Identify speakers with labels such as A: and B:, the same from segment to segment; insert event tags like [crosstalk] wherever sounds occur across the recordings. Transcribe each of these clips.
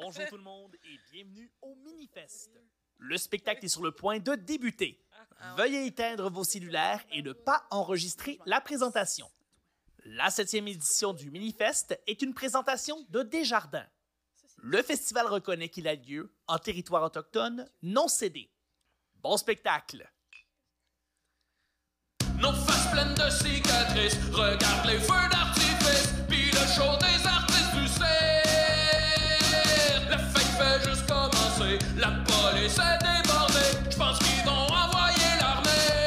A: Bonjour tout le monde et bienvenue au Minifest. Le spectacle est sur le point de débuter. Veuillez éteindre vos cellulaires et ne pas enregistrer la présentation. La septième édition du Minifest est une présentation de Desjardins. Le festival reconnaît qu'il a lieu en territoire autochtone non cédé. Bon spectacle!
B: Nos faces pleines de cicatrices, regarde les feux d'artifice, puis le show des artistes du cirque. La fête fait juste commencer, la police est débordée, je pense qu'ils vont envoyer l'armée.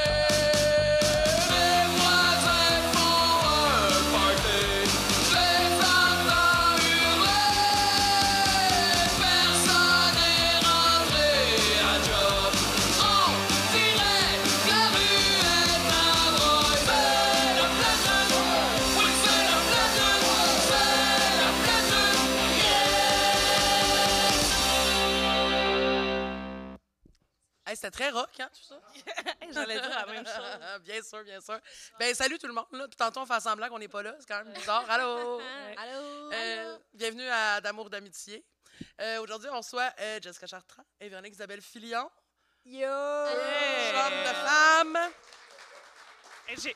B: Les voisins font un party, je les entends hurler. Personne n'est rentré à job, on dirait que la rue est un droit. C'est la pleine lune, oui c'est la pleine lune, c'est la pleine lune, yeah!
C: Hey, c'était très rock, hein, tout ça? Ah,
D: J'allais dire la
C: [laughs]
D: même chose.
C: bien sûr, bien sûr. Ben, salut tout le monde. Là. Puis Tantôt, on fait semblant qu'on n'est pas là. C'est quand même bizarre.
D: [laughs]
C: Allô?
D: Allô?
C: Euh, bienvenue à D'amour d'amitié. Euh, Aujourd'hui, on reçoit euh, Jessica Chartrand et Véronique Isabelle Filion.
D: Yo!
C: Chambre de femmes.
E: Hey, J'ai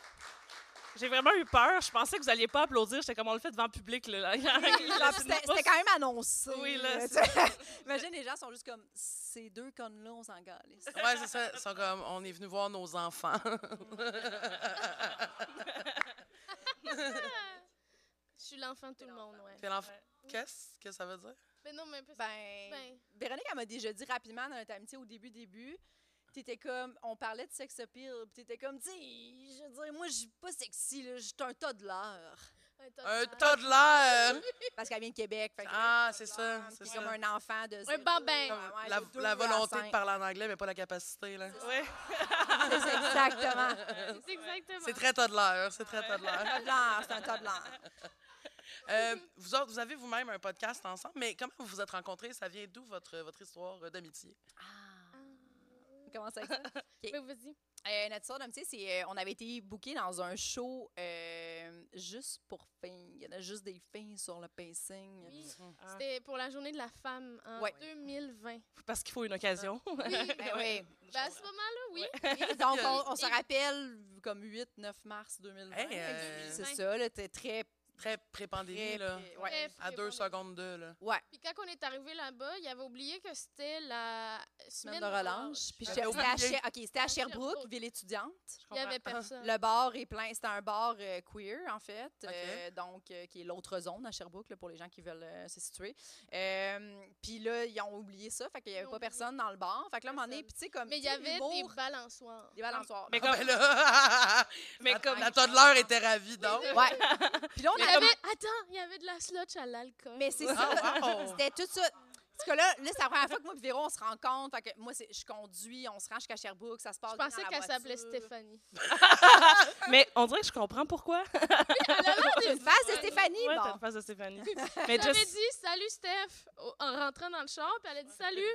E: j'ai vraiment eu peur. Je pensais que vous n'alliez pas applaudir. J'étais comme on le fait devant le public. Là. [laughs]
D: Non, puis C'était c'était quand même annoncé.
E: Oui, là,
D: tu
E: c'est-
D: sais. [laughs] Imagine, les gens sont juste comme ces deux connes-là, on s'en
C: [laughs]
D: galisse.
C: Ouais, c'est ça. Ils sont comme, on est venu voir nos enfants. [laughs]
F: Je suis l'enfant de tout le monde, ouais.
C: T'es l'enfant- Qu'est-ce que ça veut dire?
F: Mais non, mais parce-
D: Ben,
F: Ben.
D: Véronique, elle m'a déjà dit rapidement dans notre amitié au début, début. T'étais comme, on parlait de sex appeal, pis t'étais comme, tu sais, je veux dire, moi, je suis pas sexy, là, je suis un tas de l'heure.
F: un Ah,
C: Un
F: toddler.
C: toddler.
D: Parce qu'elle vient de Québec. Fait que-
C: Ah, c'est ça,
D: Puis
C: c'est
D: comme
C: ça.
D: un enfant de.
F: Un bambin.
D: Ouais, ouais,
C: La,
D: de deux
C: la
D: à
C: volonté de
D: cinq.
C: parler en anglais, mais pas la capacité. là.
E: Ouais.
D: [laughs] C'est exactement.
C: [laughs]
D: Ah.
F: C'est exactement.
C: C'est très toddler. C'est très toddler. [laughs]
D: Un tas de l'heure, c'est un tas de l'heure.
C: Euh, vous, autres, vous avez vous-même un podcast ensemble, mais comment vous vous êtes rencontrés? Ça vient d'où votre, votre histoire euh, d'amitié?
D: On commence avec ça.
F: Mais Ah. Ben, vas-y.
D: Euh, notre histoire d'amitié, c'est euh, on avait été bookés dans un show euh, juste pour filles. Il y en a juste des filles sur le pacing.
F: Oui.
E: Ah.
F: C'était pour la journée de la femme en
D: Ouais.
F: 2020.
E: Parce qu'il faut une occasion.
D: [laughs] Ben [laughs] oui.
F: Ben, à ce moment-là, oui.
D: Et Donc, on, on
F: Et-
D: se rappelle comme 8-9 mars 2020.
C: Hey, euh,
D: C'est
F: Ouais.
D: ça, là, t'es très...
C: Très pré-pandémie,
D: très-
C: là.
D: ouais.
F: Bref,
C: À
F: et
C: deux
F: voilà.
C: secondes d'eux, là.
D: Ouais,
F: Puis quand on est arrivé là-bas, il avait oublié que c'était la
D: semaine
F: semaine
D: de relâche. Puis
C: J'avais
D: j'étais c'était à,
C: oublié.
D: Sher- OK, c'était à
F: À
D: Sherbrooke,
F: Sherbrooke.
D: ville étudiante.
F: Il n'y avait personne.
D: Ah. Le bar est plein. C'est un bar euh, queer, en fait,
C: Ok.
D: euh, donc euh, qui est l'autre zone à Sherbrooke, là, pour les gens qui veulent euh, se situer. Euh, puis là, ils ont oublié ça, fait qu'il n'y
F: Ils
D: avait
F: ont
D: pas
F: oublié.
D: personne dans le bar. Fait que là, à un moment donné,
F: Personne.
D: puis tu sais, comme.
F: Mais il y
D: tu sais,
F: avait
D: l'humour,
F: des balançoirs.
D: des balançoirs.
E: Mais
C: Ah,
E: comme,
C: ben
D: [laughs]
C: là!
E: mais
C: la,
E: comme,
C: la toddler était ravie, donc.
D: Ouais. [laughs] Puis là, on
F: Il y
D: avait.
F: avait... Attends, il y avait de la slotch à l'alcool.
D: Mais c'est ça.
C: Ah, wow!
D: C'était tout ça. Parce que là, là c'est la première fois que moi et Véro, on se rencontre. Fait que moi, c'est- je conduis, on se range jusqu'à Sherbrooke, ça se passe
F: Je
D: bien
F: pensais
D: dans la
F: qu'elle s'appelait
D: voiture. [laughs]
F: Stéphanie.
E: mais on dirait que je comprends pourquoi.
D: C'est
F: [laughs]
D: une face de Stéphanie,
E: Ouais, t'as
D: bon.
E: une face de Stéphanie.
D: [laughs]
E: mais
F: Elle avait
E: Jess-
F: dit salut Steph au- en rentrant dans le char, puis elle a dit salut.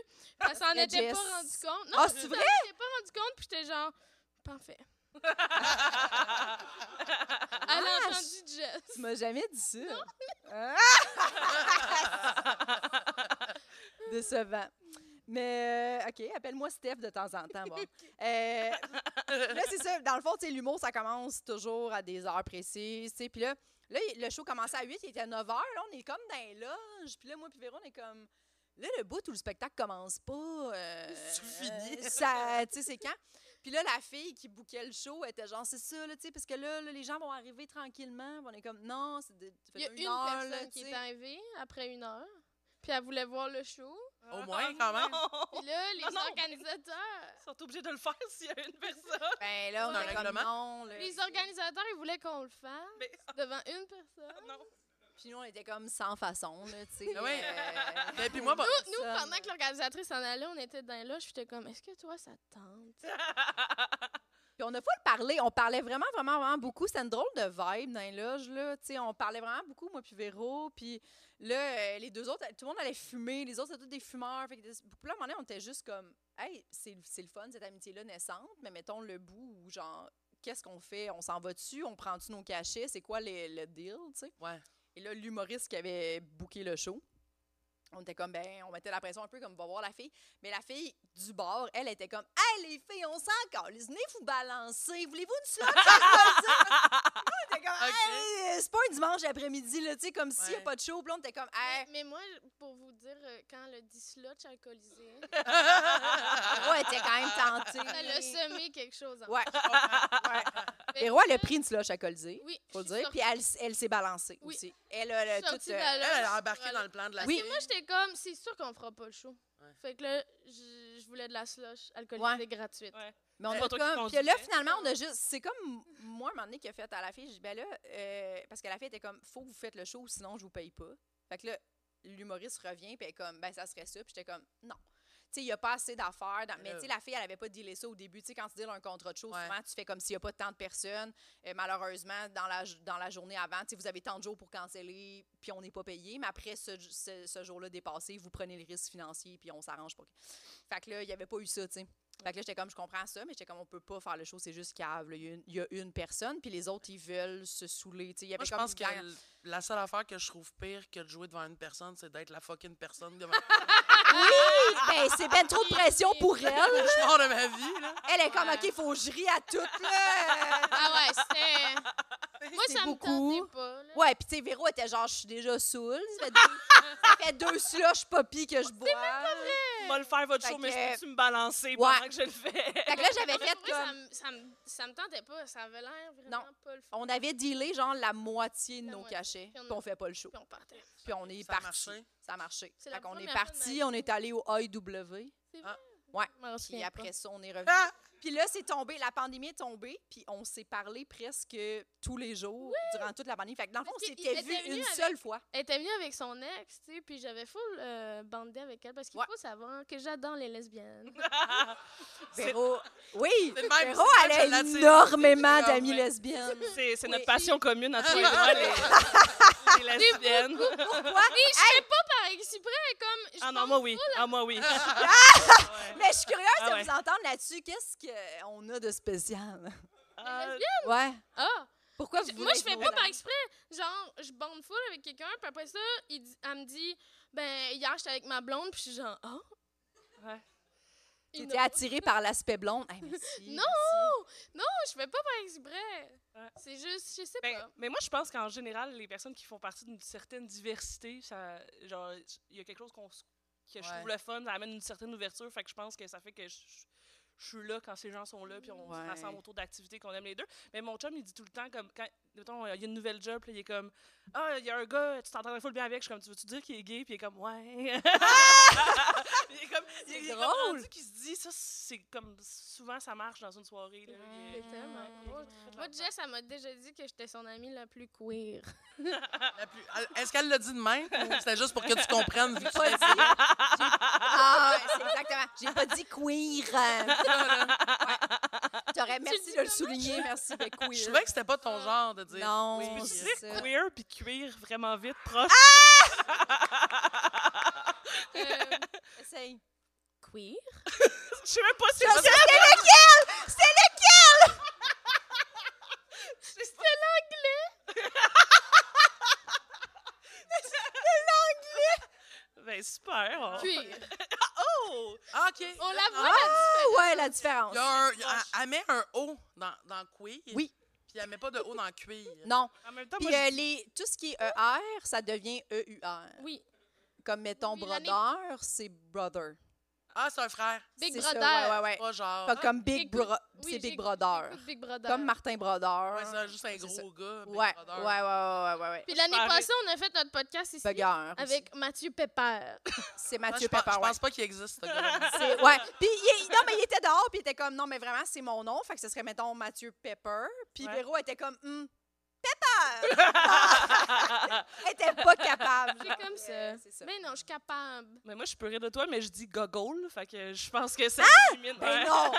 D: [laughs]
F: Elle s'en
D: que
F: était
D: Jess-
F: pas rendu compte.
D: Ah,
F: Non,
D: c'est
F: elle
D: vrai?
F: s'en était pas rendu compte, puis j'étais genre parfait. elle
D: Ah,
F: a entendu Jess.
D: Tu m'as jamais dit ça. Ah! Décevant. Mais, euh, OK, appelle-moi Steph de temps en temps. Bon.
F: [laughs]
D: Euh, là, c'est ça. Dans le fond, tu sais, l'humour, ça commence toujours à des heures précises. tu sais. Puis là, là, il- le show commençait à 8, il était à 9 heures. Là, on est comme dans les loges. Puis là, moi, puis Véro, on est comme. Là, le bout où le spectacle commence pas. euh,
F: [laughs]
C: C'est fini.
D: euh, ça- Tu sais, c'est quand? Puis là, la fille qui bouquait le show elle était genre, c'est ça, là, tu sais, parce que là, là, les gens vont arriver tranquillement. Puis On est comme, non, c'est de- ça fait
F: Il y a une,
D: heure,
F: personne
D: là,
F: qui
D: tu
F: est
D: sais.
F: arrivée après une heure, puis elle voulait voir le show.
C: Au moins, quand même.
D: Oh.
F: Puis là, les
E: Ah, Non, non, mais-
F: organisateurs,
E: Ils sont obligés de le faire s'il y a une personne.
D: Ben là, on
C: Dans
D: est
C: le
D: comme,
C: règlement.
D: non, là.
F: les organisateurs, ils voulaient qu'on le fasse
E: Mais-
F: devant une personne.
E: Non.
D: Puis nous, on était comme sans façon, là, tu sais.
C: Ah ouais.
D: euh,
C: Ben, puis moi,
D: [laughs]
C: bon,
D: personne.
F: Nous, pendant que l'organisatrice en allait, on était dans là, j'étais comme, est-ce que toi, ça te tente?
D: Puis on a pas parlé, on parlait vraiment, vraiment, vraiment beaucoup. C'était une drôle de vibe dans les loges, là. Tu sais, on parlait vraiment beaucoup, moi puis Véro. Puis là, euh, les deux autres, tout le monde allait fumer. Les autres, c'était tous des fumeurs. Fait que des- puis là, à un moment donné, on était juste comme, hey, c'est c'est le fun, cette amitié-là naissante, mais mettons le bout où, genre, qu'est-ce qu'on fait? On s'en va dessus? On prend-tu nos cachets? C'est quoi les- le deal, tu sais?
C: Ouais.
D: Et là, l'humoriste qui avait booké le show, on était comme, ben, on mettait la pression un peu comme, va voir la fille. Mais la fille du bord, elle était comme, hey, les filles, on s'en calisse, venez vous balancer, voulez-vous une [laughs] slot? on était comme,
C: [laughs]
D: hey, c'est pas un dimanche après-midi, là, tu sais, comme s'il n'y a
C: Ouais.
D: pas de show. Puis là, on était
F: [laughs]
D: comme,
F: Mais-
D: hey,
F: Mais moi, pour vous dire, euh, quand le dislodge alcoolisé,
D: [laughs] ouais, t'es quand même tenté.
F: ça l'a semé quelque chose. hein. en
D: Ouais. ouais.
F: fait.
D: Véro, elle a pris une slush à Colzé,
F: Oui.
D: faut le
F: je suis
D: dire. Puis elle, s- elle s'est balancée
F: Oui.
D: aussi. Elle a le-
F: sortie-
D: toute,
F: sortie de
D: euh,
F: la
C: Elle,
F: loge
C: elle a
F: pour
C: embarqué
F: aller-
C: dans le plan de la
F: Parce
D: Oui.
F: que moi, j'étais comme, c'est sûr qu'on fera pas le show.
C: Ouais.
F: Fait que là, je, je voulais de la slush alcoolisée
D: Ouais.
F: gratuite.
E: Ouais.
D: Mais on
E: C'est
D: a
E: pas toi qui
D: Euh, comme. Puis là,
E: conduisais.
D: finalement, on a juste. C'est comme moi, un moment donné, qui a fait à la fille, j'ai dit, ben là, euh, parce que la fille était comme, faut que vous faites le show, sinon je vous paye pas. Fait que là, l'humoriste revient, puis elle est comme, ben ça serait ça. Puis j'étais comme, non. Tu sais, il n'y a pas assez d'affaires. dans- Mais
C: Euh.
D: tu sais, la fille, elle avait pas dealé ça au début. Tu sais, quand tu deals un contrat de show,
C: Ouais.
D: souvent, tu fais comme s'il n'y a pas tant de personnes. Euh, malheureusement, dans la, j- dans la journée avant, tu sais, vous avez tant de jours pour canceller, puis on n'est pas payé. Mais après ce, j- ce- ce jour-là dépassé, vous prenez le risque financier, puis on s'arrange pour. que- Fait que là, il n'y avait pas eu ça, tu sais. Fait que là, j'étais comme, je comprends ça, mais j'étais comme, on peut pas faire le show, c'est juste cave. là. Il y, a une- il y a une personne, puis les autres, ils veulent se saouler. tu sais. Il y avait
C: Moi, je
D: comme
C: pense
D: une
C: que
D: gang-
C: l- la seule affaire que je trouve pire que de jouer devant une personne, c'est d'être la fucking personne [laughs] devant
D: Oui! Ben, c'est ben trop de
F: [laughs]
D: pression pour elle.
C: le mort de ma vie. Là.
D: Elle est comme,
F: Ouais.
D: OK, faut que je rie à toutes, là.
F: Ah ouais,
C: [laughs]
F: c'était. Moi,
D: C'est
F: ça me
D: beaucoup.
F: tentait pas. là.
D: Ouais, puis tu sais, Véro était genre, je suis déjà saoule. Ça fait
F: [laughs]
D: deux, ça fait deux slushs poppy que
F: Oh,
D: je bois.
E: Va le faire votre
D: Fait
E: show, mais
D: que-
E: si tu me balancer pendant
D: Ouais.
E: que je le fais.
D: Fait que là, j'avais
F: Mais
D: fait
F: pour vrai, ça
D: comme.
F: me- ça me- ça me tentait pas. Ça avait l'air vraiment
D: Non.
F: pas le fun.
D: On avait dealé genre la moitié de
F: La
D: nos
F: moitié.
D: cachets,
F: Puis on
D: puis on fait pas le show.
F: Puis on partait.
D: Puis on est
C: Ça a
D: parti.
C: marché.
D: Ça a marché.
F: C'est la
D: Fait qu'on est
F: première fois de ma
D: parti,
F: vie.
D: on est allé au AEW.
F: Je m'en
D: Puis
F: souviens pas.
D: après ça, on est revenu.
C: Ah!
D: Puis là, c'est tombé, la pandémie est tombée, puis on s'est parlé presque tous les jours durant toute la pandémie. Fait que dans le fond, on
F: Parce qu'il
D: s'était
F: était
D: vu
F: venu
D: une
F: avec-
D: seule fois.
F: Elle était venue avec son ex, tu sais, puis j'avais full euh, bandé avec elle parce qu'il
D: Ouais.
F: faut savoir que j'adore les lesbiennes.
E: C'est-
D: Véro, oui,
C: C'est le même-
D: Véro,
C: c'est le même,
D: elle
C: je
D: a
C: l'ai dit.
D: énormément
C: C'est
D: d'amis
C: comme-
D: lesbiennes.
E: C'est c'est
D: Oui. Ah,
E: notre passion commune entre les
F: Oui.
E: droits, les, [laughs] les lesbiennes.
D: Pourquoi?
F: Mais je sais pas par exprès, comme. je
E: Ah non,
F: pense-
E: moi oui. Ah moi
F: [laughs]
E: oui.
D: Mais je suis curieuse
E: Ah ouais.
D: de vous entendre là-dessus. Qu'est-ce qu'on a de spécial?
E: Ah,
D: Ouais.
F: Ah!
D: Pourquoi
F: Je-
D: vous
F: moi,
D: voulez
F: je fais
D: être
F: pas
D: nos
F: par
D: amis?
F: exprès. Genre, je bande full avec quelqu'un, puis après ça, il dit- elle me dit, ben, hier, j'étais avec ma blonde, puis je suis genre, oh.
E: Ouais.
F: Une
D: T'étais
F: autre.
D: attirée par l'aspect blonde. Hey, mais si,
F: Non!
D: mais
F: Je fais pas par exprès.
E: Ouais.
F: C'est juste, je sais
E: ben,
F: pas.
E: mais moi, je pense qu'en général, les personnes qui font partie d'une certaine diversité, ça, genre, il y a quelque chose qu'on, s- que je
C: Ouais.
E: trouve le fun, ça amène une certaine ouverture. Fait que je pense que ça fait que je, je suis là quand ces gens sont là, puis on
D: Ouais.
E: se rassemble autour d'activités qu'on aime les deux. Mais mon chum, il dit tout le temps, comme, quand, mettons, il y a une nouvelle job, puis il est comme, ah, il y a un gars, tu t'entendrais full bien avec, je suis comme, tu veux-tu dire qu'il est gay, puis il est comme, ouais. [laughs] il est comme, il, il est comme
D: drôle.
E: rendu qu'il se dit, ça, c'est comme, souvent, ça marche dans une soirée. Là, Il est-
F: C'est tellement
E: Ouais, il
F: drôle.
E: est tout fait
F: Moi,
E: là-dedans.
F: Jess, elle m'a déjà dit que j'étais son amie la plus queer.
C: La plus- elle- Est-ce qu'elle l'a dit de même ou
D: [laughs]
C: c'était juste pour que tu comprennes? vu que tu
D: c'est
C: l'as
D: pas dit.
F: [laughs]
D: Ah, ouais, c'est exactement. J'ai pas dit queer. euh,
F: [laughs]
D: Ouais. T'aurais, merci
F: dis
D: de le
F: comment?
D: souligner. Merci de queer.
C: Je trouvais que c'était pas ton genre de dire.
D: Ah. Non,
C: oui,
E: Tu
D: c'est
E: sais,
D: ça.
E: queer puis cuir vraiment vite proche.
D: Ah!
F: Euh,
D: Essaye.
F: queer?
E: Je sais même pas si
D: Je sais,
E: c'est
F: C'était l'anglais!
E: Ben super. on-
F: Queer.
E: Oh!
C: Ah, OK.
F: On la voit,
D: Ah, ouais, la différence.
C: Il y a un- il y a- elle- elle met un O dans, dans queer.
D: oh, Oui.
C: Puis elle met pas de O dans cuir.
D: Non.
E: En même temps,
D: Puis
E: moi, je-
D: euh, les, tout ce qui est ER, ça devient EUR.
F: Oui.
D: Comme mettons
F: Oui, l'année-
D: brother, c'est brother.
C: Ah, c'est un frère.
F: Big
D: C'est ça,
F: Brother.
D: ouais, ouais, ouais.
C: Pas genre.
D: Pas comme Big,
F: Big Bro-
D: Bro-
F: Oui,
D: c'est Big
F: j'écoute-
D: Brother.
F: j'écoute Big Brother.
D: Comme Martin Brother.
C: Ouais, c'est juste un
D: C'est ça.
C: gros gars. Big
D: Ouais, ouais,
C: Brother.
D: ouais, ouais, ouais, ouais.
F: Puis l'année
E: Pareil.
F: passée, on a fait notre podcast ici
D: Bugger aussi.
F: avec Mathieu Pepper.
D: C'est
C: Ah, je,
D: Mathieu
C: pense-
D: Pepper,
C: je pense pas qu'il
D: [laughs]
C: existe, ce gars-là.
D: ouais. C'est- ouais. Puis il, il- non, mais il était dehors, puis il était comme, non, mais vraiment, c'est mon nom, fait que ce serait, mettons, Mathieu Pepper. Puis
E: Ouais.
D: Véro était comme, hmm,
E: [laughs]
D: Pepper! Elle était pas capable. [laughs]
F: C'est comme ça.
D: C'est ça.
F: Mais non, je suis capable.
E: Mais moi, je peux rire de toi, mais je dis gogol. Fait que je pense que ça élimine.
D: Ben
E: Ouais. [laughs]
D: non!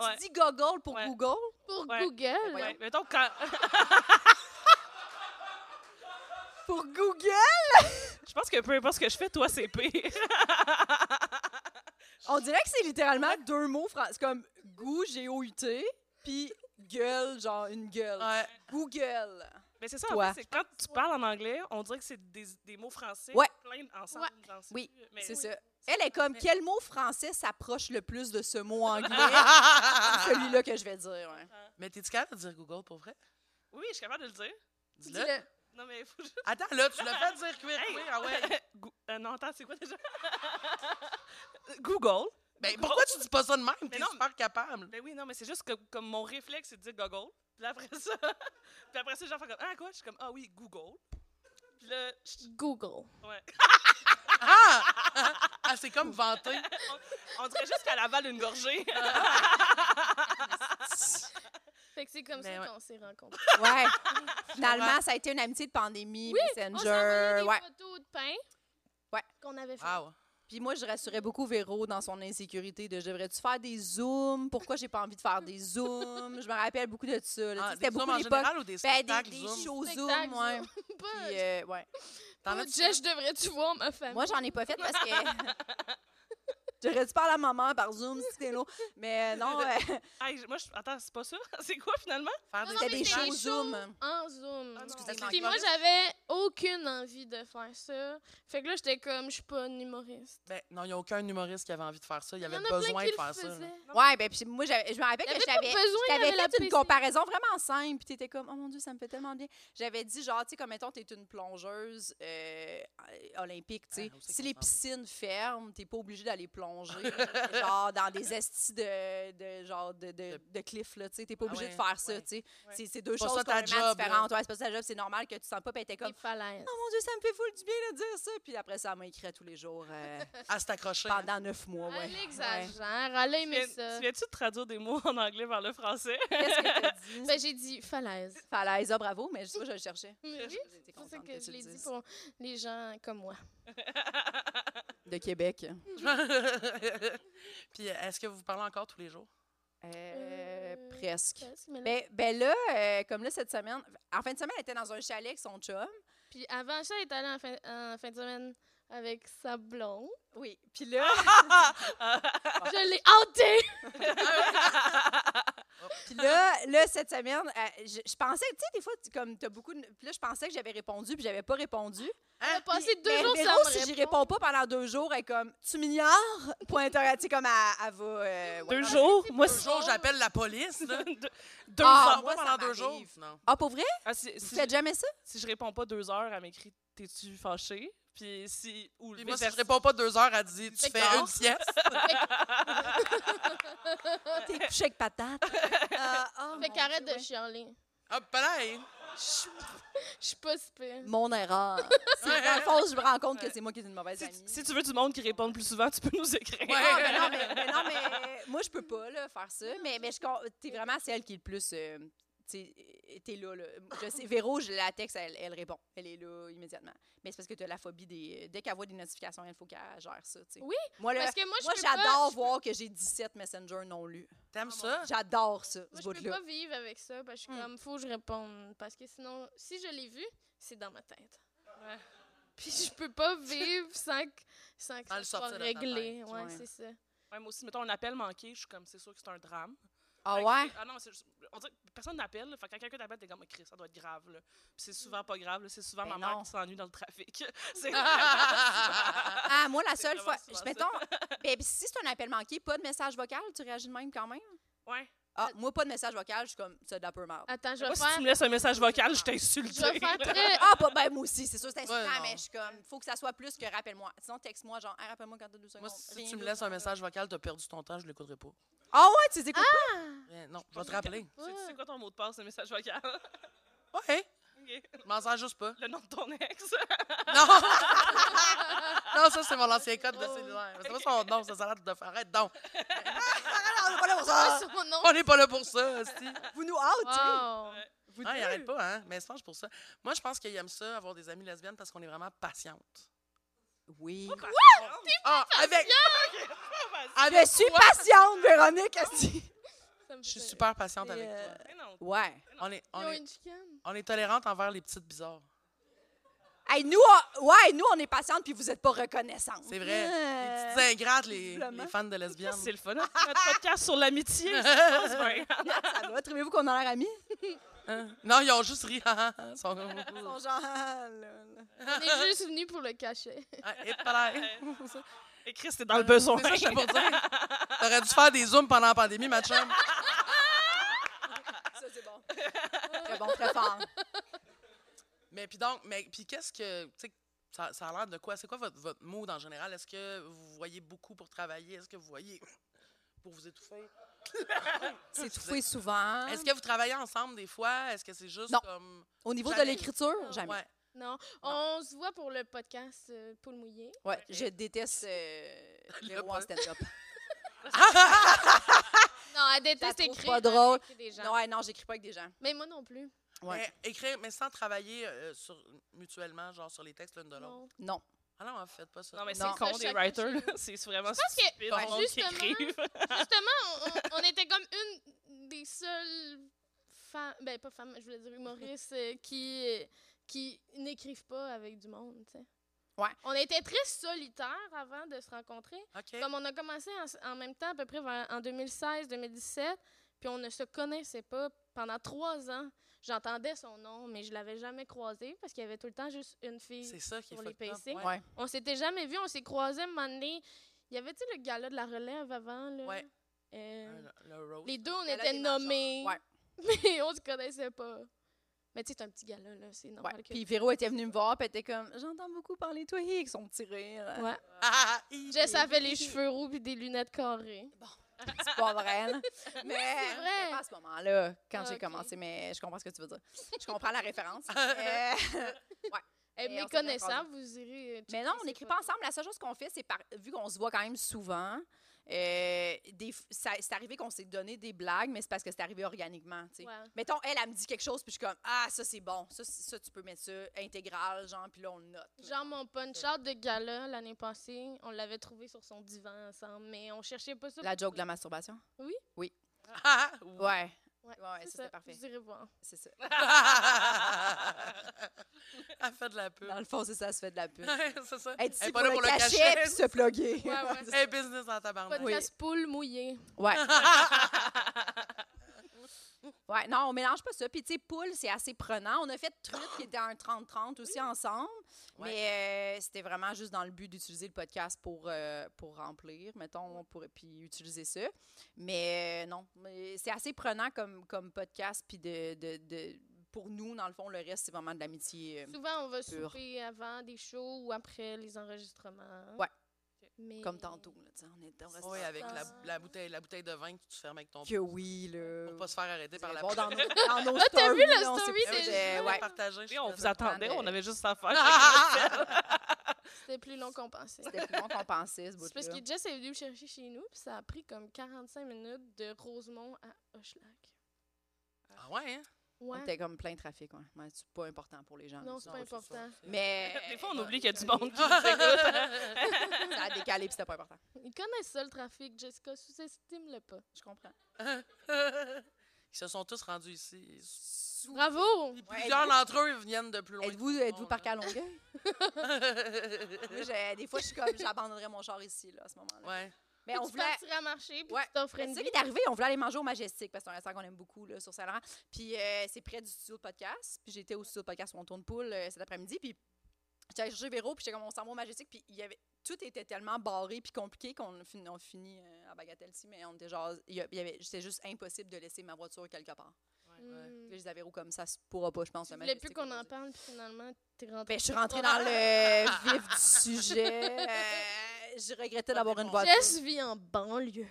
E: Ouais.
D: Tu dis Google pour
E: Ouais.
D: Google?
F: Pour
E: Ouais.
F: Google.
E: Ouais, mettons, quand... [laughs]
D: Pour Google?
E: je pense que peu importe ce que je fais, toi, c'est
D: [laughs]
E: pire.
D: On dirait que c'est littéralement deux mots français. comme goût, G-O-U-T, puis gueule, genre une gueule.
C: Ouais.
D: Google.
E: Mais Ben, c'est ça, en
D: Toi.
E: fait, c'est quand tu parles en anglais, on dirait que c'est des, des mots français
D: Ouais.
E: plein ensemble. dans ce-
D: Oui,
E: mais-
D: C'est ça. Elle est comme,
E: Mais-
D: quel mot français s'approche le plus de ce mot anglais?
E: [laughs]
D: Celui-là que je vais dire, ouais.
C: [laughs] Mais t'es-tu capable de dire Google pour vrai?
E: Oui, je suis capable de le dire.
C: Dis-le.
F: Dis-le.
E: Non, mais il faut juste.
C: Attends, là, tu l'as fait dire cuir.
E: Hey!
C: Oui, ah ouais.
D: [laughs]
E: [laughs] Gou- euh, non, attends, c'est quoi
C: [laughs]
E: déjà? Google.
C: Ben, pourquoi tu dis pas ça de même? T'es
E: non,
C: super capable.
E: Ben oui, non, mais c'est juste que comme mon réflexe, c'est de dire Google. Puis après ça, [laughs] puis après ça, les gens font comme Ah, quoi? Je suis comme Ah oui, Google. Puis là, je-
F: Google.
E: ouais.
C: Ah! [laughs] Ah, c'est comme vanté.
E: on dirait juste qu'elle avale une
C: [laughs]
E: gorgée.
F: Fait que c'est comme
C: Ben
F: ça
C: ouais.
F: qu'on s'est rencontrés.
D: Ouais. Finalement, ça a été une amitié de pandémie,
F: On s'est envoyé
D: Messenger.
F: des
D: Ouais.
F: photos de pain
D: Ouais.
F: qu'on avait fait.
C: Wow.
D: Puis moi, je rassurais beaucoup Véro dans son insécurité de je devrais-tu faire des zooms? Pourquoi j'ai pas envie de faire des zooms? Je me rappelle beaucoup de ça. là. Tu sais,
C: Ah,
D: C'était
C: des zooms
D: beaucoup
C: en
D: l'époque.
C: général ou des
D: Ben, des,
C: spectacles
D: des
C: Zoom?
D: shows zoom,
F: Spectacle
D: ouais.
F: Zoom. [laughs] Pas-
D: Puis, euh, ouais.
C: T'en
F: pas
C: as-tu
F: de
C: fait?
F: geste, devrais-tu voir ma famille?
D: Moi, j'en ai pas fait parce que. J'aurais dû parler à maman par Zoom si c'était long. Mais euh, non, euh,
E: Hey, je- moi, je- attends, c'est pas ça? [laughs] C'est quoi finalement?
C: Faire
F: Non, non,
D: c'était
F: mais
D: des
F: c'est
D: shows
F: des
D: Zoom.
F: En Zoom.
E: Ah non.
C: Excusez-moi.
F: Puis moi, j'avais aucune envie de faire ça. Fait que là, j'étais comme, je suis pas une humoriste.
C: Ben, non, il n'y a aucun humoriste qui avait envie de faire ça. Il y avait
F: Il y en a plein
C: besoin
F: qui
C: de
F: le
C: faire ça. là.
F: faisaient.
D: Ouais, ben, puis moi, j'avais- je me rappelle
F: Il
D: que
F: y avait pas
D: j'avais.
F: besoin, il y
D: T'avais
F: avait la
D: fait une
F: PC.
D: comparaison vraiment simple, puis t'étais comme, oh mon Dieu, ça me fait tellement bien. J'avais dit, genre, tu sais, comme mettons, t'es une plongeuse euh, olympique, tu sais.
C: Ah, on sait
D: si
C: qu'on
D: les
C: s'en va.
D: piscines ferment, t'es pas obligé d'aller plonger, [laughs] genre, dans des estis de, de- genre, de, de, de cliff, là, tu sais. T'es pas
C: Ah
D: obligé
C: ouais,
D: de faire ça,
C: ouais.
D: tu sais.
E: Ouais.
D: C'est- C'est deux
C: pas
D: choses
C: ça ta
D: complètement
C: job, là.
D: différentes. Ouais, c'est pas ça ta job, c'est normal que tu sens pas, puis t'es
C: [laughs]
F: Des
D: comme,
F: falaises.
D: oh mon Dieu, ça me fait full du bien de dire ça. Puis après ça, elle m'a écrit à tous les jours euh,
C: À s'accrocher.
D: pendant neuf mois, ouais.
F: Elle exagère, elle a
E: Tu
F: aimé
E: viens-
F: ça.
E: tu viens-tu de traduire des mots en anglais vers le français? [laughs]
D: Qu'est-ce que t'as dit?
F: Ben, j'ai dit falaise.
D: Falaise, ah, bravo, mais je sais pas, je le cherchais.
F: Mais oui,
D: J'étais
F: c'est pour ça
D: contente
F: que
D: tu
F: je
D: le
F: l'ai dit
D: dises.
F: pour les gens comme moi.
D: De Québec.
C: [laughs] Puis, euh, est-ce que vous parlez encore tous les
D: [laughs]
C: jours?
D: Euh,
F: Euh,
D: presque.
F: Presque, mais là-
D: Ben, ben là, euh, comme là, cette semaine, en fin de semaine, elle était dans un chalet avec son chum.
F: Puis avant ça, elle est allée en fin, en fin de semaine avec sa blonde.
D: Oui. Puis là,
F: Je l'ai hantée!
D: puis là, là, cette semaine, euh, je, je pensais, tu sais, des fois, tu- comme t'as beaucoup de. Puis là, je pensais que j'avais répondu, puis j'avais pas répondu. Ben,
F: On a passé Ah, deux
D: mais
F: jours
D: Véro,
F: sans me
D: si j'y
F: répondre.
D: réponds pas pendant deux jours, elle est comme, tu m'ignores? Point interrogatif, tu sais, comme elle, elle va. euh, ouais.
E: Deux jours? Moi,
C: Deux
E: c'est-
C: jours, j'appelle la police. là.
E: deux,
C: Deux
D: Oh. [laughs] Ah,
C: heures,
D: moi,
C: pas
D: ça
C: pendant deux jours.
D: m'arrive.
C: Non.
D: Ah, pour vrai?
E: Ah, si,
D: Vous
E: si,
D: faites jamais ça?
E: si je réponds pas deux heures, elle m'écrit T'es-tu fâchée? Puis si. Ou
C: Puis moi, si je
E: vice-versa.
C: réponds pas deux heures, elle dit Tu
F: Fait que
C: fais
F: non.
C: une sieste.
D: [laughs] T'es couché avec
F: [laughs]
D: patate. Euh, oh,
F: Ah, Fait
D: mon
F: qu'arrête
D: Dieu,
F: de chialer.
C: Hop, pareil.
F: Je suis pas si pire.
D: Mon erreur. C'est dans le fond, je me rends compte que c'est moi qui ai une mauvaise
E: Si,
D: amie.
E: si tu veux du monde qui réponde plus souvent, tu peux nous écrire.
C: Ouais.
D: Ah, ben non, mais, ben non,
F: [laughs]
D: mais moi, je peux pas là, faire ça. Mais, mais je con- t'es vraiment celle qui est le plus. euh, t'sais, euh, t'es là, là. Je sais, Véro, je la texte, elle, elle répond. Elle est là immédiatement. Mais c'est parce que t'as la phobie des. euh, Dès qu'elle voit des notifications, il faut qu'elle gère ça. t'sais.
F: Oui,
D: Moi, là,
F: Parce que moi, je
D: moi
F: peux
D: j'adore
F: pas-
D: voir que j'ai 17 Messenger non lus.
C: T'aimes ça?
D: J'adore ça,
F: Moi,
D: ce
F: je peux
D: bout-là.
F: pas vivre avec ça parce que je suis
D: Hmm.
F: comme, faut que je réponde. Parce que sinon, si je l'ai vu, c'est dans ma tête.
E: Ouais.
F: Puis je peux pas vivre sans que, sans que
C: Sans le
F: ça soit
C: sortir de ta
F: réglé.
C: tête,
F: Ouais,
D: ouais.
F: c'est ça.
E: Ouais, moi aussi, mettons un appel manqué, je suis comme C'est sûr que c'est un drame.
D: Ah
E: Fait que-
D: ouais?
E: Ah non, c'est juste- on dirait que personne n'appelle. là. Fait que quand quelqu'un t'appelle, t'es comme, Chris, ça doit être grave. là. Puis c'est souvent pas grave. là. C'est souvent
D: Ben
E: ma mère
D: non.
E: qui s'ennuie dans le trafic. [laughs] C'est-
C: [laughs]
D: Ah, moi,
F: [laughs]
D: la
E: C'est
D: seule fois.
E: vraiment souvent
D: Je,
E: ça.
D: mettons, [laughs] ben, si c'est un appel manqué, pas de message vocal, tu réagis de même quand même?
E: ouais.
D: Ah, moi, pas de message vocal, je suis comme, c'est de la peu marde.
F: Attends, je
E: Moi,
F: vais
E: si tu
F: faire.
E: me laisses un message vocal, je t'insulte.
F: Je vais
E: [laughs]
D: [laughs]
F: faire très.
D: Ah, pas ben, moi aussi, c'est sûr, c'est
C: Ouais,
D: insultant,
C: non.
D: mais je suis comme, faut que ça soit plus que rappelle-moi. Sinon, texte-moi, genre, Hey, rappelle-moi quand t'as deux
C: Moi,
D: secondes.
C: si
D: Rien
C: tu me
D: d'autre.
C: laisses un message vocal, t'as perdu ton temps, je l'écouterai pas.
D: Ah ouais, tu les écoutes.
C: Mais non, je vais te rappeler.
E: Tu sais- tu sais quoi ton mot de passe, le message vocal? [laughs]
C: Ouais,
E: Ok.
C: je m'en sers juste pas.
E: Le nom de ton ex. [laughs]
C: Non! [laughs] non, ça, c'est mon ancien code
D: Oh.
C: de cellulaire. C'est pas son nom, ça s'arrête de faire. Arrête donc!
D: [laughs] Ah, on est pas là pour ça.
F: Ah, son nom.
C: On n'est pas là pour ça, hostie.
D: Vous nous hâte,
F: Wow.
D: Vous
C: Ah, il
D: deux.
C: arrête pas, hein? Mais c'est pense pour ça. Moi, je pense qu'ils aiment ça, avoir des amies lesbiennes, parce qu'on est vraiment patiente.
D: Oui.
C: Ah, avec.
D: Je
C: avec
D: suis
C: toi,
D: patiente, Véronique. esti.
F: Ça me
C: Je Ah! suis
F: fait-
C: super patiente
D: Et,
C: avec
D: euh,
C: toi.
E: Mais [laughs] non.
D: Ouais.
C: On est,
F: Ils
C: on,
F: ont
C: est,
F: une
C: [laughs]
F: chicane.
C: on est tolérante envers les petites bizarres.
D: Hey, nous, on... ouais, nous, on est patiente, puis vous êtes pas reconnaissante.
C: C'est vrai.
D: Euh,
C: Les petites ingrates, les,
D: visiblement.
C: les fans de lesbiennes. [laughs]
E: C'est le fun, hein, notre podcast sur l'amitié. ça se passe bien.
D: Ça va? Trouvez-vous qu'on a l'air amis?
C: Hein? Non, ils ont juste ri. ah, ah, ah, ils sont
D: [laughs]
C: comme-
D: Ils sont genre, ah, là, là.
F: On est juste venu pour le cachet.
C: Ah, et voilà.
E: Et Chris, t'es dans le besoin.
C: C'est ça que j'étais pour dire.
F: [laughs]
C: T'aurais dû faire des zooms pendant la pandémie, ma chum.
D: Ah, Ça,
C: [laughs]
D: c'est bon. Très bon, très fort.
C: Mais puis donc, mais puis qu'est-ce que, tu sais, ça, ça a l'air de quoi? C'est quoi votre, votre mood en général? Est-ce que vous voyez beaucoup pour travailler? Est-ce que vous voyez pour vous étouffer?
D: C'est étouffé
F: Euh.
D: souvent.
C: Est-ce que vous travaillez ensemble des fois? Est-ce que c'est juste
D: Non.
C: comme...
D: Au niveau de
C: Jamais.
D: l'écriture, jamais.
C: Ouais.
F: Non, on se voit pour le podcast euh, Poule mouillée.
D: Ouais, je déteste euh,
C: Le
D: le roi en
C: pod- [laughs]
D: stand-up.
F: Non, elle déteste
D: trouve
F: écrire.
D: pas
F: elle
D: drôle.
F: écrit des gens.
D: Non, ouais, non, j'écris pas avec des gens.
F: Mais moi non plus.
D: Ouais.
C: Mais écrire, mais sans travailler euh, sur, mutuellement, genre sur les textes l'une de l'autre.
F: Non.
D: Non.
C: Ah non, en fait, pas ça.
E: [laughs] Non, mais c'est
D: Non.
E: con, des
F: Ça,
E: writers,
F: chacun
E: là. [laughs] C'est vraiment
F: pense que-
E: stupide, le monde qui
F: justement-
E: écrive.
F: Justement, on, on- on était comme une des seules femmes, ben pas femmes, je voulais dire humoristes, euh, qui, euh, qui n'écrivent pas avec du monde, tu sais.
D: Ouais.
F: On était très solitaires avant de se rencontrer.
C: OK.
F: Comme on a commencé en, en même temps, à peu près vers- en 2016-2017, puis on ne se connaissait pas pendant trois ans. J'entendais son nom, mais je l'avais jamais croisé parce qu'il y avait tout le temps juste une
C: C'est
F: fille.
C: ça qui est
F: pour les
C: fucked up,
F: PC.
C: ouais.
D: Ouais.
F: On s'était jamais vu, on s'est croisés un moment donné. Il y avait, tu sais, le gala de la relève avant, là.
C: Ouais.
F: Euh,
C: Euh, Le, le roast.
F: les deux, on
D: Gala
F: était
D: des majors.
F: nommés,
D: Ouais.
F: [laughs] mais on se connaissait pas. Mais tu sais, c'est un petit gala, là, c'est normal
D: ouais.
F: que...
D: Puis Véro était venue me voir, puis elle était comme J'entends beaucoup parler de toi, avec son petit rire.
F: Ouais.
C: Ah, ah, hi,
F: Jess
C: hi,
F: avait
C: hi,
F: les
C: hi.
F: cheveux roux puis des lunettes carrées.
D: C'est pas vrai,
F: [laughs]
D: là. Mais
F: c'est vrai.
D: c'était pas à ce moment-là, quand
F: Ah,
D: j'ai
F: ok.
D: commencé, mais je comprends ce que tu veux dire. Je comprends la
F: [laughs]
D: référence. Euh,
F: Eh,
D: Mais on s'est bien
F: méconnaissable, vous irez... euh, checker
D: Mais non, on
F: ses
D: n'écrit pas
F: photos.
D: ensemble. La seule chose qu'on fait, c'est par... vu qu'on se voit quand même souvent, euh, des f- ça- c'est arrivé qu'on s'est donné des blagues, mais c'est parce que c'est arrivé organiquement. tu sais.
F: Ouais.
D: Mettons, elle, elle me dit quelque chose, puis je suis comme Ah, ça, c'est bon. Ça, c'est- ça, tu peux mettre ça intégral, genre, puis là, on le note.
F: Genre, mon punch-out de gala l'année passée, on l'avait trouvé sur son divan ensemble, mais on cherchait pas ça.
D: La
F: pour-
D: joke de la masturbation?
F: Oui.
D: Oui.
C: Ah, ah, oui.
D: Ouais.
F: Ouais,
D: Ouais, ouais,
F: c'est
D: ça, c'était parfait.
F: Vous irez
D: [laughs]
F: voir.
D: C'est ça.
C: [laughs] Elle fait de la pub.
D: Dans le fond, c'est ça, ça se fait de la pub.
C: c'est ça.
D: Être
C: Mm. Elle
D: ici
C: est
D: pour,
C: pas là
D: le
C: pour le
D: cachet,
C: cachet.
D: puis se plugger.
F: Ouais, ouais.
C: Elle est business en tabarnak.
F: Podcast poule mouillée.
C: [laughs]
D: Ouais. ouais, non, on mélange pas ça. Puis, tu sais, poule, c'est assez prenant. On a fait truc qui était un 30-30 aussi ensemble.
C: Ouais.
D: Mais euh, c'était vraiment juste dans le but d'utiliser le podcast pour, euh, pour remplir, mettons, pour, puis utiliser ça. Mais euh, non, mais c'est assez prenant comme, comme podcast. Puis, de, de, de- pour nous, dans le fond, le reste, c'est vraiment de l'amitié. euh,
F: Souvent, on va
D: Pur.
F: souper avant des shows ou après les enregistrements.
D: Ouais.
F: Mais...
D: Comme tantôt, là, tu sais, on est on reste
C: Oui, avec la,
F: Ah.
C: la bouteille, la bouteille de vin que tu fermes avec ton
D: Que oui, là.
C: pour pas se faire arrêter par la
D: Bon,
C: police.
D: [laughs] dans nos, dans nos
F: Ah, t'as
D: stories,
F: vu la
D: là, on s'est
F: story
C: [laughs]
D: plus,
C: Eh oui,
F: de-
D: euh,
C: j'ai
D: ouais.
C: partagé.
E: Et on vous
C: attend.
E: attendait,
D: prendre,
E: on
D: euh,
E: avait juste à faire.
F: C'était plus long qu'on
D: [laughs]
F: pensait.
D: C'était plus long qu'on pensait, ce
F: C'est parce
D: bout-là.
F: que Jess est venue me chercher chez nous, puis ça a pris comme 45 minutes de Rosemont à Hochelac.
C: Ah ouais,
D: [laughs]
C: hein?
D: On
F: Ouais.
D: était comme plein de trafic, ouais. Mais c'est pas important pour les gens.
F: Non,
D: là.
F: c'est
C: Non,
F: pas
C: mais c'est
F: important.
D: [laughs] Mais
E: Des fois, on
D: Ouais.
E: oublie qu'il y a du monde qui nous écoute.
D: ça a décalé, puis c'était pas important.
F: Ils connaissent ça, le trafic, Jessica. Sous-estime-le pas.
D: Je comprends.
C: [laughs] Ils se sont tous rendus ici.
F: Bravo!
C: Puis Plusieurs d'entre eux viennent de plus loin. [laughs]
D: Êtes-vous êtes vous parc à Longueuil? Moi,
C: ouais.
D: j'ai- des fois, hein. je suis comme, j'abandonnerais mon char ici, là, à ce moment-là. Mais
F: Puis
D: on
F: tu
D: voulait...
F: partirais à marcher, puis
D: Ouais.
F: tu t'offres
D: C'est
F: une
D: ça qui
F: vie.
D: est arrivé. On voulait aller manger au Majestic parce que c'est un restaurant qu'on aime beaucoup là, sur Saint-Laurent. Puis euh, c'est près du studio de podcast. Puis j'étais au studio de podcast où on tourne poule euh, cet après-midi. Puis j'étais allée chercher Véro. Puis j'étais comme on s'en va au Majestic. Puis il y avait, tout était tellement barré puis compliqué qu'on a fini- on finit euh, à Bagatelle-ci. Mais on était genre. il y a- il y avait- C'était juste impossible de laisser ma voiture quelque part.
F: Hmm.
D: Puis là, je disais à Véro comme ça se pourra pas, je pense.
F: Tu
D: le
F: voulais
D: Majestic
F: plus qu'on en
D: aujourd'hui.
F: parle, puis finalement, t'es rentrée.
D: Ben, je suis rentrée dans le
F: [laughs]
D: vif du sujet. Euh, je regrettais d'avoir une voiture.
F: Jess vit en banlieue.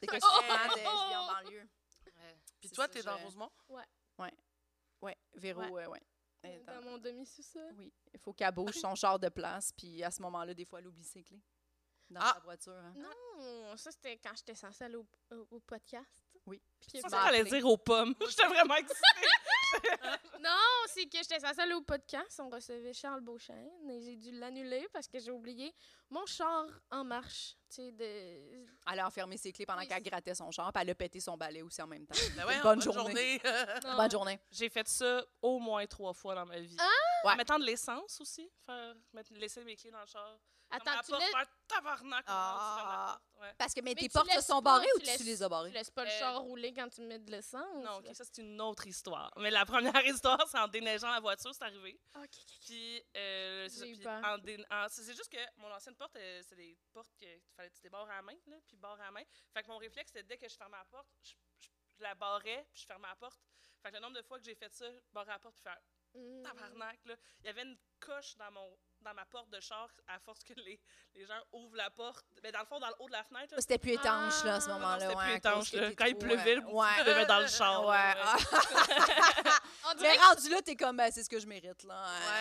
D: C'est que je suis fan
F: [laughs]
D: de- je vis en banlieue.
C: Puis
D: C'est
C: toi,
D: ça,
C: t'es dans
D: je-
C: Rosemont?
D: Ouais, Véro,
F: Ouais.
D: euh, ouais. Elle est dans-
F: Dans mon demi-sous-sol.
D: Oui, il faut qu'elle bouge son char de place, puis à ce moment-là, des fois, elle oublie ses clés dans
C: Ah!
D: sa voiture. hein.
F: Non, Hmm, ça, c'était quand j'étais censée aller au, au- au podcast.
D: Oui.
F: Puis
E: C'est
F: bah-
E: ça qu'on allait dire aux pommes. [laughs] J'étais vraiment excitée.
F: Non, c'est que j'étais censée aller au podcast. On recevait Charles Beauchesne et j'ai dû l'annuler parce que j'ai oublié mon char en marche. Tu sais, de...
D: Elle a enfermé ses clés pendant
F: Oui,
D: qu'elle grattait son char, puis elle a pété son balai aussi en même temps.
C: Ben ouais,
D: bonne
C: bonne, journée. [laughs]
F: Non.
D: Bonne journée.
E: J'ai fait ça au moins trois fois dans ma vie.
F: Ah!
E: En
D: Ouais.
E: mettant de l'essence aussi. Faire, mettre- laisser mes clés dans le char.
F: Attends, tu laisses,
E: faire tabarnak. on rentre sur la
C: Ah.
E: porte. Ouais.
D: Parce que mais
F: Mais
D: tes
F: tu
D: portes se
F: laisses
D: sont
F: pas,
D: barrées ou
F: tu
D: tu
F: laisses-
D: les as barrées?
F: tu laisses pas le
E: Euh,
F: char rouler quand tu mets de l'essence.
E: Non, ok,
F: là.
E: ça c'est une autre histoire. Mais la première [laughs] histoire, c'est en déneigeant la voiture, c'est arrivé.
F: Ah, ok, ok, ok.
E: Puis, euh, c'est ça,
F: J'ai eu
E: puis
F: peur.
E: en dé- en- c'est c'est juste que mon ancienne porte, euh, c'est des portes que tu fallait que tu débarres à la main, là, puis barres à la main. Fait que mon réflexe, c'était dès que je fermais la porte, je, je- je la barrais, puis je fermais la porte. Fait que le nombre de fois que j'ai fait ça, barrer la porte, puis faire
F: Mm.
E: tabarnak, là. Il y avait une coche dans mon dans ma porte de char à force que les, les gens ouvrent la porte. Mais dans le fond, dans le haut de la fenêtre, là,
D: C'était plus étanche, là, à ce
E: Ah, non,
D: moment-là.
E: c'était
D: ouais,
E: plus
D: à cause
E: étanche,
D: que
E: là.
D: t'es
E: Quand il
D: trop,
E: pleuvait,
D: euh,
E: le
D: Ouais.
E: je buvais [laughs] dans le char.
D: Ouais.
E: là,
D: ah.
F: On
D: Mais
F: dirait, que-
D: rendu là, t'es comme, ben, c'est ce que je mérite, là.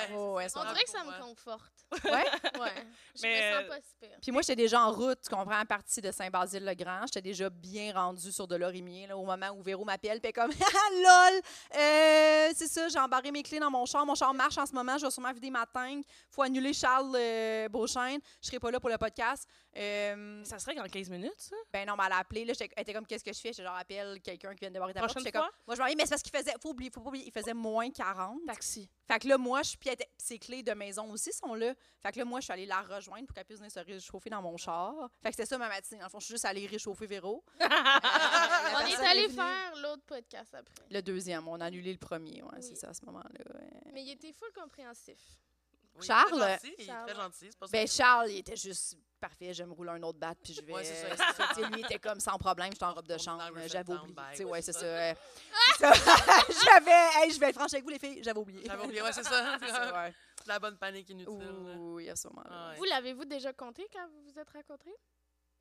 C: Ouais,
D: Ouais, ouais,
C: c'est
F: on
D: ça
F: dirait que ça me
C: Ouais.
F: conforte.
D: va. Ouais.
F: Ouais. Je
E: Mais,
F: me
E: euh,
F: sens pas si pire.
D: Puis moi, j'étais déjà en route, tu comprends, à partir de Saint-Basile-le-Grand. J'étais déjà bien rendue sur de l'orimier, là, au moment où Véro m'appelle. Puis elle est comme, [laughs] Ah, lol, euh, c'est ça, j'ai embarré mes clés dans mon char. Mon char marche en ce moment, je vais sûrement vider ma tank. Faut annuler Charles euh, Beauchesne. Je serai pas là pour le podcast. Euh,
E: Ça serait qu'en 15 minutes, ça?
D: ben non, mais elle a appelé. Là, j'étais- elle était comme, qu'est-ce que je fais? J'étais genre, appelle quelqu'un qui vient de débarquer de la porte.
E: Prochaine
D: J'étais comme,
E: fois?
D: [laughs] moi, je m'en vais, mais c'est parce qu'il faisait, faut oublier, faut pas oublier, il faisait moins 40.
E: Taxi.
D: Fait que là, moi, je. Puis elle était- puis ses clés de maison aussi sont là. Fait que là, moi, je suis allée la rejoindre pour qu'elle puisse venir se réchauffer dans mon char. Fait que c'était ça ma matinée. Dans le fond, je suis juste allée réchauffer Véro. Euh, la
F: On est
D: personne
F: allé
D: venue.
F: faire l'autre podcast après.
D: Le deuxième, on a annulé le premier, ouais,
F: Oui.
D: c'est ça à ce moment-là. ouais.
F: Mais il était full compréhensif.
C: Oui,
D: Charles.
C: Il est très gentil, il est
F: Charles.
C: très gentil, c'est pas ça.
D: Ben Charles, il était juste parfait, je me roule un autre bat puis je vais.
C: Ouais, c'est ça,
D: euh,
C: c'est ça.
D: tu sais, lui il était comme sans problème, j'étais en robe de
C: On est
D: chambre,
C: dans le
D: j'avais
C: Rivertown
D: oublié.
C: vibe,
D: Tu sais,
C: ouais,
D: ouais, c'est
C: c'est
D: ça.
C: ça.
D: euh, [laughs] ça, j'avais, hey, je vais être franche avec vous les filles, j'avais oublié.
C: J'avais oublié, ouais, c'est ça.
D: [laughs] C'est ça, ouais.
C: La bonne panique inutile. là.
D: Oui, à ce moment-là.
C: Ouais.
F: Vous l'avez-vous déjà compté quand vous vous êtes rencontrés?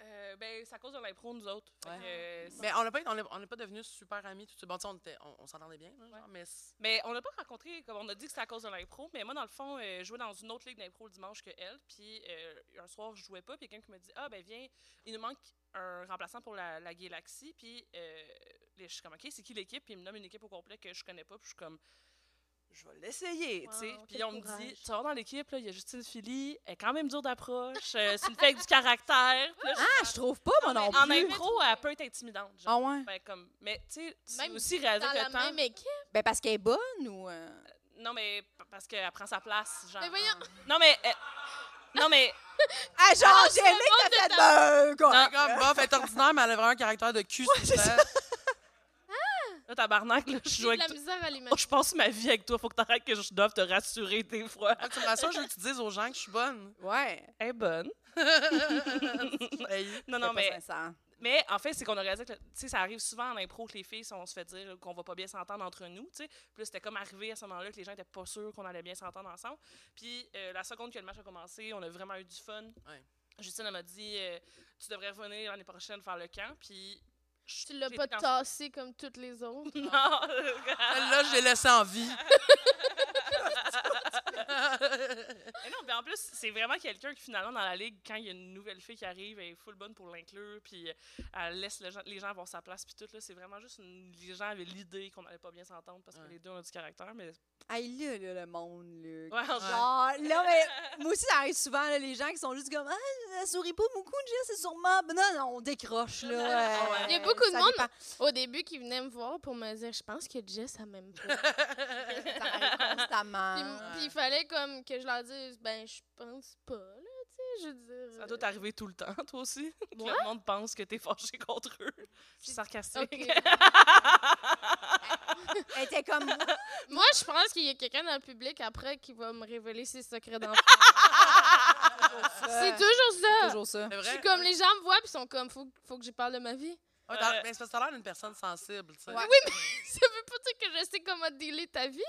E: Euh, ben, c'est à cause de l'impro, nous autres. Fait
C: Ouais.
E: que, euh, c'est- mais,
C: Mais on n'est pas, on est- on est pas devenus super amis tout de suite. Bon, tu sais, on, était- on- on s'entendait bien, là, genre, mais c'est-
E: on n'a pas rencontré, comme on a dit que c'était à cause de l'impro, mais moi, dans le fond, euh, je jouais dans une autre ligue d'impro le dimanche que elle. Puis euh, un soir, je jouais pas, puis quelqu'un qui me dit Ah, ben viens, il nous manque un remplaçant pour la, la Galaxie. Puis euh, je suis comme Ok, c'est qui l'équipe Puis il me nomme une équipe au complet que je connais pas, puis je suis comme je vais l'essayer, tu sais.
F: Wow,
E: Puis
F: quel
E: on me dit,
F: courage.
E: tu vas dans l'équipe, là, il y a Justine Philly, elle est quand même dure d'approche, euh, c'est une fille avec du caractère. Puis là, je suis
D: Ah,
E: comme,
D: je trouve pas, moi non
E: Non, mais
D: plus.
E: En impro, elle peut être intimidante. genre.
D: Ah ouais?
E: Ben, comme, mais tu sais, tu
F: Même
E: aussi réalisé
F: Dans
E: que
F: la
E: le temps.
F: même équipe?
D: Ben parce qu'elle est bonne ou. euh?
E: Non, mais p- parce qu'elle prend sa place, genre.
F: Mais voyons,
E: Non, mais. euh, Non, mais.
D: Ah, genre, j'ai aimé que t'as fait ben, quoi.
E: Non.
C: comme bof, elle est ordinaire, mais elle a vraiment un caractère de cul. c'est ça.
E: Là, tabarnak, là, je joue
F: j'ai de
E: avec
F: la
E: toi.
F: misère à
E: Oh,
F: l'imaginer.
E: je passe ma vie avec toi. Faut que t'arrêtes que je doive te rassurer des fois.
C: Faut que Ah, Tu me rassures, je veux que tu dises aux gens que je suis bonne.
D: Ouais.
E: Elle est bonne.
C: Hey,
E: Non,
D: c'est
E: non,
D: pas
E: mais.
D: sincère.
E: Mais en fait, c'est qu'on a réalisé que, le- tu sais, ça arrive souvent en impro que les filles, si on se fait dire là, qu'on va pas bien s'entendre entre nous, tu sais. Puis là, c'était comme arrivé à ce moment-là que les gens étaient pas sûrs qu'on allait bien s'entendre ensemble. Puis euh, la seconde que le match a commencé, on a vraiment eu du fun.
C: Ouais.
E: Justine, elle m'a dit, euh, tu devrais revenir l'année prochaine faire le camp. Puis. je-
F: Tu l'as
E: j'ai
F: pas
E: été en-
F: tassé comme toutes les autres.
E: [laughs] Non!
C: Là,
F: [laughs]
C: je l'ai laissée en vie.
E: Mais Ah non, mais en plus, c'est vraiment quelqu'un qui, finalement, dans la ligue, quand il y a une nouvelle fille qui arrive, elle est full bonne pour l'inclure, puis euh, elle laisse le gen- les gens avoir sa place, puis tout. là, C'est vraiment juste une- les gens avaient l'idée qu'on n'allait pas bien s'entendre parce que
C: Ouais.
E: les deux ont du caractère, mais.
D: Hey, là, là, le monde, là.
E: Ouais, en-
D: Genre, là, mais moi aussi, ça arrive souvent, là, les gens qui sont juste comme Ah, ça sourit pas beaucoup, Jess, c'est sûrement. Ben Non, non, on décroche, là. euh,
F: Il y a beaucoup de
D: ça
F: monde
D: dépend.
F: au début qui venait me voir pour me dire Je pense que Jess, elle m'aime pas.
D: Ça arrive constamment.
F: Puis puis il fallait comme que je leur dise Ben, je pense pas, là, tu sais, je veux dire. euh,
E: Ça doit t'arriver tout le temps, [laughs] toi aussi. que
F: Moi?
E: le monde pense que t'es fâché contre eux. Je suis sarcastique.
F: Ok.
D: Elle était comme
F: Moi, je pense qu'il y a quelqu'un dans le public après qui va me révéler ses secrets [laughs] d'enfant. C'est
D: ça.
F: toujours ça.
D: Euh, toujours ça.
C: C'est
F: Je
C: vrai.
F: suis comme les gens me voient puis sont comme faut, faut que j'y parle de ma vie. [laughs]
C: Ouais, t'as- mais c'est parce que t'as l'air d'une personne sensible, tu sais.
D: Ouais.
F: ça veut pas dire que je sais comment dealer ta vie.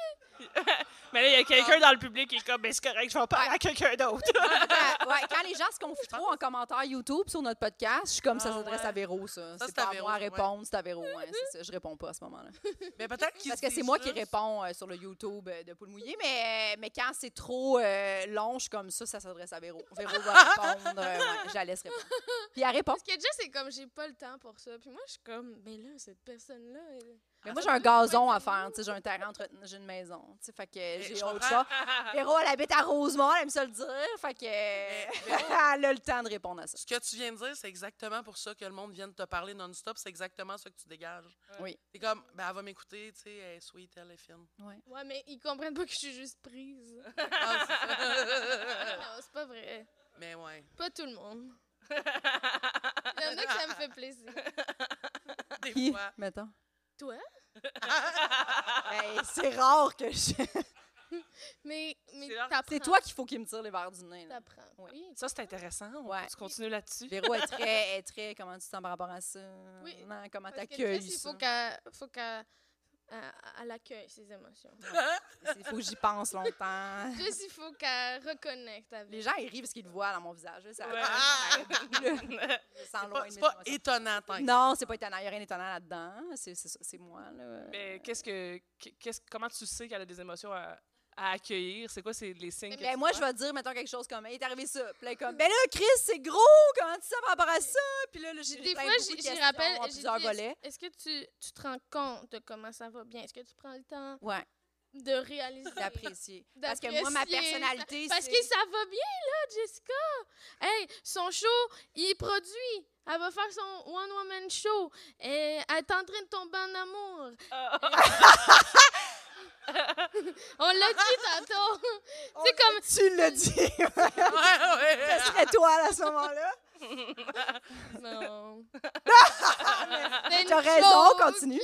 E: Mais là, il y a quelqu'un dans le public qui est comme, ben, c'est correct, je vais en parler à quelqu'un d'autre.
D: Ouais, ouais, quand les gens se confient trop en commentaire YouTube sur notre podcast, je suis comme ça
C: Ah,
D: s'adresse
C: ouais.
D: à Véro, ça.
C: Ça,
D: c'est
C: c'est à
D: pas à
C: Véro,
D: moi à
C: ouais.
D: répondre, c'est à Véro. ouais, c'est ça. Je réponds pas à ce moment-là.
C: Mais peut-être qu'ils
D: Parce que
C: se
D: c'est
C: disent
D: moi qui
C: juste-
D: réponds euh, sur le YouTube euh, de Poule Mouillée, mais, mais quand c'est trop euh, long, je suis comme ça, ça s'adresse à Véro.
C: [laughs]
D: Véro va répondre, euh, ouais, je la laisse répondre. Puis elle répond.
F: Parce que déjà, c'est comme j'ai pas le temps pour ça. Puis moi, je suis comme mais là, cette personne-là. elle-
D: Mais moi, j'ai un gazon à faire, tu sais, j'ai un terrain à entretenir, j'ai une maison, tu sais, fait que
C: je
D: j'ai autre
C: comprends.
D: chose. Véro, elle habite à Rosemont, elle aime ça le dire, fait que [laughs] elle a le temps de répondre à ça.
C: Ce que tu viens de dire, c'est exactement pour ça que le monde vient de te parler non-stop. C'est exactement ça que tu dégages.
D: Oui.
C: C'est comme, ben, elle va m'écouter, tu sais, elle est sweet, elle est
F: [laughs]
C: fine.
F: Ouais, mais ils comprennent pas que je suis juste prise.
C: Ah, c'est ça.
F: non, c'est pas vrai.
C: Mais ouais.
F: Pas tout le monde. Il y en a que ça me fait plaisir.
D: Ah,
C: Des
D: Qui,
C: fois.
D: mettons?
F: Toi? Ben,
D: Hey, c'est rare que je...
F: Mais, mais
E: C'est leur-
F: t'apprends.
D: C'est toi qu'il faut qu'il me tire les verres du nez. là.
F: T'apprends.
D: Ouais.
F: Oui.
E: Ça, c'est intéressant. On
D: Ouais.
E: peut se continuer là-dessus.
D: Véro est très, est très, comment tu te sens par rapport à ça?
F: Oui,
D: Non, comment
F: Parce que
D: t'accueilles
F: Jess, Il
D: ça?
F: faut qu'elle faut qu'elle- elle- elle accueille ses émotions.
D: Il faut que j'y pense longtemps.
F: [laughs] Jess, il faut qu'elle reconnecte avec.
D: Les gens, ils rient parce qu'ils le voient dans mon visage. là, Ça,
E: Ouais.
F: Ah!
D: [laughs] sans
C: C'est pas,
D: loin de
C: c'est
D: mes
C: pas
D: émotions.
C: étonnant, tant que-
D: Non, c'est pas étonnant. Il n'y a rien d'étonnant là-dedans. C'est c'est ça, c'est moi. Là.
E: Mais qu'est-ce que, qu'est-ce, comment tu sais qu'elle a des émotions à, à accueillir? C'est quoi c'est les signes? que
D: Ben,
E: tu
D: moi, je
E: vois?
D: vais dire, mettons, quelque chose comme, il est arrivé ça. Puis là, comme, ben là, Chris, c'est gros, comment tu sais par rapport à ça? Puis là, là, j'ai
F: Des
D: plein
F: fois,
D: beaucoup de
F: j'y- j'y
D: questions
F: rappelle.
D: à
F: j'ai
D: plusieurs
F: dit,
D: volets.
F: Est-ce que tu, tu te rends compte de comment ça va bien? Est-ce que tu prends le temps
D: Ouais,
F: de réaliser?
D: d'apprécier. Parce que moi, ma
F: D'apprécier.
D: personnalité,
F: Parce
D: c'est-
F: que ça va bien, là, Jessica. Hey, son show, il produit. Elle va faire son one-woman show. Et elle est en train de tomber en amour.
D: Oh.
E: Ah, ah,
F: On l'a dit tantôt.
D: On
F: C'est comme.
D: Tu l'as dit! [laughs]
C: Ouais, ouais.
D: Ce serait toi, là, à ce moment-là. [laughs]
F: Non.
D: T'as raison, continue.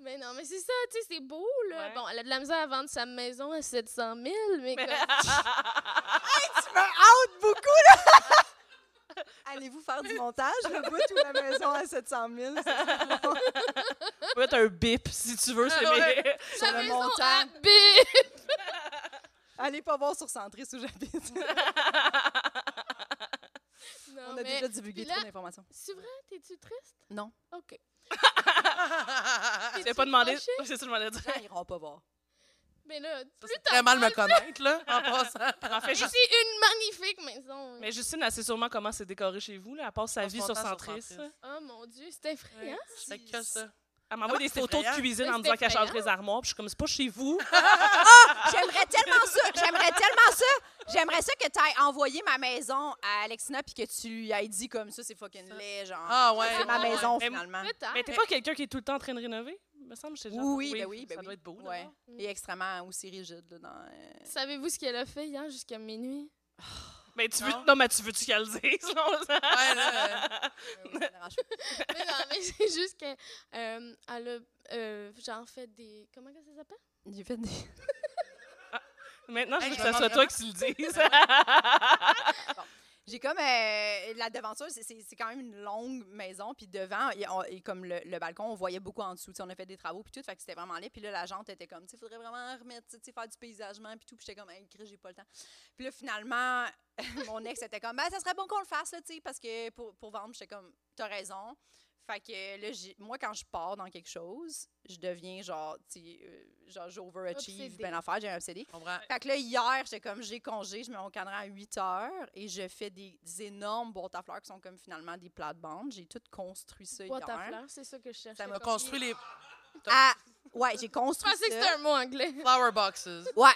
F: Mais non, mais c'est ça, tu sais, c'est beau, là.
E: Ouais.
F: Bon, elle a de la misère à vendre sa maison à 700 000,
D: [laughs]
F: mais comme. [laughs]
D: Tu me [laughs] out beaucoup, là! [laughs] Allez-vous faire du montage, le bout ou la maison à 700 000?
E: ah. Mettre un bip si tu [laughs] veux, c'est
C: Ah, ouais.
E: mes-
D: Sur
F: sa
D: le
F: maison
D: montant.
F: à B.
D: Allez pas voir sur Centré où j'habite.
F: Non,
D: On a
F: mais
D: déjà divulgué
F: puis là-
D: trop d'informations.
F: C'est vrai? T'es-tu triste?
D: Non.
F: OK.
D: [laughs]
E: Tu n'as pas demandé.
F: fâchée?
E: [laughs] C'est ça que je demandais de dire.
D: Les gens iront pas voir.
F: Mais là, plus
C: C'est
F: tard.
C: très mal me connaître, là, en
D: [laughs]
C: passant.
D: Ah,
E: En fait,
F: Mais
E: Justine-
F: c'est une magnifique maison.
E: mais Justine, elle sait sûrement comment c'est décoré chez vous. Là. Elle passe sa
C: Passe
E: vie
C: son
E: sur
C: temps sur
E: Centris.
C: Centris.
F: Oh mon Dieu, c'est
D: hein?
F: effrayant.
C: C'est que ça.
E: Elle m'envoie
C: Ah,
E: des
C: c'est
E: photos de
C: effrayant.
E: cuisine en me
F: C'est
E: disant qu'elle
F: effrayant.
E: change les armoires. Puis je suis comme, c'est pas chez vous.
D: Ah J'aimerais tellement ça! J'aimerais tellement ça! J'aimerais ça que t'ailles envoyé ma maison à Alexina puis que tu lui aies dit comme ça, c'est fucking laid, genre.
C: Ah ouais.
D: c'est ma
E: ouais.
D: maison,
E: Mais-
D: finalement.
F: Plus tard.
E: Mais t'es pas quelqu'un qui est tout le temps en train de rénover? Me semble que je t'ai déjà-
D: Oui, oui, ben oui, ben
E: Ça
D: oui.
E: doit être beau.
D: Ouais.
E: d'abord.
D: Et extrêmement aussi rigide, là, dans... euh,
F: Mm. Savez-vous ce qu'elle a fait hier jusqu'à minuit?
E: Mais tu veux,
C: Non.
E: non, mais tu veux-tu qu'elle le dise? [laughs] non, ça?
C: Ouais,
D: [laughs]
C: là, euh,
D: euh, ça dérange pas.
F: mais non, mais [laughs] c'est juste qu'elle euh, elle a euh, genre fait des. Comment que ça s'appelle?
D: J'ai fait des...
E: Maintenant, je
C: Hey,
E: veux que
C: je
E: ça soit
C: demande
E: toi qui le dise.
D: [laughs] J'ai comme euh, la devanture, c'est- c'est c'est quand même une longue maison, puis devant et, on- et comme le, le balcon, on voyait beaucoup en dessous. Tu sais, On a fait des travaux puis tout, fait que c'était vraiment laid. Puis là, la jante était comme, tu sais, faudrait vraiment remettre, tu sais, faire du paysagement puis tout. Puis j'étais comme, hey, Chris, j'ai pas le temps. Puis là, finalement, [laughs] mon ex était comme, ben ça serait bon qu'on le fasse là, tu sais, parce que pour, pour vendre, j'étais comme, t'as raison. Fait que là, j'ai- moi, quand je pars dans quelque chose, je deviens genre, tu sais, euh, genre, j'overachieve,
F: Obsédée.
D: ben l'affaire, j'ai un obsédé.
C: je comprends.
D: Fait que là, hier, j'étais comme, j'ai congé, je mets mon cadran à 8 heures et je fais des, des énormes boîtes à fleurs qui sont comme finalement des plates-bandes. J'ai tout construit ça
F: Boîte à
D: hier.
F: fleurs, c'est ça que je cherchais.
D: Ça m'a
F: Je
C: T'as construit les
D: Ah, ouais, j'ai
F: pensais
D: construit
F: que c'était
D: ça.
F: un mot anglais.
C: flower boxes.
D: Ouais,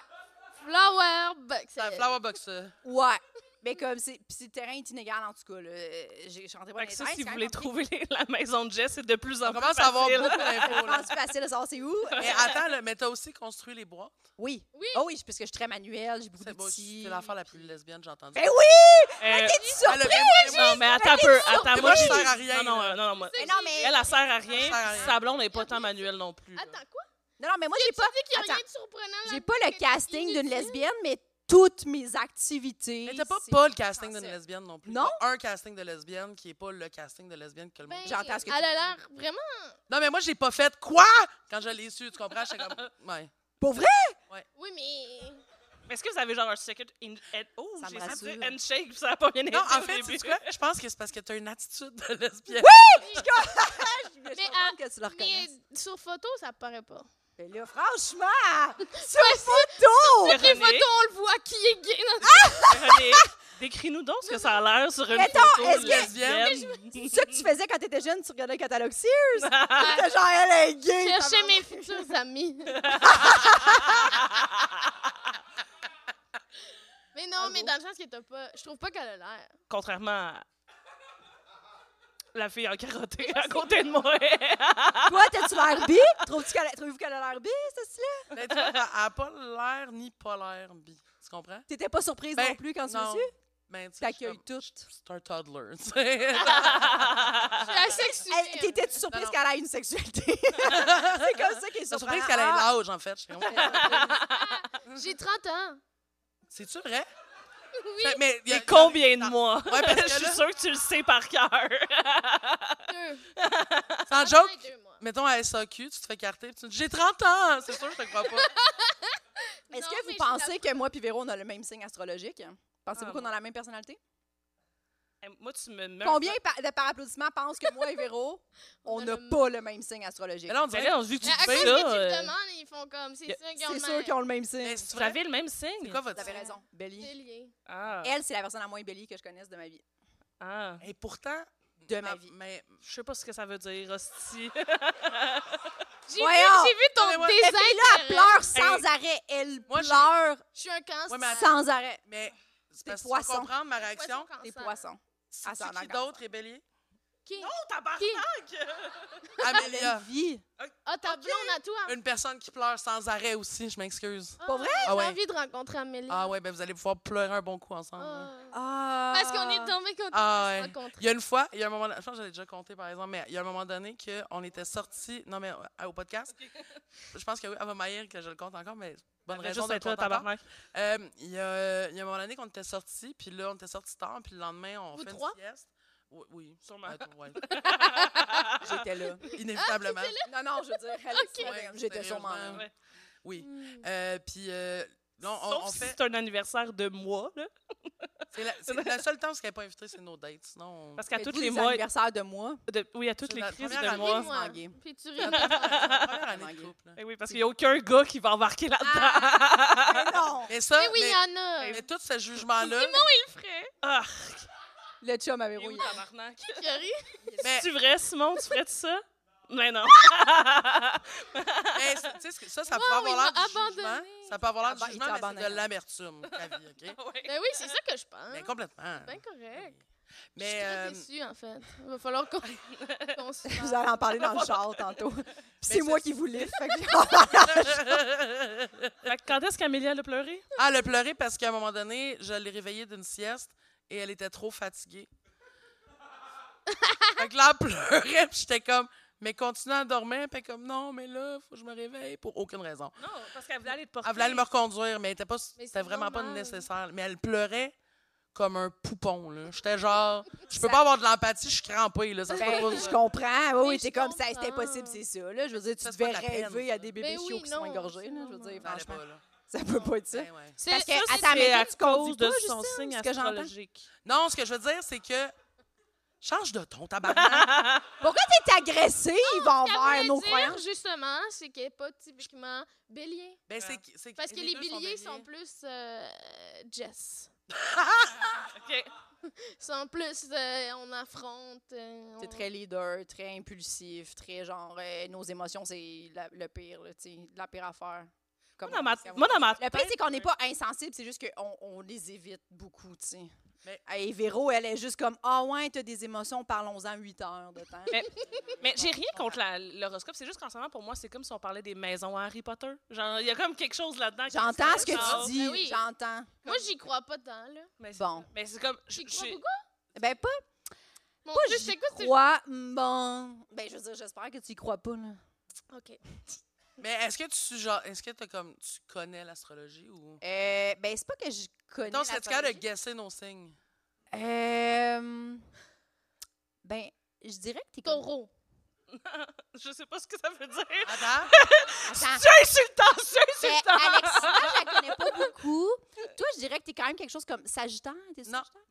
F: Flower box.
D: Euh,
C: C'est un flower box, ça.
D: ouais. Mais comme, c'est, pis le terrain est inégal en tout cas. Là. Euh, J'ai chanté
E: [laughs] Fait
D: pas dans
E: que
D: les
E: ça,
D: airs,
E: si vous
D: c'est hein, quand
E: voulez
D: même compliqué.
E: trouver les- la maison de Jess, c'est de plus en
C: On
E: plus
C: commence à avoir
E: facile.
C: beaucoup d'infos,
D: [laughs]
C: là.
D: C'est facile de savoir c'est où.
C: Mais attends, là, mais t'as aussi construit les boîtes.
D: Oui.
F: Oui.
D: Oh oui, parce que je suis très manuelle, j'ai beaucoup
C: C'est beau,
D: d'outils.
C: c'est l'affaire la plus lesbienne que j'ai entendue. Ah,
D: Ben oui!
E: Euh,
C: Elle
D: T'es
C: a
D: surpris!
C: vraiment-
E: non, mais attends un peu. Attends,
C: Mais
E: moi,
C: moi,
E: je
C: je sers à rien,
E: Non, non,
C: là.
E: euh, non, non, moi-
F: C'est-
D: Mais non, mais,
E: Elle, elle sert à
C: Elle
E: rien.
C: sert à rien.
E: Sablon n'est pas tant manuel non plus. là.
F: Attends, quoi?
D: non, non, mais moi, j'ai pas.
F: Tu dis qu'il n'y a
D: Attends.
F: rien de surprenant là
D: J'ai pas le casting d'une lesbienne, mais toutes mes activités.
C: Mais t'as pas
D: c'est-
C: pas le casting d'une
D: français.
C: lesbienne non plus.
D: Non?
C: T'as Un casting de lesbienne qui est pas le casting de lesbienne que le monde.
D: J'entends ce que tu
F: Ben, Elle a
D: dis.
F: l'air vraiment.
C: Non, mais moi, j'ai pas fait quoi quand je l'ai su, tu comprends? J'étais
D: [laughs]
C: comme. Ouais.
D: Pour vrai?
F: Oui, mais.
E: Mais Est-ce que vous avez genre un secret in- and- oh,
D: Ça me
E: j'ai essayé de dire
D: rassure.
E: handshake, puis ça n'a pas bien été
C: Non, en
E: au
C: fait,
E: début.
C: c'est quoi? Je pense que c'est parce que t'as une attitude de lesbienne.
D: Je suis
F: Mais,
D: contente que tu le
F: Mais
D: reconnaisses.
F: sur photo, ça paraît pas.
D: Mais Ben là, franchement, sur
F: Ouais,
D: photo!
F: Toutes les
E: Véronique.
F: photos, on le voit qui est gay. dans-
D: Ah,
E: Véronique, décris-nous donc ce que ça a l'air sur une
D: Mettons,
E: photo
D: est-ce que-
E: lesbienne.
D: C'est ça que tu faisais quand t'étais jeune, tu regardais le catalogue Sears? T'étais genre, elle est gay!
F: Chercher
D: tabarnak.
F: mes
D: [laughs]
F: futurs amis. mais non, mais dans le sens que t'as pas. Je trouve pas qu'elle a l'air.
E: [laughs] Contrairement à la fille en carotté à côté de moi.
D: Toi, t'as-tu l'air bi? Trouves-tu qu'elle- Trouvez-vous qu'elle a l'air bi, ce style?
C: Mais tu vois, elle a pas l'air ni polaire bi. Tu comprends?
D: T'étais pas surprise
C: Ben,
D: non plus quand tu l'as
C: non.
D: su?
C: Ben, tu sais, je suis
D: T'accueilles
C: comme-
D: toutes.
C: C'est un toddler, tu sais.
F: Je suis asexuée.
D: Ah. Elle- T'étais-tu surprise
C: non.
D: qu'elle ait une sexualité? [laughs] [laughs] c'est comme ça qu'elle est
C: Je suis surprise
D: surprise Ah,
C: qu'elle ait l'âge, en fait. Je suis comme,
F: J'ai
D: [laughs]
F: 30 ans.
C: C'est-tu vrai?
F: Oui,
C: Fait- Mais il y a-
E: Et combien
C: il y
E: de
C: a-
E: mois?
C: Ouais, parce
E: Je
C: que
E: suis
C: là,
E: sûre que tu le sais par cœur.
F: deux.
C: sans
F: Un an
C: joke,
F: et deux mois.
C: mettons à SAQ, tu te fais carter, puis tu dis J'ai 30 ans! C'est sûr, je te crois pas.
D: Est-ce
F: Non,
D: que
F: mais
D: vous
F: j'ai
D: pensez que moi puis Véro, on a le même signe astrologique? Pensez-vous
E: Ah,
D: qu'on
E: non.
D: a la même personnalité?
E: Eh, Moi, tu me mets un
D: Combien par- de par applaudissement pensent que moi et Véro, on
F: a
D: n'a
F: le-
D: pas le même signe astrologique?
C: Mais là, on
E: Mais
C: dirait.
E: là, on vu que tu
D: Ben
F: Mais à
E: dis
F: cause que
E: ça,
F: tu le
E: euh,
F: demandes, ils font comme,
E: y a-
F: c'est sûr qu'ils ont
D: C'est
F: le
D: sûr
F: même.
D: qu'ils ont le même signe.
C: Mais c'est
E: vous
C: vrai?
E: avez le même signe.
C: C'est quoi
D: Vous
C: votre
D: avez
C: signe?
D: raison, Bélier.
F: Bélier.
E: Ah,
D: Elle, c'est la personne la moins bélier que je connaisse de ma vie.
E: ah.
C: Et pourtant.
D: De ma vie.
C: Mais,
E: Je sais pas ce que ça veut dire, [laughs] hostie.
F: J'ai vu,
D: Voyons!
F: j'ai vu
C: Non, mais
F: ton
C: moi-
D: Cette fille-là, elle
F: désintérêt.
D: pleure sans arrêt. Elle
C: Moi, j'ai-
D: pleure
F: Euh, Je suis un cancer.
C: Ouais, mais attends.
D: sans arrêt.
C: mais c'est
D: T'es
C: parce que tu
D: poisson.
C: vas comprendre ma
F: Poisson,
C: réaction.
D: Des
F: cancer.
D: poissons.
C: C'est
D: Ah, ça en a
C: qui
D: encore.
C: d'autre est bélier?
F: Qui?
E: tabarnak!
F: Qui?
C: ah, Amélia.
D: Vie.
F: Ah, ta blonde à toi.
C: Une personne qui pleure sans arrêt aussi, je m'excuse.
F: Ah,
D: Pas vrai?
F: J'ai
C: Ah ouais.
F: envie de rencontrer Amélie.
C: Ah ouais, ben vous allez pouvoir pleurer un bon coup ensemble. là.
F: Ah.
D: Ah.
F: Parce qu'on est tombé quand
C: Ah ouais.
F: on s'est rencontrés.
C: Il y a une fois, il y a un moment, je pense que j'avais déjà compté par exemple, mais il y a un moment donné qu'on était sortis, non mais euh, au podcast, je pense que oui, elle va m'haïr que je le compte encore, mais bonne
E: J'aurais
C: raison
E: juste
C: de le
E: être là,
C: compter encore.
E: tabarnak.
C: Euh, Il y, a- il y a un moment donné qu'on était sortis, puis là, on était sortis tard, puis le lendemain, on
F: Vous
C: fait
F: trois?
C: une sieste. Oui, oui.
E: Sûrement.
C: Ah, ouais.
D: Ah, J'étais là.
C: Inévitablement.
D: Non, non, je veux dire, elle
F: Ok.
D: ouais, Ah, j'étais sûrement là.
E: Ouais.
C: Oui.
F: Hmm.
C: Euh, puis euh, là, on,
E: Sauf
C: on
E: si
C: fait.
E: c'est un anniversaire de moi, là.
C: C'est la,
F: [laughs]
C: c'est la seule temps où qu'elle n'est pas invitée, c'est nos dates. Sinon, on-
E: Parce qu'à
D: Faites-vous
E: tous les
D: des
E: mois.
D: anniversaires de [laughs] moi.
E: de- oui, à toutes
C: C'est
E: les
C: la
E: crises
C: première
E: de
C: année.
E: mois.
F: Ris-moi.
D: Mangué.
F: Puis tu
C: C'est
F: ris.
C: la
F: [laughs]
C: première année de couple. là.
E: Eh oui, parce qu'il n'y a aucun gars qui va embarquer là-dedans.
D: Mais Ah, non!
C: Mais ça,
F: Mais oui, il
C: mais-
F: y en a.
C: mais tout ce jugement-là,
E: Ah,
D: Le chum avait
E: il est où,
D: rouillé.
E: tabarnak?
F: Qui a ri?
C: mais
E: C'est vrai, Simon, tu ferais de ça? Mais non.
C: Hey, c'est- tu sais ce que- ça, ça peut
F: Wow,
C: avoir
F: il
C: l'air
F: m'a
C: du jugement.
F: abandonné.
C: Ça peut avoir l'air
D: Ah ben,
C: du
D: il
C: jugement,
D: t'a
C: mais c'est
D: abandonné.
C: de l'amertume, ta vie,
F: [laughs]
C: OK?
E: Ah,
F: Ben oui, c'est ça que je pense.
C: Mais complètement.
F: C'est bien Ben, correct. je suis
C: Mais,
F: très
C: euh,
F: déçue, en fait. Il va falloir
C: [laughs]
F: qu'on qu'on se
D: Vous allez en parler dans le char tantôt. Puis c'est
C: ça-
D: moi qui vous livre. fait que-
E: Fait que quand est-ce qu'Amélie elle a pleuré?
C: ah, elle a pleuré parce qu'à un moment donné, je l'ai réveillée d'une sieste et elle était trop fatiguée. fait que là, elle pleurait, puis j'étais comme, mais continue à dormir. Puis elle comme, non, mais là, faut que je me réveille pour aucune raison.
E: Non, parce qu'elle voulait aller te porter.
C: Elle voulait aller me reconduire, mais était pas-
F: Mais
C: c'était
F: c'est
C: vraiment pas
F: normal.
C: nécessaire. Mais elle pleurait comme un poupon, là.
F: [laughs]
C: J'étais genre, je peux pas avoir de l'empathie, je suis crampée, là. Ça se peut
D: Ben,
C: pas.
D: je comprends. Oui,
F: Mais
D: oui,
F: je
D: t'es comme ça, c'était
F: comprends.
D: possible, c'est ça. Là. Je veux dire, tu
C: Ça, c'est
D: devais
C: pas de la peine,
D: rêver à des bébés
F: Ben oui,
D: chiots qui sont
F: non,
D: engorgés.
F: c'est
D: Là, je veux dire,
F: normal.
C: Ça allait
D: franchement,
C: pas, là.
D: ça peut pas être ça.
C: Ben ouais.
F: C'est
D: Parce que,
F: ça,
D: à
F: c'est-
D: ta
E: C'est
D: maison,
E: à
D: tu conduis
E: cause de
D: pas,
E: son
D: Justine,
E: signe
D: ce que j'entends.
E: astrologique.
C: Non, ce que je veux dire, c'est que. Change de ton,
F: [laughs]
C: tabarnak.
D: Pourquoi t'es agressive envers
F: Qu'elle
D: nos
F: voulait dire,
D: croyances?
F: justement, c'est qu'elle n'est pas typiquement bélier.
C: Ben, c'est que- c'est
F: Parce que les,
C: deux
F: béliers sont,
C: béliers.
F: plus euh, Jess.
E: Ah! OK.
F: Ils [laughs] sont plus euh, on affronte. euh,
D: C'est
F: on-
D: très leader, très impulsif, très genre, euh, nos émotions, c'est la- le pire, là, tu sais, la pire affaire. Comme
E: Moi, dans
D: on
E: ma,
D: dit,
E: moi, dans ma
D: Le pire,
E: tête,
D: c'est qu'on n'est pas insensible, c'est juste qu'on on les évite beaucoup, tu sais.
C: Mais-
D: Et Véro, elle est juste comme, ah ouais, t'as des émotions, parlons-en 8 heures de temps.
E: Mais- Mais j'ai rien contre la- l'horoscope. C'est juste qu'en ce moment, pour moi, c'est comme si on parlait des maisons à Harry Potter. Genre, il y a comme quelque chose là-dedans. qui-
D: J'entends ce
E: Ah,
D: que tu dis,
F: Ben oui.
D: j'entends.
F: Moi, j'y crois pas tant, là.
E: Mais c'est-
D: Bon.
E: Mais c'est comme. je-
F: J'y crois
E: je-
F: beaucoup.
D: Ben, pas,
F: Mon
D: pas
F: Dieu,
D: j'y
F: c'est quoi c'est-
D: crois, bon. Ben, je veux dire, j'espère que tu y crois pas, là.
F: OK.
C: Mais est-ce que tu genre, est-ce que t'as comme tu connais l'astrologie ou
D: Euh, ben, c'est pas que je connais
C: Non, c'est
D: la
C: tu capable de
D: pathologie.
C: guesser nos signes.
D: Euh, Ben, je dirais que t'es comme...
F: Taureau.
E: Je sais pas ce que ça veut dire.
F: [laughs]
C: Attends,
E: [laughs]
D: Attends.
E: C'est insultant, c'est
D: Mais
E: insultant.
D: Alexandre, je la connais pas beaucoup. Toi, je dirais que t'es quand même quelque chose comme Sagittaire. T'es
C: Non.
D: Sagittaire?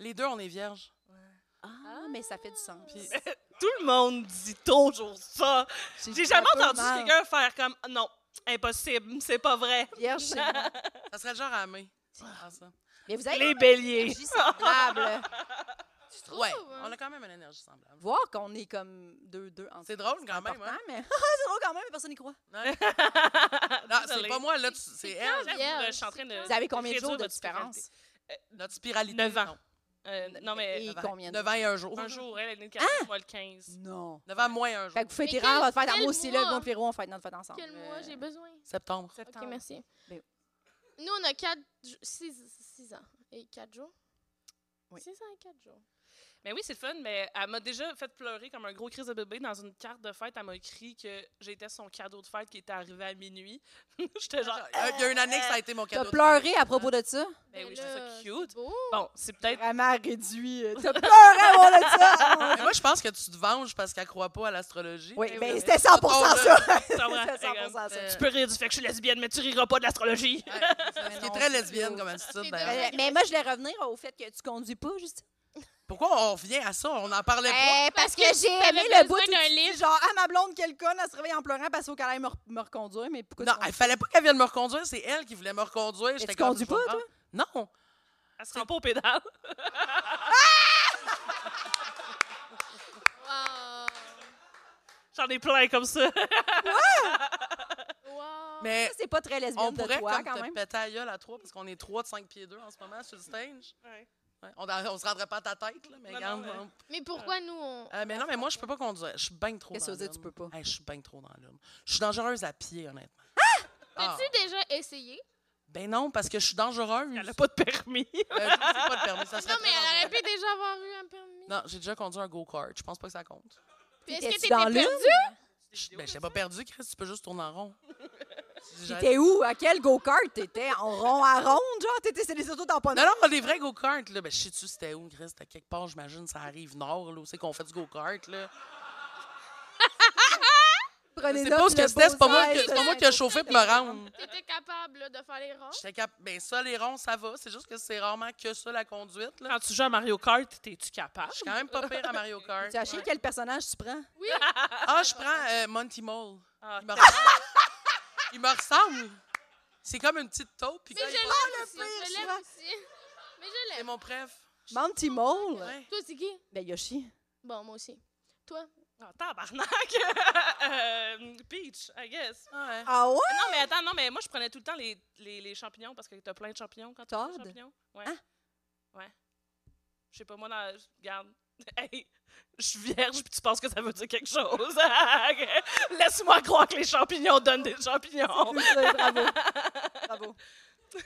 C: les deux on est vierges.
D: Ah, mais ça fait du sens.
C: Puis-
E: Tout le monde dit toujours ça. J'ai jamais
D: un peu
E: entendu
D: mal.
E: quelqu'un faire comme non, impossible, c'est pas vrai.
D: Vierge, c'est moi.
C: Ça serait le genre à aimer. Ah, ça.
D: Mais vous avez
E: Les
D: une
E: béliers.
D: énergie semblable.
F: Tu trouves?
C: Ouais,
F: hein?
C: on a quand même une énergie semblable.
D: Voir qu'on est comme deux, deux ensemble.
C: C'est drôle quand même.
D: important,
C: Hein?
D: mais [laughs] c'est drôle quand même, mais personne n'y croit.
E: [laughs]
C: Ouais. non, c'est
E: Désolée.
C: pas moi là, tu- c'est elle,
E: J'avoue,
F: Vierge,
E: je suis en train de.
D: Vous avez combien de
E: réduire
D: jours de
E: votre
D: différence?
C: notre spiralité.
E: Neuf ans.
C: Non,
E: Euh, non, mais.
D: Et Ah!
C: neuf ans.
D: combien de
C: Neuf ans et un jour.
E: Un jour, elle, elle est le 14, moi le 15.
D: Non.
C: Neuf ans moins un jour.
D: Fait que vous faites
F: Mais
D: rare votre
F: quel-
D: fête. Ah,
F: quel
D: Moi aussi, là,
F: mois?
D: moi et Pierrot, on fête notre fête ensemble.
F: Quel mois j'ai besoin?
C: Septembre.
F: OK, merci.
D: Euh, Ben-
F: Nous, on a quatre... ju- Six, six ans. Et quatre jours?
D: Oui.
F: C'est ça, quatre jours.
E: Mais Ben oui, c'est le fun, mais elle m'a déjà fait pleurer comme un gros crise de bébé dans une carte de fête. Elle m'a écrit que j'étais son cadeau de fête qui était arrivé à minuit. [laughs] J'étais genre.
C: Euh, Il y a une année que ça a été mon
D: T'as
C: cadeau. de
D: pleuré à propos de ça?
E: Ah, Ben oui, je trouve
F: là,
E: ça cute.
F: c'est beau.
E: Bon, c'est peut-être.
D: Vraiment réduit. euh, T'as pleuré à propos de ça?
C: [laughs] fête. Mais moi, je pense que tu te venges parce qu'elle croit pas à l'astrologie.
D: Oui,
E: Ben
D: mais
E: oui.
D: c'était 100% ça.
E: [laughs] Ça va,
D: C'était
E: regarde.
D: 100% ça.
C: Euh, [laughs]
E: Tu peux rire du fait que je suis lesbienne, mais tu riras pas de l'astrologie.
C: Ce qui est très lesbienne comme attitude, d'ailleurs.
D: Euh, Mais, mais moi, je voulais revenir au fait que tu conduis pas, Justine.
C: Pourquoi on revient à ça? On en parlait pas.
D: Eh, parce que
F: Parce que
D: j'ai
F: t'avais
D: aimé le bout
F: besoin
D: où tu
F: d'un
D: dis,
F: livre.
D: genre, ah, ma blonde, quelle conne, elle se réveille en pleurant parce qu'il faut qu'elle aille me, re- me reconduire, mais pourquoi
C: Non,
D: tu
C: il fallait pas qu'elle vienne me reconduire. C'est elle qui voulait me reconduire. J'étais
D: tu
C: comme,
D: conduis
C: je vais
D: pas,
C: me prendre. Non.
E: Elle se rend pas au pédale. [laughs]
F: Wow.
E: J'en ai plein comme [laughs] ça.
F: Wow.
C: Mais
D: Ça, c'est pas très
C: on
D: lesbienne de
C: pourrait
D: toi,
C: comme
D: quand
C: te
D: même.
C: péter à gueule à trois parce qu'on est trois de cinq pieds deux en ce moment sur le stage.
E: Ouais.
C: Ouais, On, on se rendrait pas à ta tête, là, mais
E: Non,
C: regarde,
E: non, mais-
C: on-
F: Mais pourquoi nous, on.
C: Euh, mais non, mais moi, je peux pas conduire. Je suis bien trop
D: Qu'est-ce
C: dans
D: que ça veut dire,
C: l'urne.
D: tu peux pas?
C: Hey, je suis bien trop dans l'urne. Je suis dangereuse à pied, honnêtement. Ah!
F: T'as-tu déjà essayé?
C: Ben non, parce que je suis dangereuse.
E: Elle a pas de [laughs] permis.
C: Euh, je sais pas de permis, ça serait
F: Non, mais
C: très
F: elle
C: dangereux.
F: aurait pu déjà avoir eu un permis.
C: Non, j'ai déjà conduit un go-kart. Je pense pas que ça compte.
F: Puis Est-ce que
D: T'étais-tu
F: t'étais
D: dans l'une?
F: perdue?
C: Je- Ben, je t'ai pas perdu, Chris. Tu peux juste tourner en
E: [laughs]
C: rond.
D: T'étais où? À quel go-kart t'étais? En rond à ronde, genre? T'étais, c'est des autos tamponnantes.
C: Non, non, les vrais go-karts, là. Ben, je sais-tu c'était où, Chris? C'était quelque part, j'imagine, ça arrive nord, là, où c'est qu'on fait du go-kart, là.
D: Prenez
C: C'est
D: note,
C: pas ce
D: le
C: que c'était, c'est pas
D: beau
C: moi
D: size,
C: que- c'est pas moi qui
D: le-
C: a chauffé pour me rendre.
F: T'étais capable là, de faire les ronds?
C: J'étais cap... Ben, ça, les ronds, ça va. C'est juste que c'est rarement que ça, la conduite, là.
E: Quand tu joues à Mario Kart, t'es-tu capable?
C: Je suis quand même pas pire à Mario Kart.
D: Tu as acheté quel personnage tu prends?
F: [laughs] Oui.
C: Ah, je prends euh, Monty Mole.
E: Ah,
C: Il me ressemble. Il me ressemble. C'est comme une petite taupe. puis
F: Mais
C: quand il
F: je l'aime
C: passe,
F: aussi. Je l'aime
D: choix.
F: aussi. Mais je
C: C'est
F: l'aime.
C: mon préf.
D: Monty Mole?
C: Ouais.
F: Toi, c'est qui?
D: Ben, Yoshi.
F: Bon, moi aussi. Toi?
E: Ah, tabarnak! [laughs] Euh, Peach, I guess.
C: Ouais.
D: Ah ouais?
E: Ah Non, mais attends, non, mais moi, je prenais tout le temps les, les, les champignons parce que t'as plein de champignons quand tu prends des
D: Todd?
E: champignons. Ouais.
D: Hein?
E: Ouais. Je sais pas, moi, dans, regarde. [laughs] Hey, je suis vierge puis tu penses que ça veut dire quelque chose. [laughs] Laisse-moi croire que les champignons donnent des champignons.
D: Ah Bravo.
C: [laughs]
D: Bravo.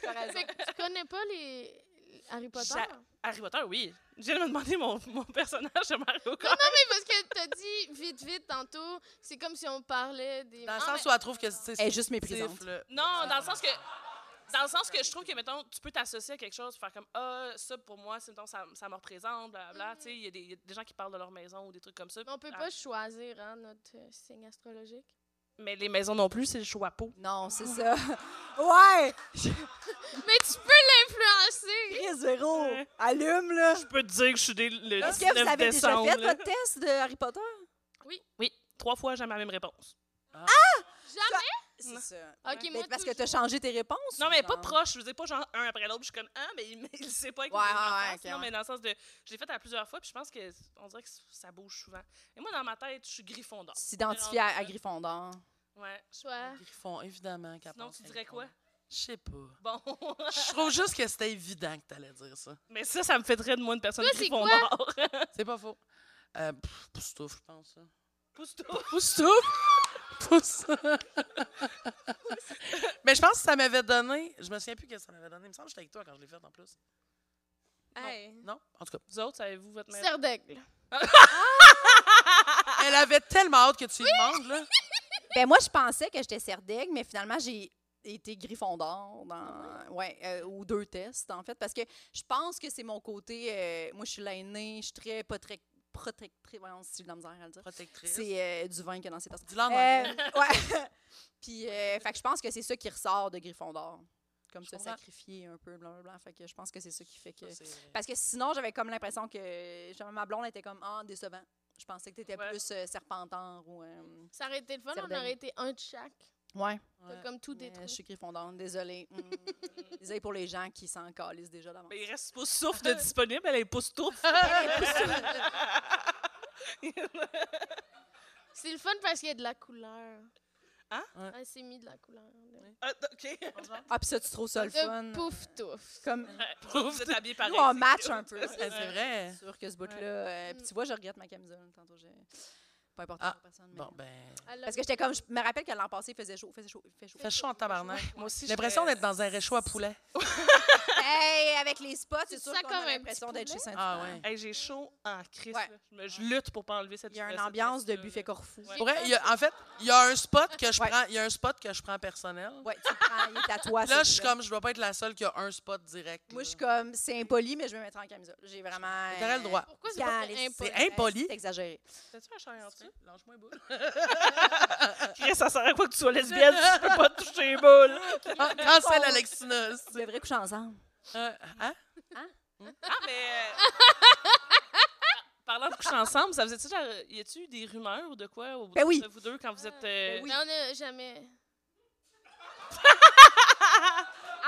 D: T'as raison.
F: Fait que tu connais pas les les Harry Potter?
E: J'a-
F: Non,
E: Harry Potter, oui. Je viens de me demander mon, mon personnage de Mario Kart.
F: mais parce que t'as dit vite, vite tantôt, c'est comme si on parlait des.
C: Dans le
F: Ah,
C: sens
F: mais-
C: où elle trouve que c'est.
D: Elle est juste
C: c'est
D: méprisante.
C: là.
E: Non, dans le sens que. Dans le sens que je trouve que, mettons, tu peux t'associer à quelque chose, faire comme Ah, ça pour moi, c'est, mettons, ça, ça me représente, blablabla. Tu sais, il y, a des- il y a des gens qui parlent de leur maison ou des trucs comme ça.
F: mais on peut
E: Ah,
F: pas choisir hein, notre euh, signe astrologique.
E: Mais les maisons non plus, c'est le choix pot.
D: Non, c'est ça. Ouais!
F: Mais tu peux l'influencer!
D: Chris Véro, allume, là.
E: Je peux te dire que je suis dé- le
D: Est-ce que vous
E: 19
D: avez déjà
E: décembre.
D: fait
E: là.
D: votre test de Harry Potter?
E: Oui, trois fois, jamais la même réponse.
F: Jamais!
D: C'est ça.
F: Ok,
D: Mais
F: moi.
D: parce que
F: toujours.
D: t'as changé tes réponses?
E: Non, mais
D: ou
E: pas
D: genre?
E: proche. Je faisais pas genre un après l'autre. puis Je suis comme, ah, mais il, mais [laughs] il sait pas avec
D: Ouais,
E: les
D: ouais,
E: enfants.
D: ouais, ok,
E: Non,
D: ouais.
E: mais dans le sens de. Je l'ai fait à plusieurs fois, puis je pense que on dirait que ça bouge souvent. Et moi, dans ma tête, je suis griffon d'or.
D: Tu t'identifies à, à Gryffondor.
E: Ouais.
F: Choix.
C: Griffon, évidemment. qu'elle
E: Sinon,
C: pense
E: tu
C: à
E: dirais
C: Griffon.
E: quoi?
C: Je sais pas.
E: Bon. [laughs]
C: Je trouve juste que c'était évident que t'allais dire ça.
E: mais ça, ça me ferait de moi une personne
F: Toi, c'est
E: griffon
F: quoi?
E: d'or.
C: C'est pas faux. Euh, pff, Poustouf, je pense. hein.
E: [laughs] Pousse-toi.
C: Poustouf! Pousse. Mais je pense que ça m'avait donné. Je me souviens plus que ça m'avait donné. Il me semble que j'étais avec toi quand je l'ai fait en plus.
F: Hey.
C: Non? En tout cas.
E: Vous autres, savez-vous votre maison?
F: Serre d'aigle.
C: Elle avait tellement hâte que tu lui demandes, là.
D: Ben moi, je pensais que j'étais Serdeg, mais finalement, j'ai été Gryffondor dans ouais euh, aux deux tests en fait parce que je pense que c'est mon côté euh, moi je suis l'aînée je suis très pas très protectrice voyons si j'ai de la misère à le dire
C: Protectrice.
D: c'est euh, du vin qu'il y a dans ces tests
C: Dis-le en
D: Euh,
C: anglais.
D: ouais. [laughs] Puis, euh, fait que je pense que c'est ça qui ressort de Gryffondor. Comme
C: Je
D: ça,
C: comprends.
D: sacrifier un peu, blablabla. Fait que je pense que c'est ça qui fait que.
C: Ça, c'est vrai.
D: Parce que sinon, j'avais comme l'impression que genre, ma blonde était comme, ah, décevant. Je pensais que t'étais
E: Ouais.
D: plus euh, serpentant ou. euh,
F: Ça aurait été le fun,
D: Serre
F: on
D: d'aigle.
F: aurait été un de chaque.
D: Ouais.
F: T'as comme tout
D: Mais je
F: détruit.
D: suis euh, Gryffondor, [laughs] désolée. Mm. désolée pour les gens qui s'en calissent déjà d'avance.
E: Mais Ben, il reste pas souffle de disponible, elle est pousse-toi.
F: C'est le fun parce qu'il y a de la couleur.
E: Hein?
C: Ouais.
F: Elle s'est mis de la couleur. là.
E: Ah, OK.
D: Ah, puis ça, tu trouves ça le fun.
F: De pouf touf.
D: Comme,
E: Vous êtes habillés pareil.
D: nous, on match un [laughs] peu.
C: Ouais, c'est vrai.
D: sûr que ce bout-là. euh, puis tu vois, je regrette ma camisole. Tantôt, j'ai. Pas important
C: Ah,
D: pour personne. mais-
C: Bon, ben.
D: Parce que j'étais comme, je me rappelle que l'an passé, il faisait chaud, il faisait chaud, il fait chaud.
C: Fais chaud en tabarnak.
E: Moi aussi,
D: [laughs]
C: J'ai l'impression d'être dans un réchaud à poulet.
D: hey, avec les spots,
F: Tu
D: c'est
F: te
D: sûr
F: sens
D: qu'on
F: comme
D: a
F: un
D: l'impression
F: petit
D: d'être chez saint
C: Ah ouais.
E: Hey, j'ai chaud en crise.
D: Ouais.
E: là. Je, me- je lutte pour pas enlever cette
D: Il y a une
E: cette
D: ambiance de
E: crise-là,
D: buffet
E: là.
D: Corfou.
E: Ouais.
C: Pour vrai, il y a- en fait, il y a un spot que je
D: Ouais.
C: prends, il y a un spot que je prends personnel.
D: Ouais, tu le prends, il est à toi.
C: Là,
D: c'est
C: je suis
D: vrai.
C: comme, je dois pas être la seule qui a un spot direct.
D: Moi,
C: là.
D: je suis comme, c'est impoli, mais je vais me mettre en camisole. J'ai vraiment.
C: T'aurais le
D: Ben,
C: droit.
F: Pourquoi c'est pas
D: Calais.
F: impoli?
C: C'est impoli.
D: C'est exagéré.
E: euh, T'as-tu un chariot en dessous?
C: Lâche-moi boule.
E: Chris, ça sert à quoi que tu sois lesbienne si tu peux pas te
D: [laughs]
E: toucher les boules?
C: Ah, Cancel Alexina.
D: Vous devriez coucher ensemble.
C: Euh, hein?
E: Ah, mais. euh, Ah, Parlant de coucher ensemble, ça faisait-tu genre. Y a-tu eu des rumeurs de quoi au
D: Ben oui.
E: de vous deux quand vous êtes. euh,
D: Ben oui.
F: Mais on n'a jamais.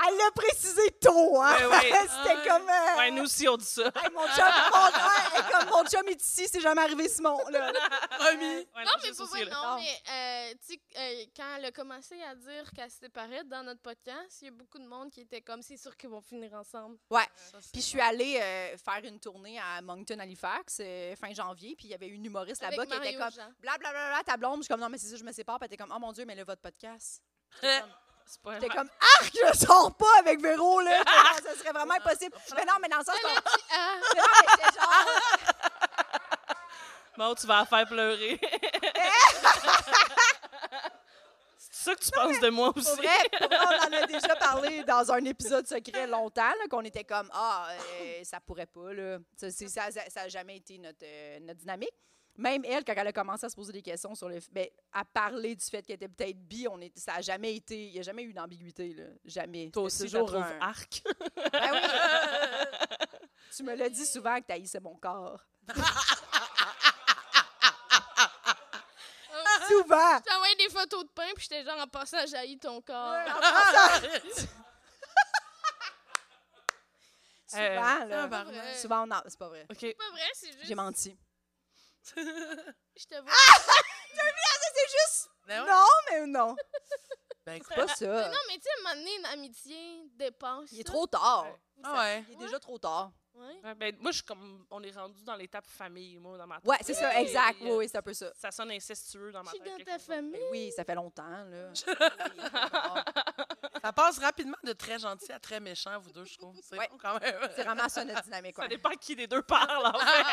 D: Elle l'a précisé tôt, hein?
E: Ouais, ouais.
D: [laughs] C'était
C: Ah ouais.
D: comme. euh,
E: Ouais, nous aussi, on dit ça.
D: hey, mon chum, mon, hey, comme mon chum est ici, c'est jamais arrivé, Simon. Là. euh,
C: Promis.
E: Ouais,
F: Non,
E: j'ai
F: mais
E: ça aussi,
F: pour vrai,
E: là.
F: non,
D: Non.
F: mais euh, tu sais, euh, quand elle a commencé à dire qu'elle se séparait dans notre podcast, il y a beaucoup de monde qui était comme c'est sûr qu'ils vont finir ensemble.
D: Puis je suis allée euh, faire une tournée à Moncton, Halifax, euh, fin janvier. Puis il y avait une humoriste
F: Avec
D: là-bas qui était
F: Mario
D: comme [laughs]
F: Jean.
D: blablabla, ta blonde. Je suis comme non, mais c'est ça, je me sépare. Puis elle était comme oh mon Dieu, mais là, votre podcast.
E: C'est pas
D: J'étais comme arc, je sors pas avec Véro, là. J'étais comme, ça serait [laughs] vraiment impossible. Mais non, mais dans le sens. qu'on-
F: Ah,
D: [laughs] Non, mais j'étais genre,
E: Maud, tu vas la faire
D: [laughs]
E: pleurer. C'est ça que tu penses de moi aussi.
D: Pour vrai, pour vrai, on en a déjà parlé dans un épisode secret longtemps, là, qu'on était comme Ah, euh, ça pourrait pas, là. Ça, c'est- ça- ça- ça a jamais été notre, euh, notre dynamique. Même elle, quand elle a commencé à se poser des questions sur le. f- Ben, à parler du fait qu'elle était peut-être bi, on est, ça a jamais été. Il n'y a jamais eu d'ambiguïté, là. Jamais.
E: Toi
D: C'était
E: aussi, je trouve
D: toujours un- Ah, [laughs]
E: arc.
D: Ben oui. [laughs] tu me l'as dit souvent que t'haïssais mon corps. souvent!
F: J'ai envoyé des photos de pain, puis j'étais genre en passant, j'ai ton corps.
D: Souvent,
E: Euh,
C: Ah,
D: là.
F: tabarnak.
D: Souvent, on en... C'est pas vrai.
E: OK.
F: C'est pas vrai, c'est juste.
D: J'ai menti.
F: Je te vois.
D: C'est juste...
C: Ben ouais.
D: Non, mais non.
C: Ben, écoute,
D: Pas ça.
F: Non, mais tu sais, à un moment donné, une amitié dépasse.
D: Ah! Il est
F: ça.
D: trop tard.
E: Ouais.
C: ah ouais.
D: Il est déjà trop tard.
F: Ouais.
E: Ouais, ben, moi, je suis comme. On est rendu dans l'étape famille, moi, dans ma tête.
D: Ouais, c'est ça,
E: Et-
D: exact.
E: et-
D: Oui, oui, c'est un peu ça.
E: Ça sonne incestueux dans ma
F: Je suis
E: tête.
F: dans
E: quelque
F: ta
E: chose comme ça.
F: famille.
D: Ben oui, ça fait longtemps, là. Oui, il est trop tard.
C: Ça passe rapidement de très gentil à très méchant, vous deux, je trouve. C'est
D: Ouais.
C: bon quand même.
D: [laughs] C'est vraiment ça notre dynamique.
E: Ça
D: Ouais.
E: dépend qui des deux parle, en fait.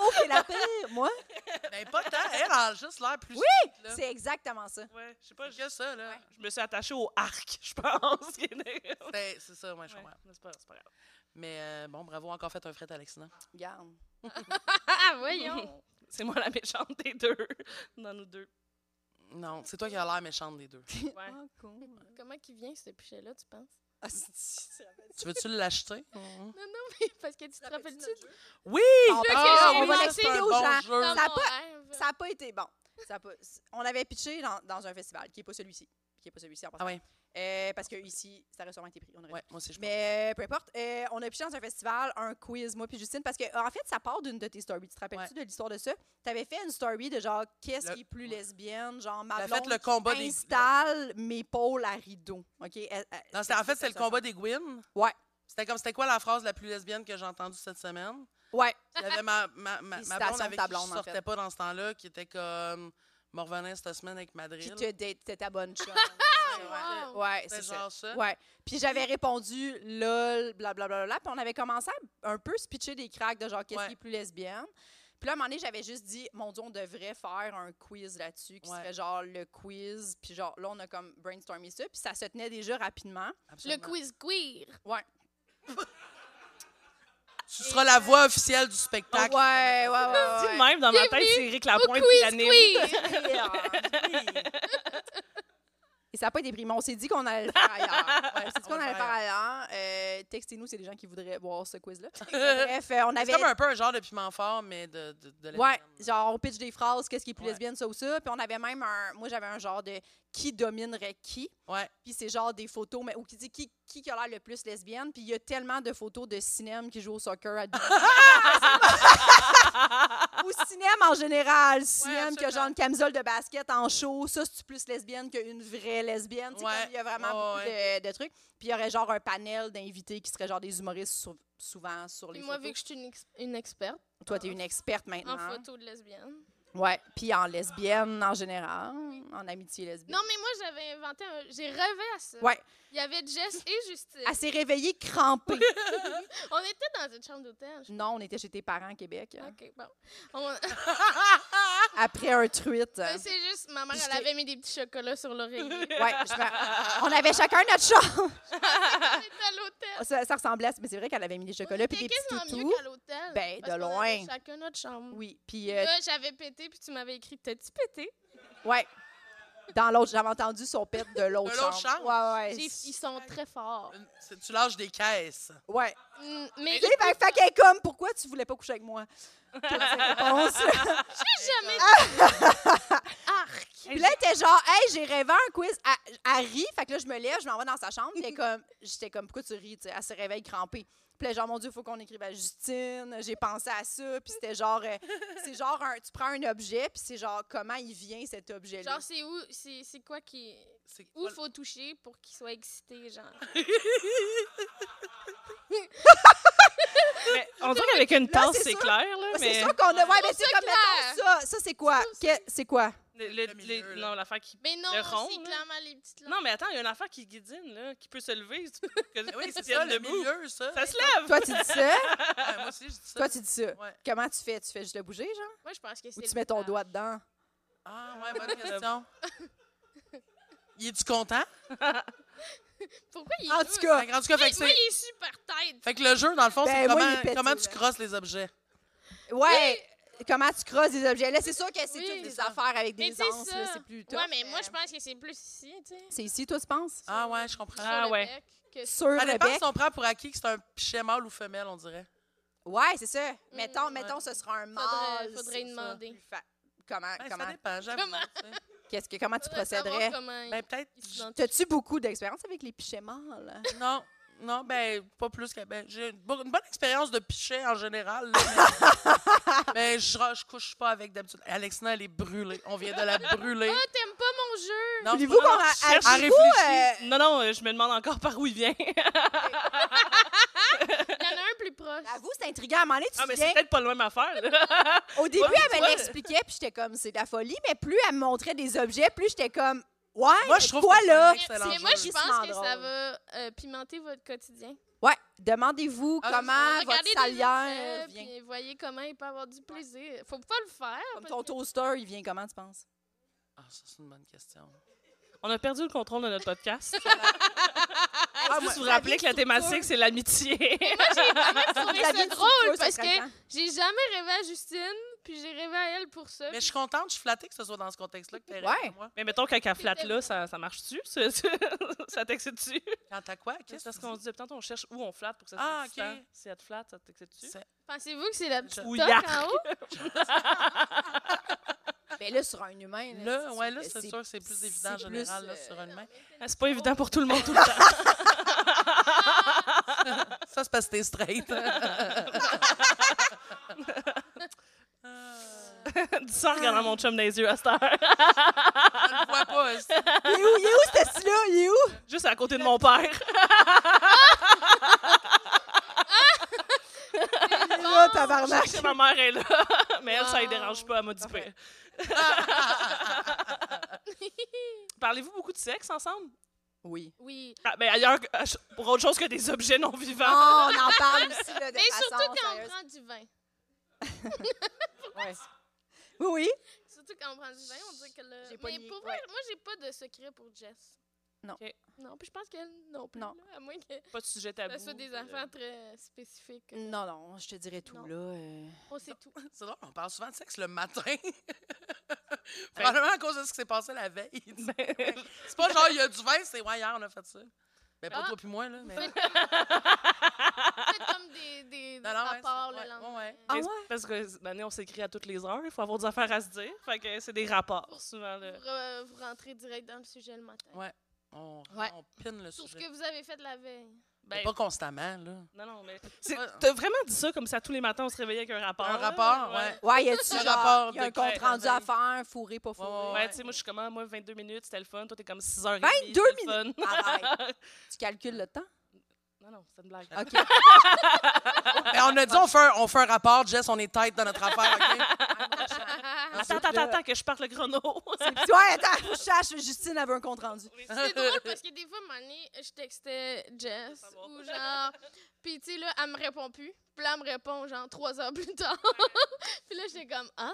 D: Oh, c'est la pire, moi.
C: Ben, pas tant. Elle a juste l'air plus
D: Oui,
C: sweet, là.
D: C'est exactement ça.
E: Ouais, je sais pas,
C: C'est que ça, là.
E: je me suis attachée au arc, je pense. qui est derrière. Ouais,
C: C'est- C'est ça, moi, je comprends.
E: mais c'est pas, c'est pas grave.
C: Mais euh, bon, bravo, encore fait un fret, Alexina.
D: Regarde.
F: [laughs] Ah, ah, voyons.
E: C'est moi la méchante des deux, dans nous deux.
C: Non, c'est toi qui as l'air méchante des deux.
E: Ouais.
D: Ah, con.
F: Comment qu'il vient, ce pichet-là, tu penses?
D: [laughs] Ah, c'est-
C: tu veux-tu l'acheter? Mhm.
F: Non, non, [laughs] mais parce que tu te rappelles-tu de
E: Oui!
D: Bon,
F: que
D: ah,
F: j'ai
D: on va
F: lancé
D: l'expliquer
C: un
D: aux
C: bon
D: gens.
C: jeu.
F: dans
D: Ça a
F: mon
D: pas-
F: rêve?
D: Ça n'a pas été bon. Ça a pas- on avait pitché dans, dans un festival qui n'est pas celui-ci. Qui est pas celui-ci en passant.
C: Ah ouais.
D: Euh, parce que ici, ça aurait sûrement été pris. On aurait
C: Ouais, moi aussi, je pense.
D: Mais euh, peu importe, euh, on a pitché dans un festival un quiz, moi puis Justine, parce que euh, en fait, ça part d'une de tes stories. Tu te rappelles-tu de l'histoire de ça? Tu avais fait une story de genre, qu'est-ce
C: Le-
D: qui est plus
C: ouais.
D: lesbienne? Genre,
C: Elle
D: ma
C: a fait
D: blonde
C: le combat des...
D: installe mes pôles à rideau. OK? Elle- elle-
C: Non, c'était- en fait,
D: ça,
C: c'est le
D: ça,
C: combat des Gwyn.
D: Ouais.
C: C'était comme, c'était quoi la phrase la plus lesbienne que j'ai entendue cette semaine?
D: ça. Ouais.
C: Il y avait ma, ma, ma, ma
D: Félicitations,
C: blonde avec
D: ta
C: qui je
D: blonde, en
C: sortais
D: fait.
C: pas dans ce temps-là, qui était comme, me revenir cette semaine avec Madrid.
D: Puis te date, t'es
C: [laughs]
D: ta bonne chance. ouais,
F: Wow!
D: ouais c'est
C: C'était
D: ça.
C: genre ça.
D: Ouais. Puis j'avais répondu lol, blablabla. Puis on avait commencé à un peu se pitcher des cracks de genre qu'est-ce
C: Ouais.
D: qui est plus lesbienne. Puis là, à un moment donné, j'avais juste dit, mon Dieu, on devrait faire un quiz là-dessus, qui
C: Ouais.
D: serait genre le quiz. Puis genre, là, on a comme brainstormé ça. Puis ça se tenait déjà rapidement.
F: Le
C: Absolument.
F: quiz queer.
D: Ouais.
C: Tu seras la voix officielle du spectacle.
D: ouais, ouais,
E: Dit
D: ouais.
E: de
D: [laughs] ouais.
E: même, dans ma
F: Bienvenue
E: tête, c'est Eric
F: Au
E: Lapointe qui
F: quiz
E: l'anime.
F: queer.
D: Et ça n'a pas été pris, mais on s'est dit qu'on allait le
C: [laughs]
D: faire ailleurs. Ouais, on s'est dit
C: On
D: qu'on
C: va le
D: allait le
C: faire
D: faire ailleurs. Euh, Textez-nous, c'est des gens qui voudraient voir
C: [laughs]
D: ce quiz-là. Bref, euh, on
C: C'est
D: avait.
C: comme un peu un genre de piment fort, mais de, de, de lesbienne.
D: Ouais, genre on pitch des phrases, qu'est-ce qui est plus
C: Ouais.
D: lesbienne, ça ou ça. Puis on avait même un. Moi, j'avais un genre de qui dominerait qui.
C: Ouais.
D: Puis c'est genre des photos, mais ou qui dit qui, qui qui a l'air le plus lesbienne. Puis il y a tellement de photos de cinéma qui jouent au soccer à
C: [laughs]
D: Ou cinéma en général. Cinéma qui a genre
C: absolument.
D: une camisole de basket en chaud. Ça, c'est plus lesbienne qu'une vraie lesbienne. Tu sais,
C: Ouais.
D: comme il y a
C: Ouais,
D: vraiment beaucoup De, de trucs. Puis il y aurait genre un panel d'invités qui seraient genre des humoristes sou- souvent sur les
F: Puis moi,
D: photos.
F: vu que je suis une, ex- une experte
D: Toi, t'es une experte maintenant.
F: en photo de lesbienne.
D: Ouais, puis en lesbienne en général, en amitié lesbienne.
F: Non, mais moi, j'avais inventé un. J'ai rêvé à ça.
D: Ouais.
F: Il Il y avait Jess
D: [laughs]
F: et Justine.
D: Elle s'est réveillée crampée.
F: On était dans une chambre d'hôtel. je-
D: non, on était chez tes parents à Québec. hein,
F: Ok, bon. On-
D: Après un truite. euh,
F: Mais [laughs] C'est juste, ma mère, elle
D: J'étais-
F: avait mis des petits chocolats sur
D: [laughs]
F: l'oreiller.
D: Ouais, je me- on avait chacun notre chambre. [laughs]
F: On était à l'hôtel.
D: Ça, ça ressemblait à... Mais c'est vrai qu'elle avait mis des Ah, chocolats puis
F: C'était
D: des petits
F: quasiment
D: toutous.
F: mieux qu'à l'hôtel.
D: Ben,
F: parce
D: de
F: qu'on avait
D: loin.
F: Chacun notre chambre.
D: Oui, puis... euh,
F: Là, j'avais pété, puis tu m'avais écrit T'as-tu pété
D: ouais. Dans l'autre, j'avais entendu son pet de l'autre
C: De
D: chambre.
C: l'autre
D: Ouais,
F: J'ai-
D: ouais.
F: Ils sont très forts.
C: Une- c'est- Tu lâches des caisses.
D: Ouais.
F: Mm, Mais
D: Tu sais, fait, fait qu'elle est comme, pourquoi tu voulais pas coucher avec moi? Pour cette réponse.
F: jamais. Arc.
D: Puis là, t'es genre, hey, j'ai rêvé un quiz. Elle, elle rit, fait que là, je me lève, je m'en vais dans sa chambre.
F: [laughs]
D: Puis elle est comme, j'étais comme, pourquoi tu ris? tu sais? Elle se réveille crampée. Puis là, genre, mon Dieu, faut qu'on écrive à Justine. J'ai pensé à ça. Puis c'était genre,
F: [laughs]
D: euh, c'est genre, un- tu prends un objet, puis c'est genre, comment il vient cet objet-là?
F: Genre, c'est où C'est c'est quoi qui.
C: C'est
F: Où
C: quoi
F: faut toucher pour qu'il soit excité, genre.
E: Mais on dirait qu'avec une
D: Là,
E: tasse,
D: c'est
E: c'est
D: sûr.
E: clair, là,
D: Ouais, Ah, C'est
E: mais
D: sûr qu'on a. Ouais, mais
F: trouve
D: c'est
F: ça
D: comme, mettons, ça. Ça, c'est quoi?
F: trouve
D: Que- C'est quoi?
E: le- le-
C: Le
E: les-
C: milieu, là.
E: non, l'affaire qui...
F: Mais non,
E: Le rond,
F: c'est
E: là.
F: clairement les petites lampes.
E: Non, mais attends, il y a une affaire qui guidine, là, qui peut se lever. tu-
C: Mais
D: [laughs]
E: que-
C: Oui, c'est
E: qu'il y a
C: ça,
E: de
C: le
E: debout.
C: milieu, ça.
E: Ça se lève!
D: Toi, tu dis ça?
F: [laughs]
C: Ouais, moi aussi, je dis ça.
D: Toi, tu dis ça.
C: Ouais.
D: Comment tu fais? Tu fais juste le bouger, genre?
F: Moi, je pense que c'est.
D: Ou tu
F: le
D: mets ton
F: bras.
D: doigt dedans?
C: Ah, ouais, bonne
D: [laughs]
C: question. Il est-tu content?
F: Pourquoi il est.
D: En tout cas,
C: Fait que, en tout cas, fait que
F: Moi,
C: c'est-
F: il est super tête.
C: fait que le jeu, dans le fond,
D: Ben,
C: c'est
D: moi,
C: comment,
D: il est pété,
C: comment tu
D: là.
C: crosses les objets.
D: Ouais. Comment tu crosses des objets? Là, c'est sûr que c'est
F: Oui,
D: toutes
F: c'est
D: des
F: ça.
D: affaires avec
F: Mais
D: des
F: c'est
D: anses. là,
F: ça.
D: C'est plus tough, euh,
F: Ouais, mais moi, je pense que c'est plus ici, tu sais.
D: C'est ici, toi, tu penses?
C: Ah, ouais, je comprends.
E: Ah,
F: sur le
E: ouais.
F: bec, que c'est-
D: Sur
C: Ça
D: le
C: dépend si
D: bec.
C: on prend pour acquis que c'est un pichet mâle ou femelle, on dirait.
D: Ouais, c'est ça. Mettons,
F: Mm,
D: mettons,
C: ouais.
D: ce sera un mâle.
F: Faudrait-
D: c'est
F: faudrait
D: ça.
F: demander.
D: Plus fa- Comment,
C: Ben,
D: comment,
C: Ça dépend, j'avoue.
F: Comment?
C: tu sais.
D: qu'est-ce que, comment tu
F: faudrait savoir
D: procéderais?
F: comment il-
C: Ben, peut-être.
F: il se donne.
D: T'as-tu beaucoup d'expérience avec les pichets mâles?
C: Non, non, ben, pas plus que. Ben, j'ai une, bo- une bonne expérience de pichet en général. là, mais [laughs] mais je, ra- je couche pas avec d'habitude. Alexina, elle est brûlée. On vient de la brûler.
F: Ah, t'aimes pas mon jeu!
C: Non,
D: Voulez-vous qu'on
C: a...
D: a-
E: cherche-
D: a- avez-vous,
C: réfléchit.
E: Non, non, euh, je me demande encore [laughs] par où il vient.
F: Il y en a un plus proche.
D: euh, Avoue, c'est intriguant. À un moment donné, tu
E: Ah, mais
D: viens-
E: c'est peut-être pas la même affaire, là. [laughs]
D: Au début,
E: Ouais, mais
D: elle
E: tu
D: me
E: vois-
D: l'expliquait, puis j'étais comme, c'est de la folie. Mais plus elle me montrait des objets, plus j'étais comme, ouais,
C: Moi, je trouve
D: quoi,
C: que c'est
D: là?
C: un excellent
F: Mais
C: jeu.
F: moi, je pense que
D: Drôle.
F: ça va euh, pimenter votre quotidien.
D: Ouais, demandez-vous
C: Ah,
D: comment votre
F: Regardez des
D: salière
F: essais,
D: vient.
F: puis voyez comment il peut avoir du plaisir. Faut pas le faire.
D: Comme
F: parce
D: ton
F: que-
D: toaster, il vient comment, tu penses?
C: Ah, ça, c'est une bonne question.
E: On a perdu le contrôle de notre podcast.
D: Ah,
E: Juste
D: moi,
E: vous
D: la
E: rappeler
D: vie
E: que la
D: de structure.
E: thématique, c'est l'amitié.
F: [laughs]
E: [laughs]
F: Je trouvais
D: La vie
F: ça
D: de structure,
F: drôle
D: ça
F: parce
D: serait
F: que
D: quand?
F: j'ai jamais rêvé à Justine, puis j'ai rêvé à elle pour ça.
C: Mais je suis contente, je suis flattée que ce soit dans ce contexte-là que tu
D: Ouais.
C: moi.
E: Mais mettons, quand elle flatte là, ça, ça marche-tu? [laughs] Ça, ça- ça t'excite-tu?
C: Quand t'as quoi?
E: C'est
C: Qu'est-ce
E: parce
C: que
E: qu'on
C: tu
E: dit, peut-être, on cherche où on flatte pour que ça
C: Ah,
E: soit
C: ok.
E: excitant. Si elle te flatte, ça t'excite-tu?
C: C'est-
F: Pensez-vous que c'est la petite
E: Ou
F: toque
E: yark.
D: [laughs]
F: en haut?
D: Mais Ben là, sur un humain.
C: dis? Là,
D: Là, c'est
C: ouais,
D: sûr
C: là,
D: que
C: c'est sûr que c'est plus évident en
D: c'est
C: général
D: plus,
C: là,
D: euh,
C: sur un humain.
E: Ah, C'est pas évident pour tout le monde tout le temps. [laughs]
C: Ça, c'est parce que t'es straight. [laughs]
E: Dis ça en regardant mon chum dans les yeux à cette heure.
C: On le voit pas. aussi.
D: [laughs] Il est où, il est où, cet assis-là? Il est où?
E: Juste à côté de mon
C: [laughs]
E: père.
D: Il est là, Ah, tabarnak.
E: ma mère est là. [laughs] Mais elle, ça
C: Ah.
E: ne
F: Wow.
E: dérange pas, elle m'a dit pas. [laughs] Parlez-vous beaucoup de sexe ensemble?
D: Oui.
F: Oui.
E: Ah, mais ailleurs, que- ach- pour autre chose que des objets non
D: Oh,
C: Ah.
E: vivants.
D: on en parle aussi, là, de
F: Mais
D: façon
F: surtout quand on
D: sérieuse.
F: prend du vin.
D: Ouais. Oui, oui.
F: Surtout quand on prend du vin, on dit que le.
D: J'ai pas
F: Mais
D: nié,
F: pour
D: ouais.
F: vrai, moi, j'ai pas de secret pour Jess.
D: Non.
E: Ok.
F: Non, puis je pense qu'elle non plus.
D: Non.
F: là, à moins que
E: Pas de sujet
F: ce
C: Ben,
E: tabou.
F: soit des
E: euh,
F: enfants très spécifiques.
D: Non, non, je te dirais tout,
F: Non.
D: là. euh.
F: On sait tout.
C: C'est drôle, on parle souvent de sexe le
F: [laughs]
C: matin. Probablement à cause de ce qui s'est passé la veille. tu
F: Ben,
C: sais.
F: [laughs]
C: c'est pas genre, il y a du vin, c'est ouais, hier, on a fait ça. Mais pas
F: Ah.
C: toi puis moi, là. Mais...
F: Faites comme- faites comme des, des, des
C: Non, non, ouais,
F: rapports
C: c'est- ouais,
F: le lendemain.
C: ouais, ouais.
D: Ah
E: mais
D: ouais?
E: c'est Parce que ben, on s'écrit à toutes les heures, il faut avoir des affaires à se dire. Fait que c'est des rapports souvent. là.
F: Pour euh, vous rentrer direct dans le sujet le matin.
C: Ouais. On,
F: Ouais.
C: on pine le
F: Sur ce
C: sujet.
F: que vous avez fait
C: [laughs]
F: la veille.
C: Mais
E: Ben,
C: Pas constamment, là.
E: non, non, mais. c'est-
C: Ouais.
E: T'as vraiment dit ça comme ça tous les matins on se réveillait avec un rapport.
C: Un
E: là?
C: rapport, ouais.
D: Ouais, y a-tu
C: Le
D: genre,
C: rapport
D: y a un
C: de-
D: compte rendu à faire, fourré, pas
E: Ouais,
D: fourré?
E: tu sais, moi, je suis comme, ah, moi, 22 minutes, c'était le fun. Toi, t'es comme 6 h
C: Ah,
D: 22
E: [laughs] c'était le fun.
D: Arrête. Tu calcules le temps?
E: Non, non, c'est une blague.
C: OK. Mais Ben, on a dit, on fait, un, on fait un rapport, Jess, on est tête dans notre affaire, OK?
F: [laughs]
C: Ah,
E: Attends, attends, attends, que je parte le chrono. [laughs]
D: Puis, ouais, attends, faut que je cherche, Justine avait un compte rendu.
F: C'est drôle parce que des fois, Mané, je textais Jess
E: Ça va.
F: ou
C: [laughs]
F: genre. Puis, tu sais, là, elle me répond plus. Puis là, elle me répond, genre, trois heures plus tard. [laughs] puis là, j'étais comme,
C: [laughs]
F: ah!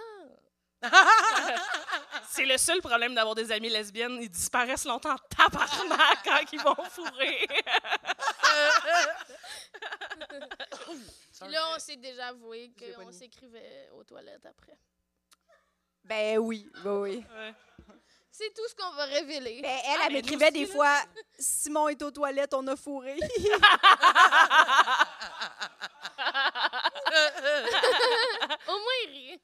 E: C'est le seul problème d'avoir des amis lesbiennes. Ils disparaissent longtemps tabarnak quand ils vont
C: [laughs]
E: fourrer.
F: Puis là, on s'est déjà avoué
C: Je l'ai pas
F: qu'on
C: mis.
F: s'écrivait aux toilettes après.
D: Ben oui, ben oui.
F: C'est tout ce qu'on va révéler.
D: Ben, elle, elle
E: mais
D: m'écrivait
E: nous
D: des
E: aussi,
D: fois Simon est aux toilettes, on a fourré.
F: Au moins, il rit.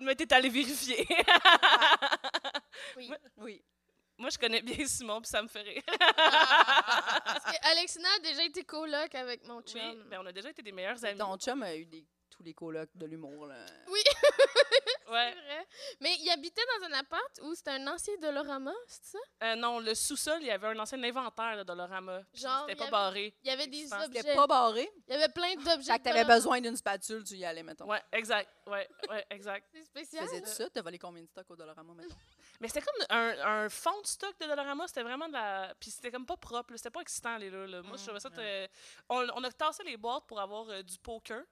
E: Mais t'es allé vérifier.
F: Oui.
D: oui.
E: Moi, je connais bien Simon, puis ça me fait
F: [laughs]
E: rire.
F: Parce que Alexina a déjà été coloc avec mon chum.
E: Oui, mais on a déjà été des meilleurs amis.
D: Ton chum a eu des- tous les colocs de l'humour. là.
F: C'est
E: ouais.
F: vrai. Mais il habitait dans un appart où c'était un ancien Dolorama, c'est ça?
E: Euh, non, le sous-sol, il y avait un ancien inventaire de Dolorama. Puis
F: Genre,
E: C'était
F: il
E: pas
F: y avait-
E: barré.
F: Il y avait
E: Je
F: des
E: pense que
F: objets.
D: C'était pas barré.
F: Il y avait plein d'objets.
D: Fait que t'avais
F: Dolorama.
D: besoin d'une spatule, tu y allais, mettons.
E: Ouais, exact. Ouais, ouais, exact.
F: C'est spécial.
D: Faisais-tu ça? T'as volé combien de stocks au Dollarama, mettons?
E: Mais c'était comme un, un fond de stock de Dolorama, c'était vraiment de la. Puis c'était comme pas propre, là, c'était pas excitant, les là. là. Moi,
F: Mm,
E: je trouvais ça. très- On, on a tassé les boîtes pour avoir euh, du poker.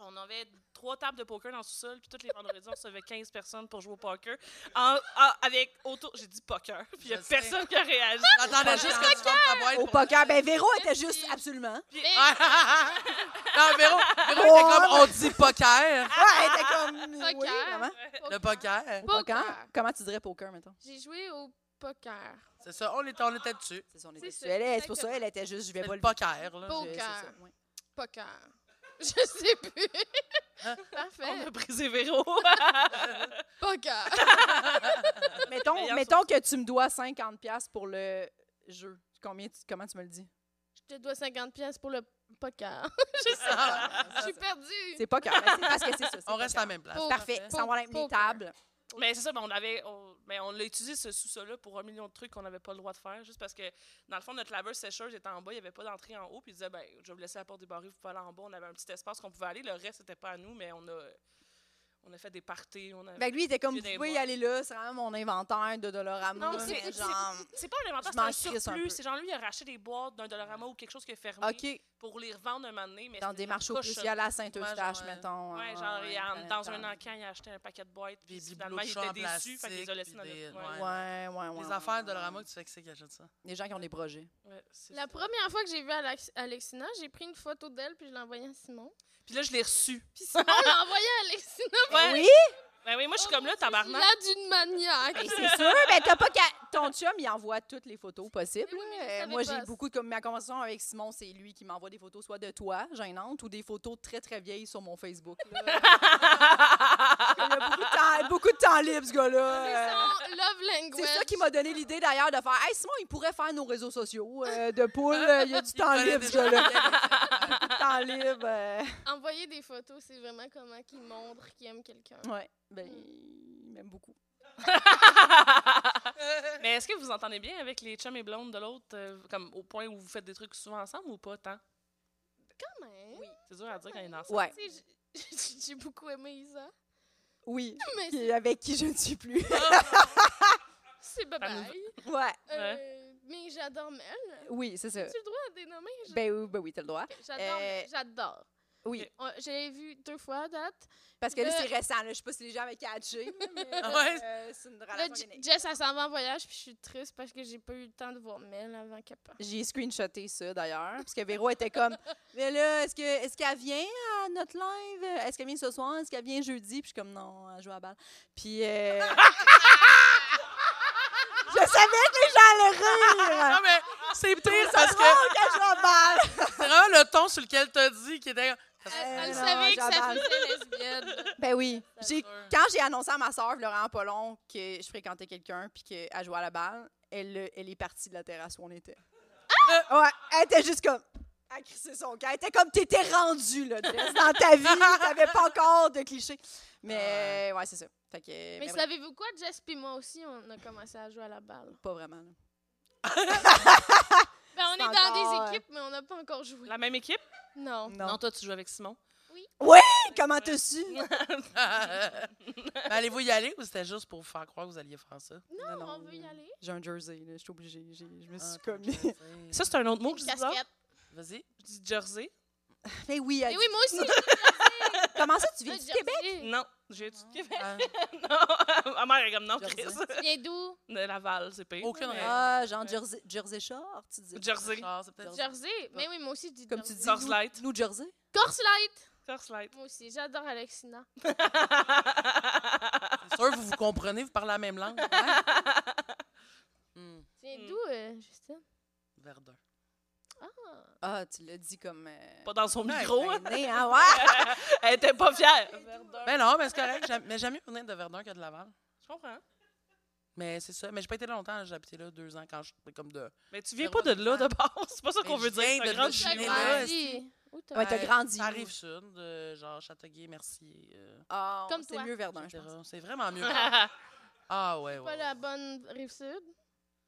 E: On avait trois tables de poker dans le sous-sol, puis tous les vendredis, on recevait 15 personnes pour jouer au poker. En, en- avec autour. J'ai dit poker, [laughs] puis il y a
C: Je sais.
E: personne qui a réagi.
C: J'attendais juste que tu fasses ta boîte.
D: Au poker. Ben, Véro était
F: Merci.
D: juste absolument.
F: Mais
C: [laughs] Ah, non, Véro, Véro était comme, on dit poker.
D: Ouais, Ah, elle était comme. oui,
F: Poker.
D: vraiment.
C: Le poker.
D: Au poker.
F: Poker.
D: Comment tu dirais poker, mettons?
F: J'ai joué au poker.
C: C'est ça, on était, on était dessus.
D: C'est son
F: C'est
D: était-
F: ça,
D: Elle est- C'est pour ça,
F: exactement.
D: elle était juste, je vais
C: C'est
D: pas
C: le
D: le
C: poker,
F: [laughs]
C: là.
F: Poker.
D: Je- c'est ça, ouais.
F: Poker. [laughs] Je sais plus.
E: On
F: Parfait.
E: a brisé Véro.
F: [laughs] Poker.
D: Mettons,
E: Meilleur
D: mettons que tu me dois 50$ piastres pour le jeu. Combien tu- comment tu me le dis?
F: Je te dois 50 pièces pour le poker. [laughs] je sais
E: Ah.
F: pas. Je suis
D: C'est
F: perdue.
D: poker. mais c'est parce que c'est ça. c'est
C: [laughs] On reste à
D: poker.
C: la même place.
F: Poker.
D: Parfait. Sans avoir les
F: Poker.
D: tables.
E: Mais c'est ça, ben, on avait, on, ben, on l'a utilisé ce sous-sol-là pour un million de trucs qu'on n'avait pas le droit de faire, juste parce que dans le fond, notre laveuse sécheuse était en bas, il n'y avait pas d'entrée en haut, puis ils disaient, ben, je vais vous laisser la porte débarrée, vous pouvez aller en bas. On avait un petit espace qu'on pouvait aller, le reste, c'était pas à nous, mais on a, on a fait des parties. On a...
D: Ben, lui, il était comme,
E: Il y
D: vous
E: a des
D: pouvez y
E: boîtes.
D: aller là, c'est vraiment mon inventaire de Dollarama.
E: Non, c'est-
D: mais
E: c'est-
D: genre,
E: c'est pas un inventaire,
D: je m'en
E: c'est un
D: crisse un peu.
E: surplus. C'est genre, lui, il a racheté des boîtes d'un Dollarama ou quelque chose qui est fermé
D: OK,
E: pour les revendre un moment donné. Mais
D: dans
E: c'était
D: des marchés
E: cochonnerie.
D: officiels à Saint-Eustache,
C: Ouais, genre,
D: mettons.
E: Ouais,
D: hein,
E: genre, il a-
D: ouais,
E: dans un
D: ouais.
E: encan, il a acheté un paquet de boîtes,
C: Des
E: puis finalement, il
C: bibelots
E: était
C: de chat en
E: déçu, fait qu'il les a laissés dans
C: plastique,
E: notre-
C: puis des-
E: ouais.
D: Ouais, ouais, ouais.
C: Les
D: ouais,
C: affaires
D: ouais,
C: de Dolorama,
D: ouais.
C: tu sais que c'est qui achète ça.
D: Les gens qui ont des projets.
E: Ouais, c'est
F: La
E: ça.
F: première fois que j'ai vu Alex- Alexina, j'ai pris une photo d'elle puis je l'ai envoyée à Simon.
E: Puis là, je l'ai reçu.
F: Puis Simon l'a envoyée à Alexina.
E: Ouais.
D: Oui,
E: Ben oui, moi, je suis
F: Oh
E: comme là,
F: Je
E: tabarnak.
F: Là, d'une maniaque.
D: ben, c'est sûr. Ben, t'as pas qu'à. Ton chum, il envoie toutes les photos possibles.
F: Eh oui, mais je
D: là.
F: savais
D: moi,
F: pas
D: j'ai
F: ça.
D: beaucoup de. Comme ma conversation avec Simon, c'est lui qui m'envoie des photos soit de toi, gênante, ou des photos très, très vieilles sur mon Facebook. là. il a beaucoup de, temps, beaucoup de temps libre, ce
F: C'est
D: [laughs] gars-là. Euh,
F: son love language.
D: C'est ça qui m'a donné l'idée d'ailleurs de faire Hey Simon, il pourrait faire nos réseaux sociaux euh, de poule. euh, Il y a du temps
C: connaît
D: libre, ce
C: déjà.
D: gars-là. Du temps libre. euh,
F: Envoyer des photos, c'est vraiment comment qu'il montre qu'il aime quelqu'un.
D: Ouais. Ben, il m'aime beaucoup.
E: [laughs] Mais est-ce que vous entendez bien avec les chums et blondes de l'autre, euh, comme au point où vous faites des trucs souvent ensemble ou pas tant?
F: Quand même.
E: C'est dur à dire quand ils sont ensemble.
D: Ouais.
F: Tu sais, j'ai- [laughs] J'ai beaucoup aimé Isa. [laughs]
D: Oui.
F: Mais
D: Et Avec qui je ne suis [laughs] plus.
F: c'est bye
E: Ah,
F: bye. Euh,
D: ouais.
F: Mais j'adore Mel.
D: Oui, c'est ça.
F: Tu le droit à dénommer? Je-
D: Ben oui, Euh, ben oui, t'as le droit.
F: J'adore.
D: euh,
F: J'adore.
D: Oui.
F: On- Je l'ai vu deux fois à date.
D: Parce que là,
F: Le-
D: c'est récent. Là. Je sais pas si les gens avaient catché. [laughs] mais,
C: Ouais.
D: euh, c'est une
F: Là,
D: relation
F: J-
D: unique.
F: Jess, elle s'en va en voyage, puis je suis triste parce que j'ai pas eu le temps de voir Mel avant qu'elle parte.
D: J'ai screenshoté ça d'ailleurs. Parce que Véro était comme Mais là, est-ce que est-ce qu'elle vient à notre live? Est-ce qu'elle vient ce soir? Est-ce qu'elle vient jeudi? Puis je suis comme non, elle joue à la balle. Puis euh, [laughs] Je savais que les gens allaient rire! [laughs]
C: Non, mais c'est pire
D: Ça
C: parce que
D: drôle qu'elle joue à la balle!
C: c'est vraiment le ton sur lequel t'as dit qui était.
D: Euh,
F: Elle
D: non,
C: [laughs]
F: savait que ça
D: j'adore.
F: faisait
D: [laughs]
F: lesbienne.
D: Ben oui. J'ai-
C: sûr.
D: Quand j'ai annoncé à ma soeur, Laurent Apollon, que je fréquentais quelqu'un puis qu'elle jouait à la balle, elle, euh, elle est partie de la terrasse où on était. Ouais, elle était juste comme. Elle crissait son camp. Elle était comme, t'étais rendue, là, Jess, dans ta vie. T'avais pas encore de clichés. Mais ouais, c'est ça. Fait que. ben
F: Mais,
D: mais bref,
F: savez-vous quoi? Jess et moi aussi, on a commencé à jouer à la balle.
D: pas vraiment. là.
F: Ben, on est
D: euh,
F: dans des équipes, mais on n'a pas encore joué.
E: La même équipe?
F: Non.
E: Non.
G: Non.
E: toi, tu joues avec Simon.
D: Comment t'as su?
C: Mais Ben, allez-vous y aller ou c'était juste pour vous faire croire que vous alliez faire ça?
D: Non,
F: Non, on
D: non,
F: veut y
D: non.
F: aller.
D: J'ai un jersey, là, je suis obligée. j'ai- Je me suis
C: Ah,
D: commis.
C: ok.
E: Ça, c'est un autre mot que je dis. bizarre.
F: Casquette.
C: Vas-y.
E: Je dis Jersey.
D: [laughs] Mais oui, elle
F: Mais oui, moi aussi.
D: Comment ça, tu
F: je
D: viens
F: veux
D: du
F: dire
D: Québec?
F: Jersey.
E: Non, j'ai du Québec.
C: Ah,
E: [laughs] Non, ma mère est comme non,
C: Jersey.
E: Chris.
F: Tu viens d'où?
E: De Laval, c'est pire.
C: Aucune
E: Mais-
C: raison.
D: Ah, genre Jersey, Jersey Shore, tu dis.
E: Jersey.
C: Genre, c'est peut-être-
F: Jersey. Mais oui, moi aussi, je dis
D: Comme tu dis,
F: Jersey.
E: Source
D: New-
E: Light.
D: New Jersey.
F: Corse Light.
E: First light.
F: Moi aussi, j'adore Alexina.
C: C'est sûr, vous vous comprenez, vous parlez la même langue. hein? Hum,
F: Tu viens
E: Hmm.
F: d'où, euh, Justine?
C: Verdun.
D: Ah, tu l'as dit comme. euh,
E: Pas dans son
C: Ouais,
E: micro. hein.
D: né,
E: [laughs]
D: hein, ouais.
E: Elle était pas fière.
C: Ben non, mais c'est correct. j'aime- Mais j'aime mieux venir de Verdun que de Laval.
E: Je comprends.
C: Mais c'est ça. Mais j'ai pas été là longtemps. J'ai habité là deux ans quand je comme de.
E: Mais tu viens pas de là de base. C'est pas ça
C: Mais
E: qu'on
C: je
E: veut dire.
C: viens
E: Ta
C: de
E: grande
C: là, je suis Mais née
E: chimie.
C: là.
F: Ah,
C: est-ce
F: si. Où t'as-
D: Ouais, t'as grandi.
C: Ça arrive sud, de euh, genre Châteauguay, Mercier, euh,
D: Ah,
F: Comme
D: c'est
F: toi.
D: mieux Verdun, je
C: etc.
D: pense.
C: C'est vraiment
D: [laughs]
C: mieux.
E: Ah,
C: Ah ouais, ouais.
F: Pas
C: ouais.
F: la bonne rive sud.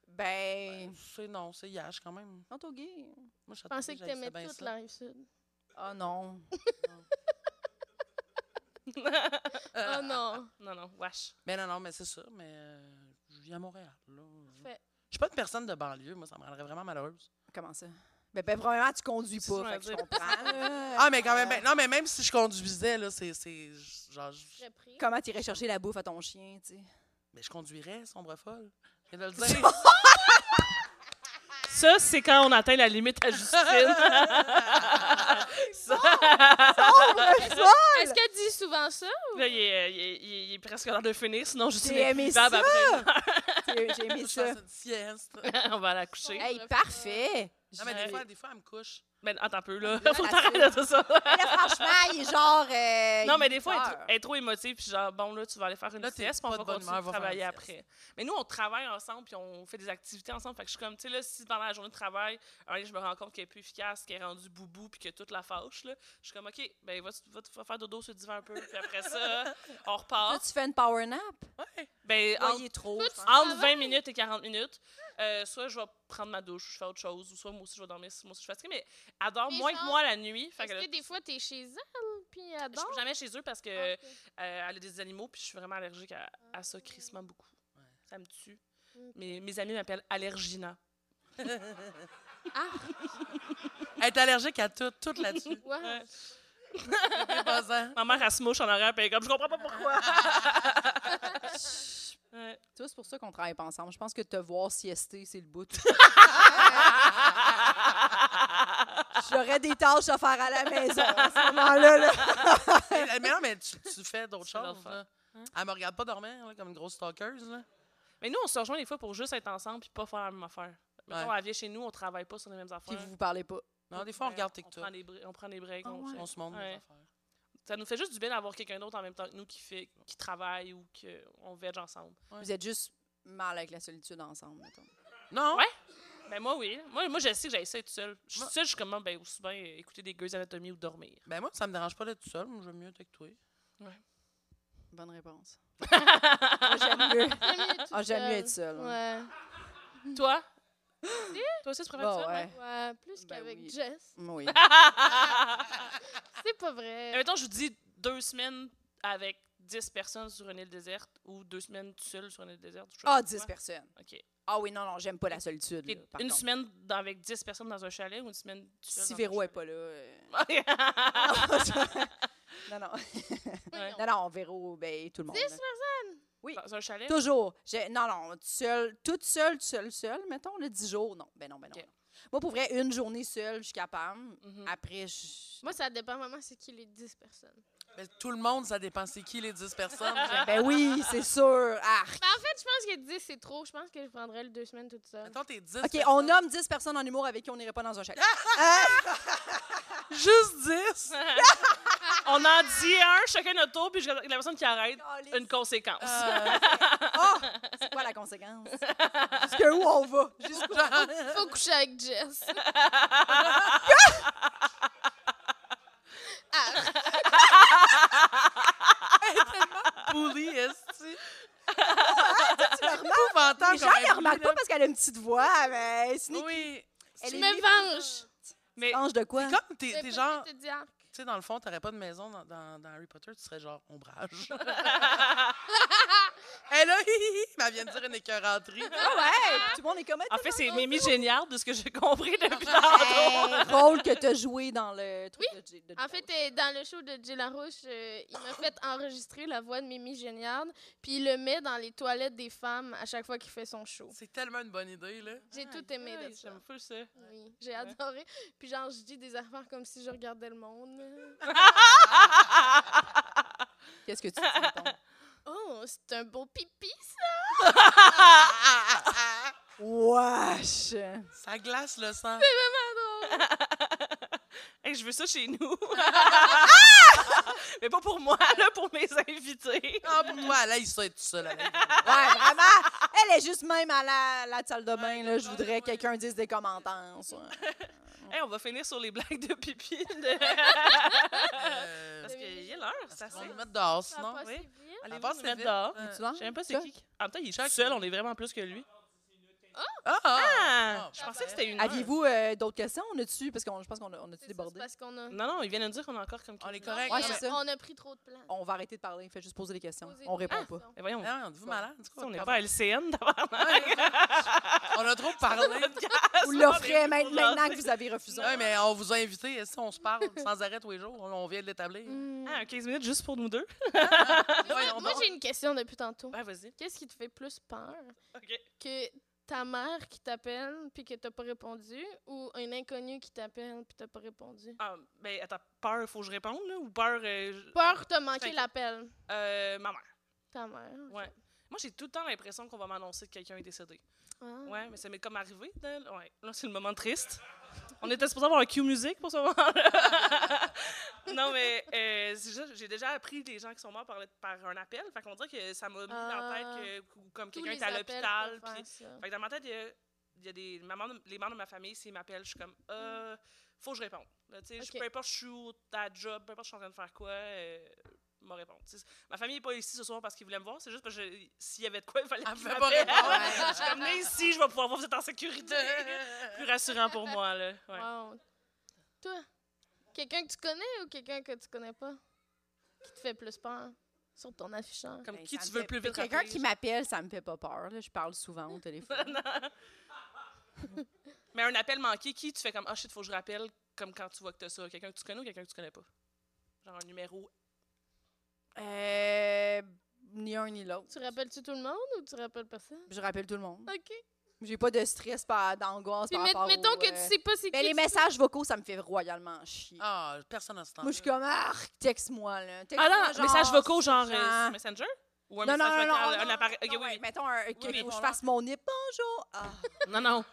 D: Ben,
C: Ben, C'est non, c'est Yash quand même.
D: non, t'es gay.
C: Moi,
F: Je pensais que t'aimais
C: bien
F: toute
C: ça.
F: la rive sud.
D: Ah non.
F: Oh non.
E: [laughs] Non, non, wesh.
C: Mais non, non, mais c'est ça. Mais euh, je vis à Montréal. Là.
F: Fait-
C: Je suis pas une personne de banlieue. Moi, ça me rendrait vraiment malheureuse.
D: Comment ça? Ben, ben probablement, tu conduis
E: C'est
D: pas,
E: ça,
D: fait que
E: je
D: je comprends.
E: [laughs]
D: là.
C: Ah, mais quand même. ben- non, mais même si je conduisais, là, c'est. c'est genre, je,
F: J'ai pris.
D: Comment t'irais chercher la bouffe à ton chien, tu sais?
C: mais je conduirais, sombre folle. Je viens de
D: [laughs]
C: le dire.
E: Ça, c'est quand on atteint la limite à
D: [laughs]
E: Justine. Ah, ben,
F: Est-ce qu'elle dit souvent ça?
E: Là, il est, il est- il est- il est presque l'heure de finir, sinon Justine
D: J'ai
E: est
D: aimé
E: plus vivable
D: ça!
E: après.
D: T'sais, [laughs] J'ai aimé
C: Je
D: ça.
C: fais une sieste.
E: [laughs] on va la coucher.
D: Hey, parfait!
C: Non, mais des fois, des fois, elle me couche.
E: Mais attends un peu, là.
D: Ouais,
E: Faut
D: la
E: t'arrêter de ça.
D: Mais là, franchement, il est genre. euh,
E: Non,
D: il
E: mais des fois, elle est
D: pleure.
E: trop- elle est trop émotive, puis genre, bon, là, tu vas aller faire une
C: Là, t'es
E: sieste, puis on
C: pas
E: va
C: de bonne
E: continuer
C: humeur,
E: de
C: va faire
E: travailler
C: une
E: après. Mais nous, on travaille ensemble, puis on fait des activités ensemble. Fait que je suis comme, tu sais, là, si pendant la journée de travail, un moment, je me rends compte qu'elle est plus efficace, qu'elle est rendue boubou, puis que toute la fâche, là, je suis comme, OK, ben, va, va, va faire dodo sur le divan un peu, puis après ça, on
D: Toi,
E: repart.
D: tu fais une power nap?
E: Ben,
D: Là,
E: en-
D: il est trop.
F: Toi,
D: je
F: tu-
D: pense.
E: entre
F: travailles?
E: 20 minutes et 40 minutes, euh, soit je vais prendre ma douche, je fais autre chose, ou soit moi aussi, je vais dormir, si moi aussi, je suis fatiguée, mais elle dort
F: Mais
E: moins
F: genre,
E: que moi la nuit. Fait
F: Est-ce
E: que là,
F: que des fois, t'es chez elle, puis elle
E: je suis
F: dort?
E: jamais chez eux parce que...
F: Ah, ok.
E: Euh, elle a des animaux, puis je suis vraiment allergique à, à
D: Ah.
E: ça, crissement beaucoup. Ça me tue.
F: Mm.
E: Mes, mes amis m'appellent Allergina.
C: Elle est allergique à tout, tout
D: [laughs]
C: là-dessus. hein.
F: Ouais.
E: Ouais.
C: C'est buzzant.
E: Ma mère, elle se mouche en arrière, puis elle est comme, je comprends pas
D: [laughs]
E: pourquoi. Ouais.
D: Toi, c'est pour ça qu'on travaille pas ensemble. Je pense que te voir siester, c'est le bout. [laughs] J'aurais des tâches à faire à la maison à ce moment-là. là.
C: mais mais non, mais tu, tu fais d'autres
E: C'est
C: choses.
E: l'enfer. Hein?
C: Là. Elle me regarde pas dormir là, comme une grosse stalkeuse. Là.
E: Mais nous, on se rejoint des fois pour juste être ensemble, puis pas faire la même affaire. Mettons,
C: Ouais.
E: elle vient chez nous, on travaille pas sur les mêmes
D: Puis
E: affaires.
D: vous vous parlez pas.
C: Non, des fois, on regarde
E: On
C: TikTok.
E: prend des, bri- on prend des breaks.
D: Ah
E: on-
D: ouais.
C: On se montre
E: Ouais.
C: des affaires.
E: Ça nous fait juste du bien d'avoir quelqu'un d'autre en même temps que nous qui, fait, qui travaille ou qu'on vege ensemble.
D: Vous êtes juste mal avec la solitude ensemble. mettons.
C: Non?
E: Ouais. Ben moi, oui. Moi, moi je sais que j'ai ça être seule. Je suis
C: Moi-
E: seule, je suis comme, ben, aussi bien euh, écouter des Grey's Anatomy ou dormir.
C: Ben moi, ça me dérange pas d'être tout seul. Moi, j'aime mieux être avec toi.
D: Bonne [laughs] réponse. Moi, j'aime mieux.
F: J'aime mieux être
D: Ah,
F: toute
D: j'aime mieux
F: seule.
D: être seule. ouais.
F: Ouais.
E: Toi? Toi aussi, tu préfères
D: Bon,
E: ça?
D: ouais.
F: Ouais, plus
D: Ben
F: qu'avec
D: oui.
F: Jess.
D: Oui. [laughs]
F: C'est pas
E: Et
F: vrai.
E: hein? Ben, mettons, je vous dis deux semaines avec 10 personnes sur une île déserte ou deux semaines tout seul sur une île déserte. je sais
D: Ah,
E: pas
D: 10
E: quoi.
D: personnes.
E: OK.
D: Ah oui, non, non, j'aime pas la solitude.
E: Ok,
D: là, par
E: une
D: contre.
E: semaine dans- avec 10 personnes dans un chalet ou une semaine tout seul?
D: Si
E: dans un
D: Véro est
E: [laughs] chalet?
D: pas là. euh, [laughs] non, non.
E: Ouais.
D: Ah. Non, non, Véro, ben, tout le monde. là.
E: Dans un chalet?
D: Toujours. J'ai- Non, non, toute seule, toute seule, toute seule, seule, mettons, le 10 jours, non. Ben non, ben non.
E: Ok.
D: non. Moi, pour vrai, une journée seule, je suis capable.
E: Mhm.
D: Après, je...
F: Moi, ça dépend vraiment c'est qui les 10 personnes.
C: Mais Ben, tout le monde, ça dépend. C'est qui les 10
E: [laughs]
C: personnes?
D: Ben oui, c'est sûr. Ah, Arc.
F: Mais Ben, en fait, je pense que 10, c'est trop. Je pense que je prendrais le deux semaines toute seule.
C: Mettons, t'es 10
D: OK, on
C: personnes.
D: nomme 10 personnes en humour avec qui on n'irait pas dans un chalet.
C: Juste 10!
E: On en dit un, chacun notre tour, puis je- la personne qui arrête, une conséquence.
C: Euh,
D: Ah! c'est quoi la conséquence? Jusqu'à où on va? Jusqu'où on va?
F: Faut coucher
E: [laughs]
F: avec Jess. ah,
C: [laughs] bully, esti.
D: Tu le remarques?
C: Épouvantable
D: Les gens
C: comme
D: ne
C: elle
D: remarquent
C: bully,
D: pas parce qu'elle a une petite voix, mais
C: là.
D: sinon,
C: Oui.
F: Je
H: Elle est
F: me
H: mieux
F: venge.
E: Mais
D: Ange de
C: C'est
D: quoi?
C: comme, t'es
F: J'ai
C: t'es
F: pas
C: genre,
F: de
C: tu
F: petit diable.
C: sais, dans le fond, t'aurais pas de maison dans, dans- dans Harry Potter, tu serais genre
E: [laughs]
C: ombrage. [laughs] Elle là, hi, hi, hi, mais elle vient de dire une écœuranterie.
D: Ah ouais! Tout le monde est comme...
E: en fait, c'est Mimi Géniard de ce que j'ai compris depuis tantôt.
D: Hey, rôle que t'as joué dans le truc de J- de
F: En fait, euh, dans le show de Jay Larouche, euh, il m'a fait enregistrer la voix de Mimi Géniard, puis il le met dans les toilettes des femmes à chaque fois qu'il fait son show.
C: C'est tellement une bonne idée, là.
F: J'ai tout aimé de
E: Oui,
F: ça.
E: Ah, J'aime fou ça.
F: Oui, j'ai adoré. Puis genre, je dis des affaires comme si je regardais le monde.
D: Qu'est-ce que tu dis, mettons?
F: Oh, c'est un beau pipi, ça!
D: Wesh!
C: Ça glace le sang.
E: Hey, je veux ça chez nous. [laughs] Mais pas pour moi, là, pour mes invités.
C: [laughs] Ah, pour toi, là, il serait tout seul. Alex.
D: Ouais, vraiment! Elle est juste même à la, la salle de bain, là. Je voudrais que quelqu'un dise des commentaires. ça.
E: Hey, on va finir sur les blagues de pipi. de-
C: Euh,
E: Parce qu'il est l'heure, ça
C: on
E: c'est.
C: le met dehors,
F: Ça
C: sinon.
F: passe
E: oui.
F: vite.
E: Allez,
C: passe
E: on le met
C: vite.
E: dehors.
C: Euh,
D: Tu vois?
E: Je sais même pas c'est
D: Chuck?
E: qui. En même temps, il est tout seul, on est vraiment plus que lui.
C: Ah, ah,
E: Ah!
C: Ah,
E: je pensais que c'était une. heure.
D: Aviez-vous euh, d'autres questions? On a-tu? Parce qu'on je pense qu'on a, on a-tu
F: C'est ça, c'est
D: débordé?
F: parce qu'on a...
E: Non, non, il vient de nous dire qu'on a encore comme.
C: On est
E: quelques-
C: correct.
D: Ouais,
F: on,
D: c'est
F: a
D: ça.
F: on a pris trop de place.
D: On va arrêter de parler. Fait juste poser des questions.
F: Posez
D: On
F: des
D: répond pas.
F: questions.
E: Mais voyons,
C: Non, vous malade. du coup,
E: on n'est
C: ah, pardon.
E: pas à LCN d'abord.
C: [laughs] On a trop parlé.
E: Ah,
D: Vous l'offrez main- maintenant que vous avez refusé.
C: Oui, mais on vous a invité. Si on se parle sans arrêt tous les jours, on on vient de [laughs] l'établir.
F: Hmm.
E: Ah, 15 minutes juste pour nous deux.
C: Voyons
F: Moi,
C: donc.
F: j'ai une question depuis tantôt.
E: Ben, vas-y.
F: Qu'est-ce qui te fait plus peur?
E: OK.
F: que ta mère qui t'appelle puis que t'as pas répondu ou un inconnu qui t'appelle puis t'as pas répondu?
E: Ah, ben, attends, peur, faut que je réponde, là? Ou peur. euh, je-
F: Peur t'as manqué
E: T'inquiète.
F: l'appel.
E: Euh, ma mère.
F: Ta mère.
E: Ouais. Moi, j'ai tout le temps l'impression qu'on va m'annoncer que quelqu'un est décédé.
F: Ah.
E: Ouais, mais ça m'est comme arrivé. De... Ouais. Là, c'est le moment triste. On était supposé avoir un cue musique pour ce moment-là. [laughs] non, mais euh, c'est juste, j'ai déjà appris les gens qui sont morts par, le- par un appel. Fait qu'on dirait que ça m'a mis dans
F: Ah.
E: la tête que ou comme
F: Tous
E: quelqu'un
F: les
E: est à
F: appels
E: l'hôpital.
F: peuvent
E: puis-
F: faire ça.
E: Fait que dans ma tête, il y a, il y a des mamans de- les membres de ma famille, s'ils m'appellent, je suis comme, euh, faut que je réponde. Là, tu sais, je-
F: Ok.
E: Peu importe, je suis où, ta job, peu importe, je suis en train de faire quoi, euh, me répondre. Tu sais, ma famille n'est pas ici ce soir parce qu'ils voulaient me voir, c'est juste parce que je- s'il y avait de quoi, il fallait
C: Elle
E: qu'ils
C: pouvait pas
E: m'appellent.
C: répondre.
E: [laughs] Je suis comme, venez ici, je vais pouvoir voir, vous êtes en sécurité. Plus rassurant pour moi, là. Ouais.
F: Wow. Toi, quelqu'un que tu connais ou quelqu'un que tu connais pas? Qui te fait plus peur sur ton afficheur?
E: Comme
D: Ben,
E: qui
D: ça
E: tu
D: me
E: veux
D: fait-
E: plus vite
D: Quelqu'un
E: rappeler,
D: qui
E: genre.
D: m'appelle, ça me fait pas peur. là. Je parle souvent au
F: [laughs]
D: téléphone.
E: Mais un appel manqué, qui tu fais comme, ah shit, faut que je rappelle, comme quand tu vois que t'as ça, quelqu'un que tu connais ou quelqu'un que tu connais pas? Genre un numéro.
D: Euh, ni un ni l'autre.
F: Tu rappelles-tu tout le monde ou tu rappelles personne?
D: Je rappelle tout le monde.
F: OK.
D: J'ai pas de stress, pas d'angoisse
F: Puis
D: par
F: met-
D: rapport
F: mettons
D: au,
F: que
D: euh,
F: tu sais pas c'est
D: Mais
F: qui.
D: les
F: tu-
D: messages vocaux, ça me fait royalement chier.
C: Ah, personne n'a ce temps.
D: Moi, je suis comme, ah, texte-moi, là. Texte-moi,
E: Ah non,
D: genre,
E: message vocaux, genre
D: genre-
E: euh, sur Messenger? Ou un
D: Non, non,
E: message
D: non, non,
E: vocal,
D: non,
E: un appareil.
D: non,
E: ok, oui,
D: ouais,
E: oui.
D: Mettons, un, que,
E: mais
D: faut que je
E: voilà.
D: fasse mon nip, bonjour. Ah,
E: Non, non.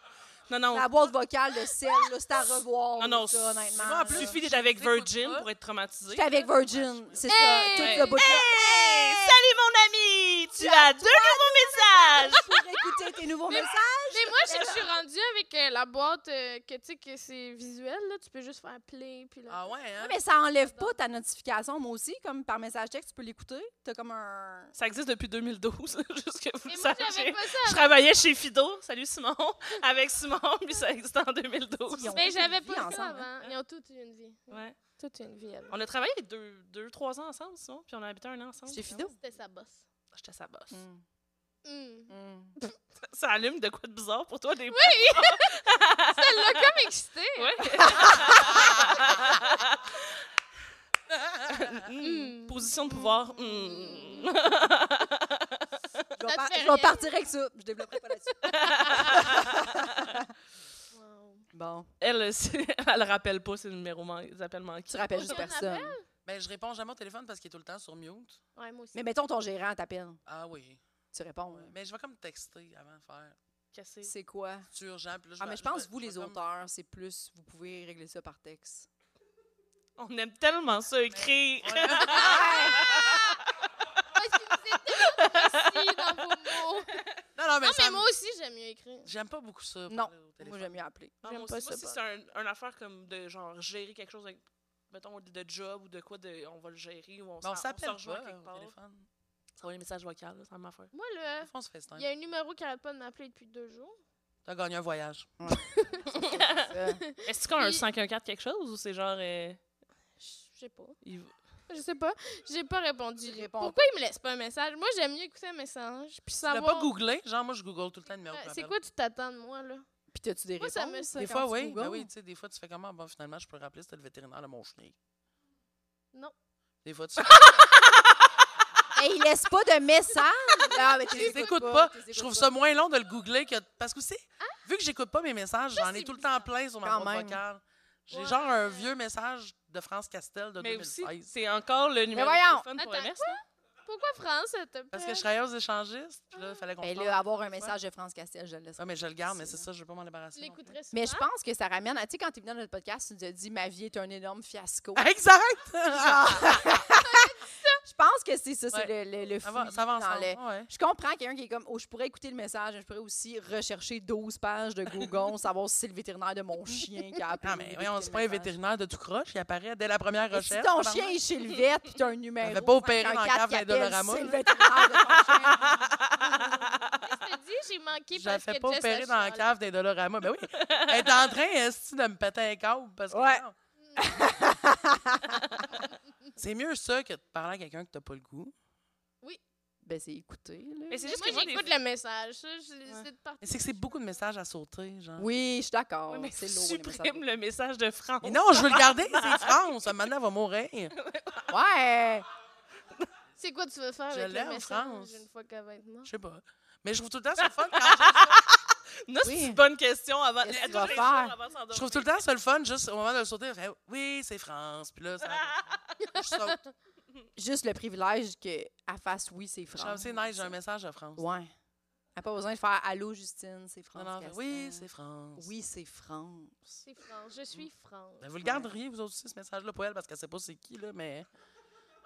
E: Non, non.
D: la boîte vocale de sel, là, c'est à revoir.
E: Non, non.
D: ça, honnêtement.
C: moi, en
E: Il
C: plus,
E: suffit d'être avec
C: j'écoute
E: Virgin
C: pas.
E: pour être traumatisé.
D: J'étais avec Virgin, c'est ça,
F: Hey!
D: tout
E: Hey!
D: le bout de là.
E: Hey, Salut, mon ami! Tu as deux nouveaux messages!
D: Pour écouter tes nouveaux
F: Mais-
D: messages.
F: Mais moi, je- je suis rendue avec euh, la boîte euh, que tu sais que c'est visuel, là. Tu peux juste faire play, puis là.
C: Ah ouais, hein?
D: Ouais, mais ça enlève pas ta notification, moi aussi, comme par message texte, tu peux l'écouter. T'as comme un.
E: Ça existe depuis 2012, [laughs] juste que vous
F: Et
E: le
F: moi, j'avais
E: sachiez.
F: pas
E: Je
F: ça.
E: travaillais chez Fido, salut Simon, [laughs] avec Simon, puis ça existait en
D: Ils ont
E: 2012.
F: Mais
D: toute
F: j'avais
D: une vie
F: pas ça
D: ensemble, hein.
F: avant. Ils ont toutes eu une vie.
E: Ouais.
F: Toute une vie avant.
E: On a travaillé deux, deux, trois ans ensemble, Simon, puis on a habité un an ensemble.
D: J'ai Fido.
F: C'était sa bosse.
E: J'étais sa bosse.
D: Mm,
F: Hmm.
D: mm.
E: Ça allume de quoi de bizarre pour toi, [laughs] des
D: [laughs]
F: Ça l'a comme excité.
D: Hmm.
F: Hmm.
E: Mm. Position de pouvoir. mm.
D: Je
F: te
D: vais, par-
F: fait
D: je
F: rien.
D: vais partir avec ça. Je développerai pas là-dessus.
F: Wow.
D: Bon,
E: Elle, [laughs] c'est- elle rappelle pas ses numéros, man- les appels manqués.
D: tu rappelles
F: Faut
D: juste
F: qu'on
D: personne.
C: Ben, je réponds jamais au téléphone parce qu'il est tout le temps sur mute.
F: Ouais, moi aussi.
D: Mais mettons ton gérant t'appelle.
C: Ah oui.
D: Tu réponds.
C: Ouais.
D: là.
C: Mais je vais comme texter avant de faire.
E: Cassé.
D: C'est quoi?
C: C'est urgent. puis là,
D: Ah,
C: vais-
D: mais je
C: vais-
D: pense, vous,
C: je vais
D: les
C: comme-
D: auteurs, c'est plus, vous pouvez régler ça par texte.
E: On aime tellement ça écrire.
C: [laughs]
F: Parce que vous êtes tellement précis dans
D: [laughs]
F: vos mots.
C: Non, non, mais,
F: Non,
C: ça
F: mais
C: me-
F: moi aussi, j'aime mieux écrire.
C: J'aime pas beaucoup ça.
D: Non.
C: parler au
D: Moi,
C: téléphone.
D: j'aime mieux appeler.
E: Ah,
F: J'aime
E: moi
F: pas
E: aussi,
F: ça,
E: moi, si
F: pas.
E: c'est un, une affaire comme de genre gérer quelque chose avec, mettons, de job ou de quoi, de, on va le gérer ou on,
C: Ben,
E: s'en-
C: on
E: on
C: s'appelle
E: se rejoint
C: pas
E: quelque
C: au
E: part.
C: téléphone.
E: Ça va les messages vocaux, là, ça m'a fait.
F: Moi, là,
C: Des fois, on se FaceTime.
F: il y a un numéro qui arrête pas de m'appeler depuis deux jours.
C: T'as gagné un voyage.
D: [laughs]
E: Est-ce qu'on a un
F: Puis-
E: 514 quelque chose ou c'est genre. euh,
F: Je sais pas. [laughs]
E: il-
F: Je sais pas. J'ai pas répondu.
D: Tu réponds
F: Pourquoi il me laisse pas un message? Moi, j'aime mieux écouter un message. Puis
C: Tu l'as
F: savoir.
C: pas googlé? Genre, moi, je google tout le temps le numéro.
F: Euh,
D: Ah,
C: qui
F: C'est
C: m'appelle.
F: quoi tu t'attends de moi, là?
D: Puis t'as-tu des
F: Moi,
D: réponses?
F: ça me sert.
C: Des
D: quand
C: fois,
D: tu
C: oui. Ben
D: googles?
C: oui, tu sais, des fois, tu fais comment? Bon, finalement, je peux rappeler, c'était le vétérinaire de mon chenil.
F: Non.
C: Des
D: [laughs]
C: fois,
D: Ah,
C: tu
D: Hey, il laisse pas de [laughs] message. Ah, mais tu
C: Je les
D: les
C: écoute pas.
D: tu les
C: Je trouve
D: écoutes pas. Ah.
C: ça moins long de le googler que. Parce que, tu sais, vu que j'écoute pas mes messages, j'en ai
F: c'est
C: tout le temps plein sur ma
D: Quand
C: boîte
D: même.
C: vocale. J'ai genre un vieux message de France Castel de
E: Mais aussi,
C: 2016.
E: c'est encore le numéro de
D: voyons!
E: téléphone pour
F: Attends,
E: MS.
F: Pourquoi France, s'il te
C: Parce que
F: plaît?
C: je travaillais aux échangistes, puis là, il fallait qu'on
D: Mais
C: se
D: Ben là,
C: parle.
D: avoir un message de France Castel, je le laisse.
C: Ah, mais je le garde, mais c'est ça, je veux pas m'en débarrasser.
F: Tu
C: non plus.
F: l'écouterais souvent.
D: Mais je pense que ça ramène à. Tu sais, quand tu es venu dans notre podcast, tu nous as dit Ma vie est un énorme fiasco.
C: Ah,
D: [laughs]
C: Exact! Ah,
D: je pense que c'est ça, c'est le, le, le
C: Ça va,
D: fruit
C: ça va
D: dans
C: ensemble.
D: le-
C: ouais.
D: Je comprends quelqu'un qui est comme Oh, je pourrais écouter le message, mais je pourrais aussi rechercher 12 pages de Google, savoir si c'est le vétérinaire
C: [laughs]
D: de mon chien qui a appelé.
C: Ah, mais voyons,
D: d'écouter
C: c'est
D: le
C: pas un
D: message.
C: vétérinaire de tout croche, il apparaît dès la première
D: Et Si
C: recherche.
D: ton
C: tabarnak.
D: chien est chez le vet puis
C: [laughs]
D: t'as un numéro.
C: fait pas opérer dans
D: un
C: le
D: quatre
C: cave
D: qui
C: d'un
D: appelle,
C: Dolorama,
D: C'est le
C: là.
D: vétérinaire de ton chien.
C: [laughs]
F: Je te dis, j'ai manqué
C: Je la
F: parce que
C: fais pas
F: Jess
C: opérer
F: a
C: dans la
F: chialé.
C: cave des Dolorama. Ben oui.
D: [laughs]
C: Elle est en train, est de me péter un câble parce que.
D: Ouais. [laughs]
C: non. c'est mieux ça que de parler à quelqu'un que t'as pas le goût.
D: Ben, c'est écouter, là.
E: Mais c'est
F: Mais
E: juste que
F: Moi,
E: moi, des-
F: j'écoute le message. ça, je- C'est de partir.
C: Mais c'est que c'est beaucoup de messages à sauter, genre.
D: Oui, je suis d'accord.
E: Ouais, mais
D: Oh, c'est lourd. les messages.
E: supprime le message de France.
C: Mais non, je veux le garder, c'est France. Maintenant, elle va mourir.
D: Ouais.
F: C'est quoi tu veux faire
C: Je
F: avec le
C: l'aime,
F: message
C: France.
F: une fois qu'elle va être morte?
C: Je sais pas. Mais je trouve tout le temps ça le fun
D: [laughs]
C: quand je-
E: Non, c'est
D: Oui.
E: une bonne question avant.
D: Qu'est-ce
E: à
D: que tu
E: tous
D: vas
E: les
D: faire?
E: jours avant de s'endormir.
C: Je trouve tout le temps ça le fun, juste au moment de le sauter, fait, oui, c'est France. Puis là, ça. Je saute.
D: Juste le privilège qu'elle fasse oui, c'est
C: Je suis comme,
D: France.
C: c'est nice, j'ai un message de France.
D: Ouais. Elle n'a pas besoin de faire Allô, Justine, c'est
C: Non,
D: France.
C: non, fait, oui, c'est France.
D: Oui, c'est France.
F: C'est France. Je suis France.
C: Ben, vous le garderiez, vous autres aussi, ce message-là, pour elle, parce qu'elle sait pas c'est qui, là, mais.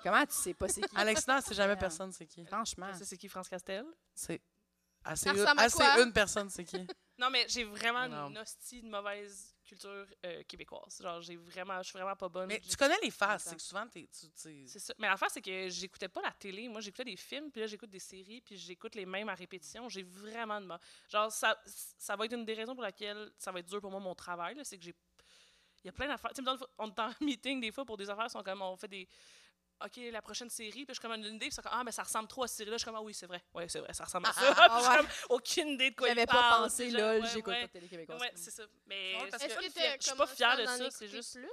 D: Comment tu sais pas c'est
C: [laughs]
D: qui?
C: Alexandre, c'est jamais
D: Ouais.
C: personne, c'est qui.
D: Franchement.
E: Ça, c'est qui, France Castel?
C: C'est. Ah, c'est
F: Ça
C: une,
F: ressemble à
C: ah, c'est
F: quoi?
C: une personne, c'est qui?
E: Non, mais j'ai vraiment
C: Non.
E: une hostie de mauvaise culture euh, québécoise. Genre, j'ai vraiment, je suis vraiment pas bonne.
C: Mais
E: J'ai-
C: tu connais les faces, c'est que souvent, t'es. tu- tu-
E: C'est ça. Mais l'affaire, c'est que j'écoutais pas la télé. Moi, j'écoutais des films, puis là, j'écoute des séries, puis j'écoute les mêmes à répétition. J'ai vraiment de mal. Genre, ça, ça va être une des raisons pour laquelle ça va être dur pour moi, mon travail. là, C'est que j'ai. Il y a plein d'affaires. Tu sais, mettons, on est en [laughs] meeting des fois pour des affaires, sont comme, on fait des. OK, la prochaine série, puis je suis comme une idée, puis c'est comme, ah, mais ça ressemble trop à cette série-là. Je suis comme, ah oui, c'est vrai. Oui, c'est vrai, ça ressemble à ça. Puis [laughs] je suis
D: Ah, ouais.
E: comme, aucune idée de quoi il
D: J'avais pas
E: parle.
D: pensé,
E: Puis je-
D: lol,
E: ouais,
D: j'écoute
E: ouais.
D: pas Télé-Québécoise.
E: Ouais, c'est ça. Mais
C: Ouais, parce
E: je
F: Est-ce
E: suis
F: que
E: pas
F: t'as
E: fière- je suis pas
F: commencé
E: fière de
F: à en
E: ça. C'est
F: écouter
E: juste.
F: plus?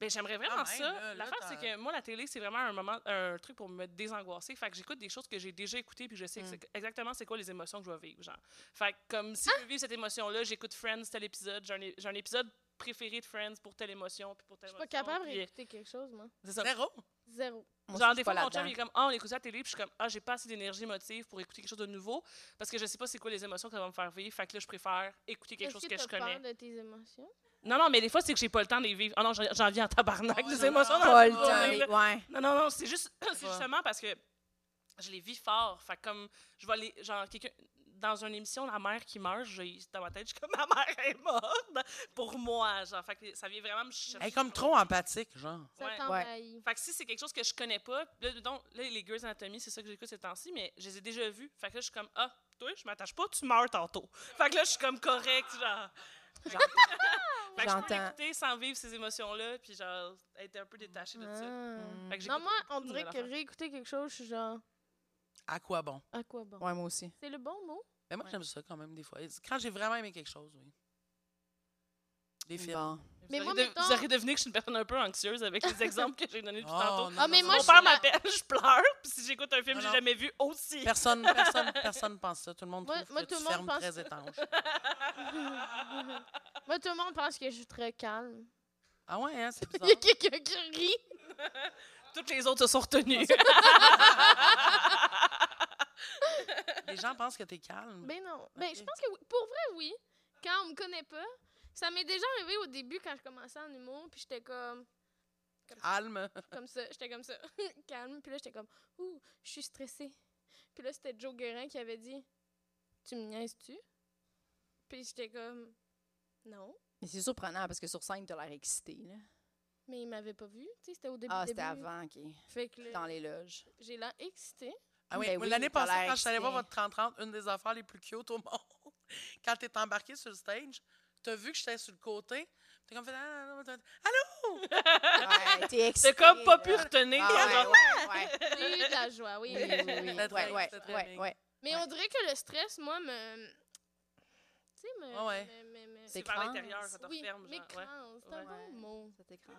E: Ben, j'aimerais vraiment
C: Quand même,
E: ça.
C: là, là,
E: L'affaire,
C: t'as-
E: c'est que moi, la télé, c'est vraiment un moment, un truc pour me désangoisser. Fait que j'écoute des choses que j'ai déjà écoutées, puis je sais que c'est- exactement c'est quoi les émotions que je vais vivre. Genre. Fait que comme si je veux vivre cette émotion-là, j'écoute Friends, tel épisode, j'ai un, é- j'ai un épisode préféré de Friends pour telle émotion, puis pour telle
F: Je suis
E: émotion.
F: pas capable
E: puis-
F: d'écouter quelque chose, moi.
E: C'est ça.
C: Zéro.
F: Zéro.
D: Moi aussi,
E: Genre,
D: je suis
E: des
D: pas
E: fois, mon chum, [laughs]
D: là-dedans.
E: il est comme, ah, on écoute ça à la télé, puis je suis comme, ah, j'ai pas assez d'énergie motive pour écouter quelque chose de nouveau, parce que je sais pas c'est quoi les émotions que ça va me faire vivre. Fait que là, je préfère écouter quelque
F: Est-ce
E: chose que
F: que
E: je
F: t'as
E: connais.
F: peur de tes émotions?
E: Non, non, mais des fois, c'est que j'ai pas le temps de les vivre. Ah non, j'en j'en viens en tabarnak
C: Ah ouais,
E: des
C: non,
E: émotions.
C: non,
E: dans la
D: Pas le
E: journée, là.
D: temps. Ouais.
E: Non, non, non, c'est juste, [clears throat] c'est
C: Ouais.
E: justement parce que je les vis fort. Fait que comme, je vois les, genre, quelqu'un, dans une émission, la mère qui meurt, j'ai, dans ma tête, je suis comme, [laughs] ma mère est morte pour moi, genre. Fait que ça vient vraiment me chercher.
C: Elle est comme trop empathique, genre.
F: Ça
E: Ouais.
F: t'envahit.
E: Fait que si c'est quelque chose que je connais pas, là, donc, là les Girls Anatomy, c'est ça que j'écoute ces temps-ci, mais je les ai déjà vus. Fait que là, je suis comme, ah, toi, je m'attache pas, tu meurs tantôt. Fait que là, je suis comme correct, genre. Fait que je peux
D: J'entends.
E: l'écouter sans vivre ces émotions-là, puis genre, être un peu détaché de ça.
D: Mm.
I: Mm.
F: Ah.
E: Fait que
F: Non,
E: j'écoute
F: moi, on
E: beaucoup de
F: dirait
E: nouvelles
F: que
E: affaires.
F: réécouter quelque chose, je suis genre,
C: À quoi bon?
F: à quoi bon?
D: Ouais, moi aussi.
F: C'est le bon mot?
C: Mais moi, j'aime ça quand même, des fois. Quand j'ai vraiment aimé quelque chose, oui. Des films.
D: Bon.
F: Mais
E: vous,
F: moi,
E: aurez de-
F: mettons-
E: vous aurez devenu que je suis une personne un peu anxieuse avec
F: [laughs]
E: les exemples que j'ai donnés depuis
C: Oh,
E: tantôt.
C: non,
F: Ah,
C: non,
F: mais
C: non,
F: moi,
C: non.
E: Moi, je
F: je
E: perds
F: suis
E: ma
F: la-
E: peine, je pleure, puis si j'écoute un film
C: Non,
E: que j'ai
C: non.
E: jamais vu aussi.
C: Personne, personne, personne pense ça. Tout le monde
F: Moi-
C: trouve
F: moi,
C: que
F: tout
C: tu
F: le monde
C: fermes
F: pense-
C: très étanche.
D: Ah.
F: Moi, tout le monde pense que je suis très calme.
C: Ah ouais, hein,
F: [laughs]
C: c'est
F: Il y a
C: bizarre.
F: quelqu'un qui rit.
E: Toutes les autres se sont retenues.
C: Les gens pensent que t'es
D: Mm.
C: calme.
F: Ben non. Ben, je
C: Ok.
F: pense que oui. Pour vrai, oui. Quand on me connaît pas, ça m'est déjà arrivé au début quand je commençais en humour, puis j'étais comme,
C: Calme.
F: comme ça. J'étais comme ça, [laughs] calme. Puis là, j'étais comme, ouh, je suis stressée. Puis là, c'était Joe Guérin qui avait dit, tu me niaises-tu? Puis j'étais comme, non.
D: Mais c'est surprenant parce que sur scène, t'as l'air excité. Là.
F: Mais il m'avait pas vu. Tu sais, c'était au début.
D: Ah, c'était
F: début.
D: avant, OK.
F: Fait que là,
D: Dans les loges.
F: j'ai l'air excitée.
C: Ah oui,
D: Ben oui,
C: l'année
D: t'as
C: passée,
D: l'air
C: quand je suis allée voir
D: excité.
C: votre 30-30, une des affaires les plus cute au [laughs] monde, quand t'es embarqué sur le stage, t'as vu que j'étais sur le côté, t'es comme fait, Ah, non, non, non, allô?
I: Ouais, t'es excité,
E: C'est comme pas
I: là.
E: pu retenir.
I: Ah, ouais,
E: pendant-
I: ouais,
F: [laughs]
I: ouais.
F: J'ai eu de la joie, oui.
I: Oui, oui, oui, oui,
C: C'était
I: ouais,
C: très-
I: ouais,
C: c'était très
I: ouais,
C: bien.
I: ouais.
F: Mais on dirait que le stress, moi, me. Tu sais, me.
C: Ah ouais.
F: me- me- me-
E: C'est
I: C'est
E: par
I: craint.
E: l'intérieur, ça te
F: oui,
E: referme.
F: mais
E: genre, ouais.
F: craint, c'est un
I: Ouais.
F: bon mot.
I: Ça t'écrase.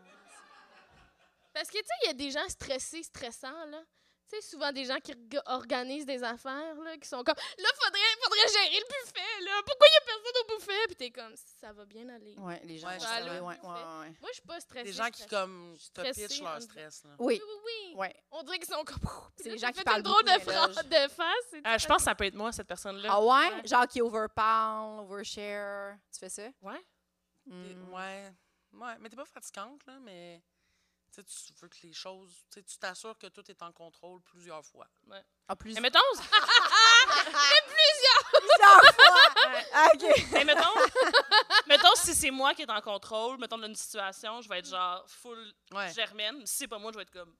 F: Parce que, tu sais, il y a des gens stressés, stressants, là. Tu sais, souvent des gens qui rega- organisent des affaires, là, qui sont comme Là, faudrait, faudrait gérer le buffet, là. Pourquoi il y a personne au buffet? Puis t'es comme Ça va bien aller.
I: Ouais, les gens
C: Ouais,
I: vont
C: je
I: se
C: sais.
I: lever, ouais, ouais, ouais, ouais.
F: Moi, je suis pas stressée.
C: Des gens qui,
F: stressée.
C: comme,
F: suis
C: te
F: stressée,
C: pitchent
F: on
C: leur
F: dirait.
C: stress. Là.
I: Oui,
F: Oui, oui, oui.
I: ouais.
F: On dirait qu'ils sont comme oh,
I: C'est les
F: Puis
I: gens
F: là,
I: qui
F: t'as fait
I: parlent
F: une drôle
I: beaucoup,
F: de, phrase,
I: mais
F: de face. c'est-
E: Ah, je
F: [laughs]
E: pense que ça peut être moi, cette personne-là.
I: Ah ouais? Genre qui overparle, overshare. Tu fais ça?
E: Ouais.
C: T'es-
I: Mm.
C: Ouais. Ouais. Mais t'es pas fatigante, là, mais tu sais, tu veux que les choses. tu sais, Tu t'assures que tout est en contrôle plusieurs fois.
I: En Ah, plus,
E: Mais mettons,
I: plusieurs fois! OK.
E: mais mettons, [laughs] mettons si c'est moi qui est en contrôle, mettons dans une situation, je vais être genre full
C: Ouais.
E: germaine. Si c'est pas moi, je vais être comme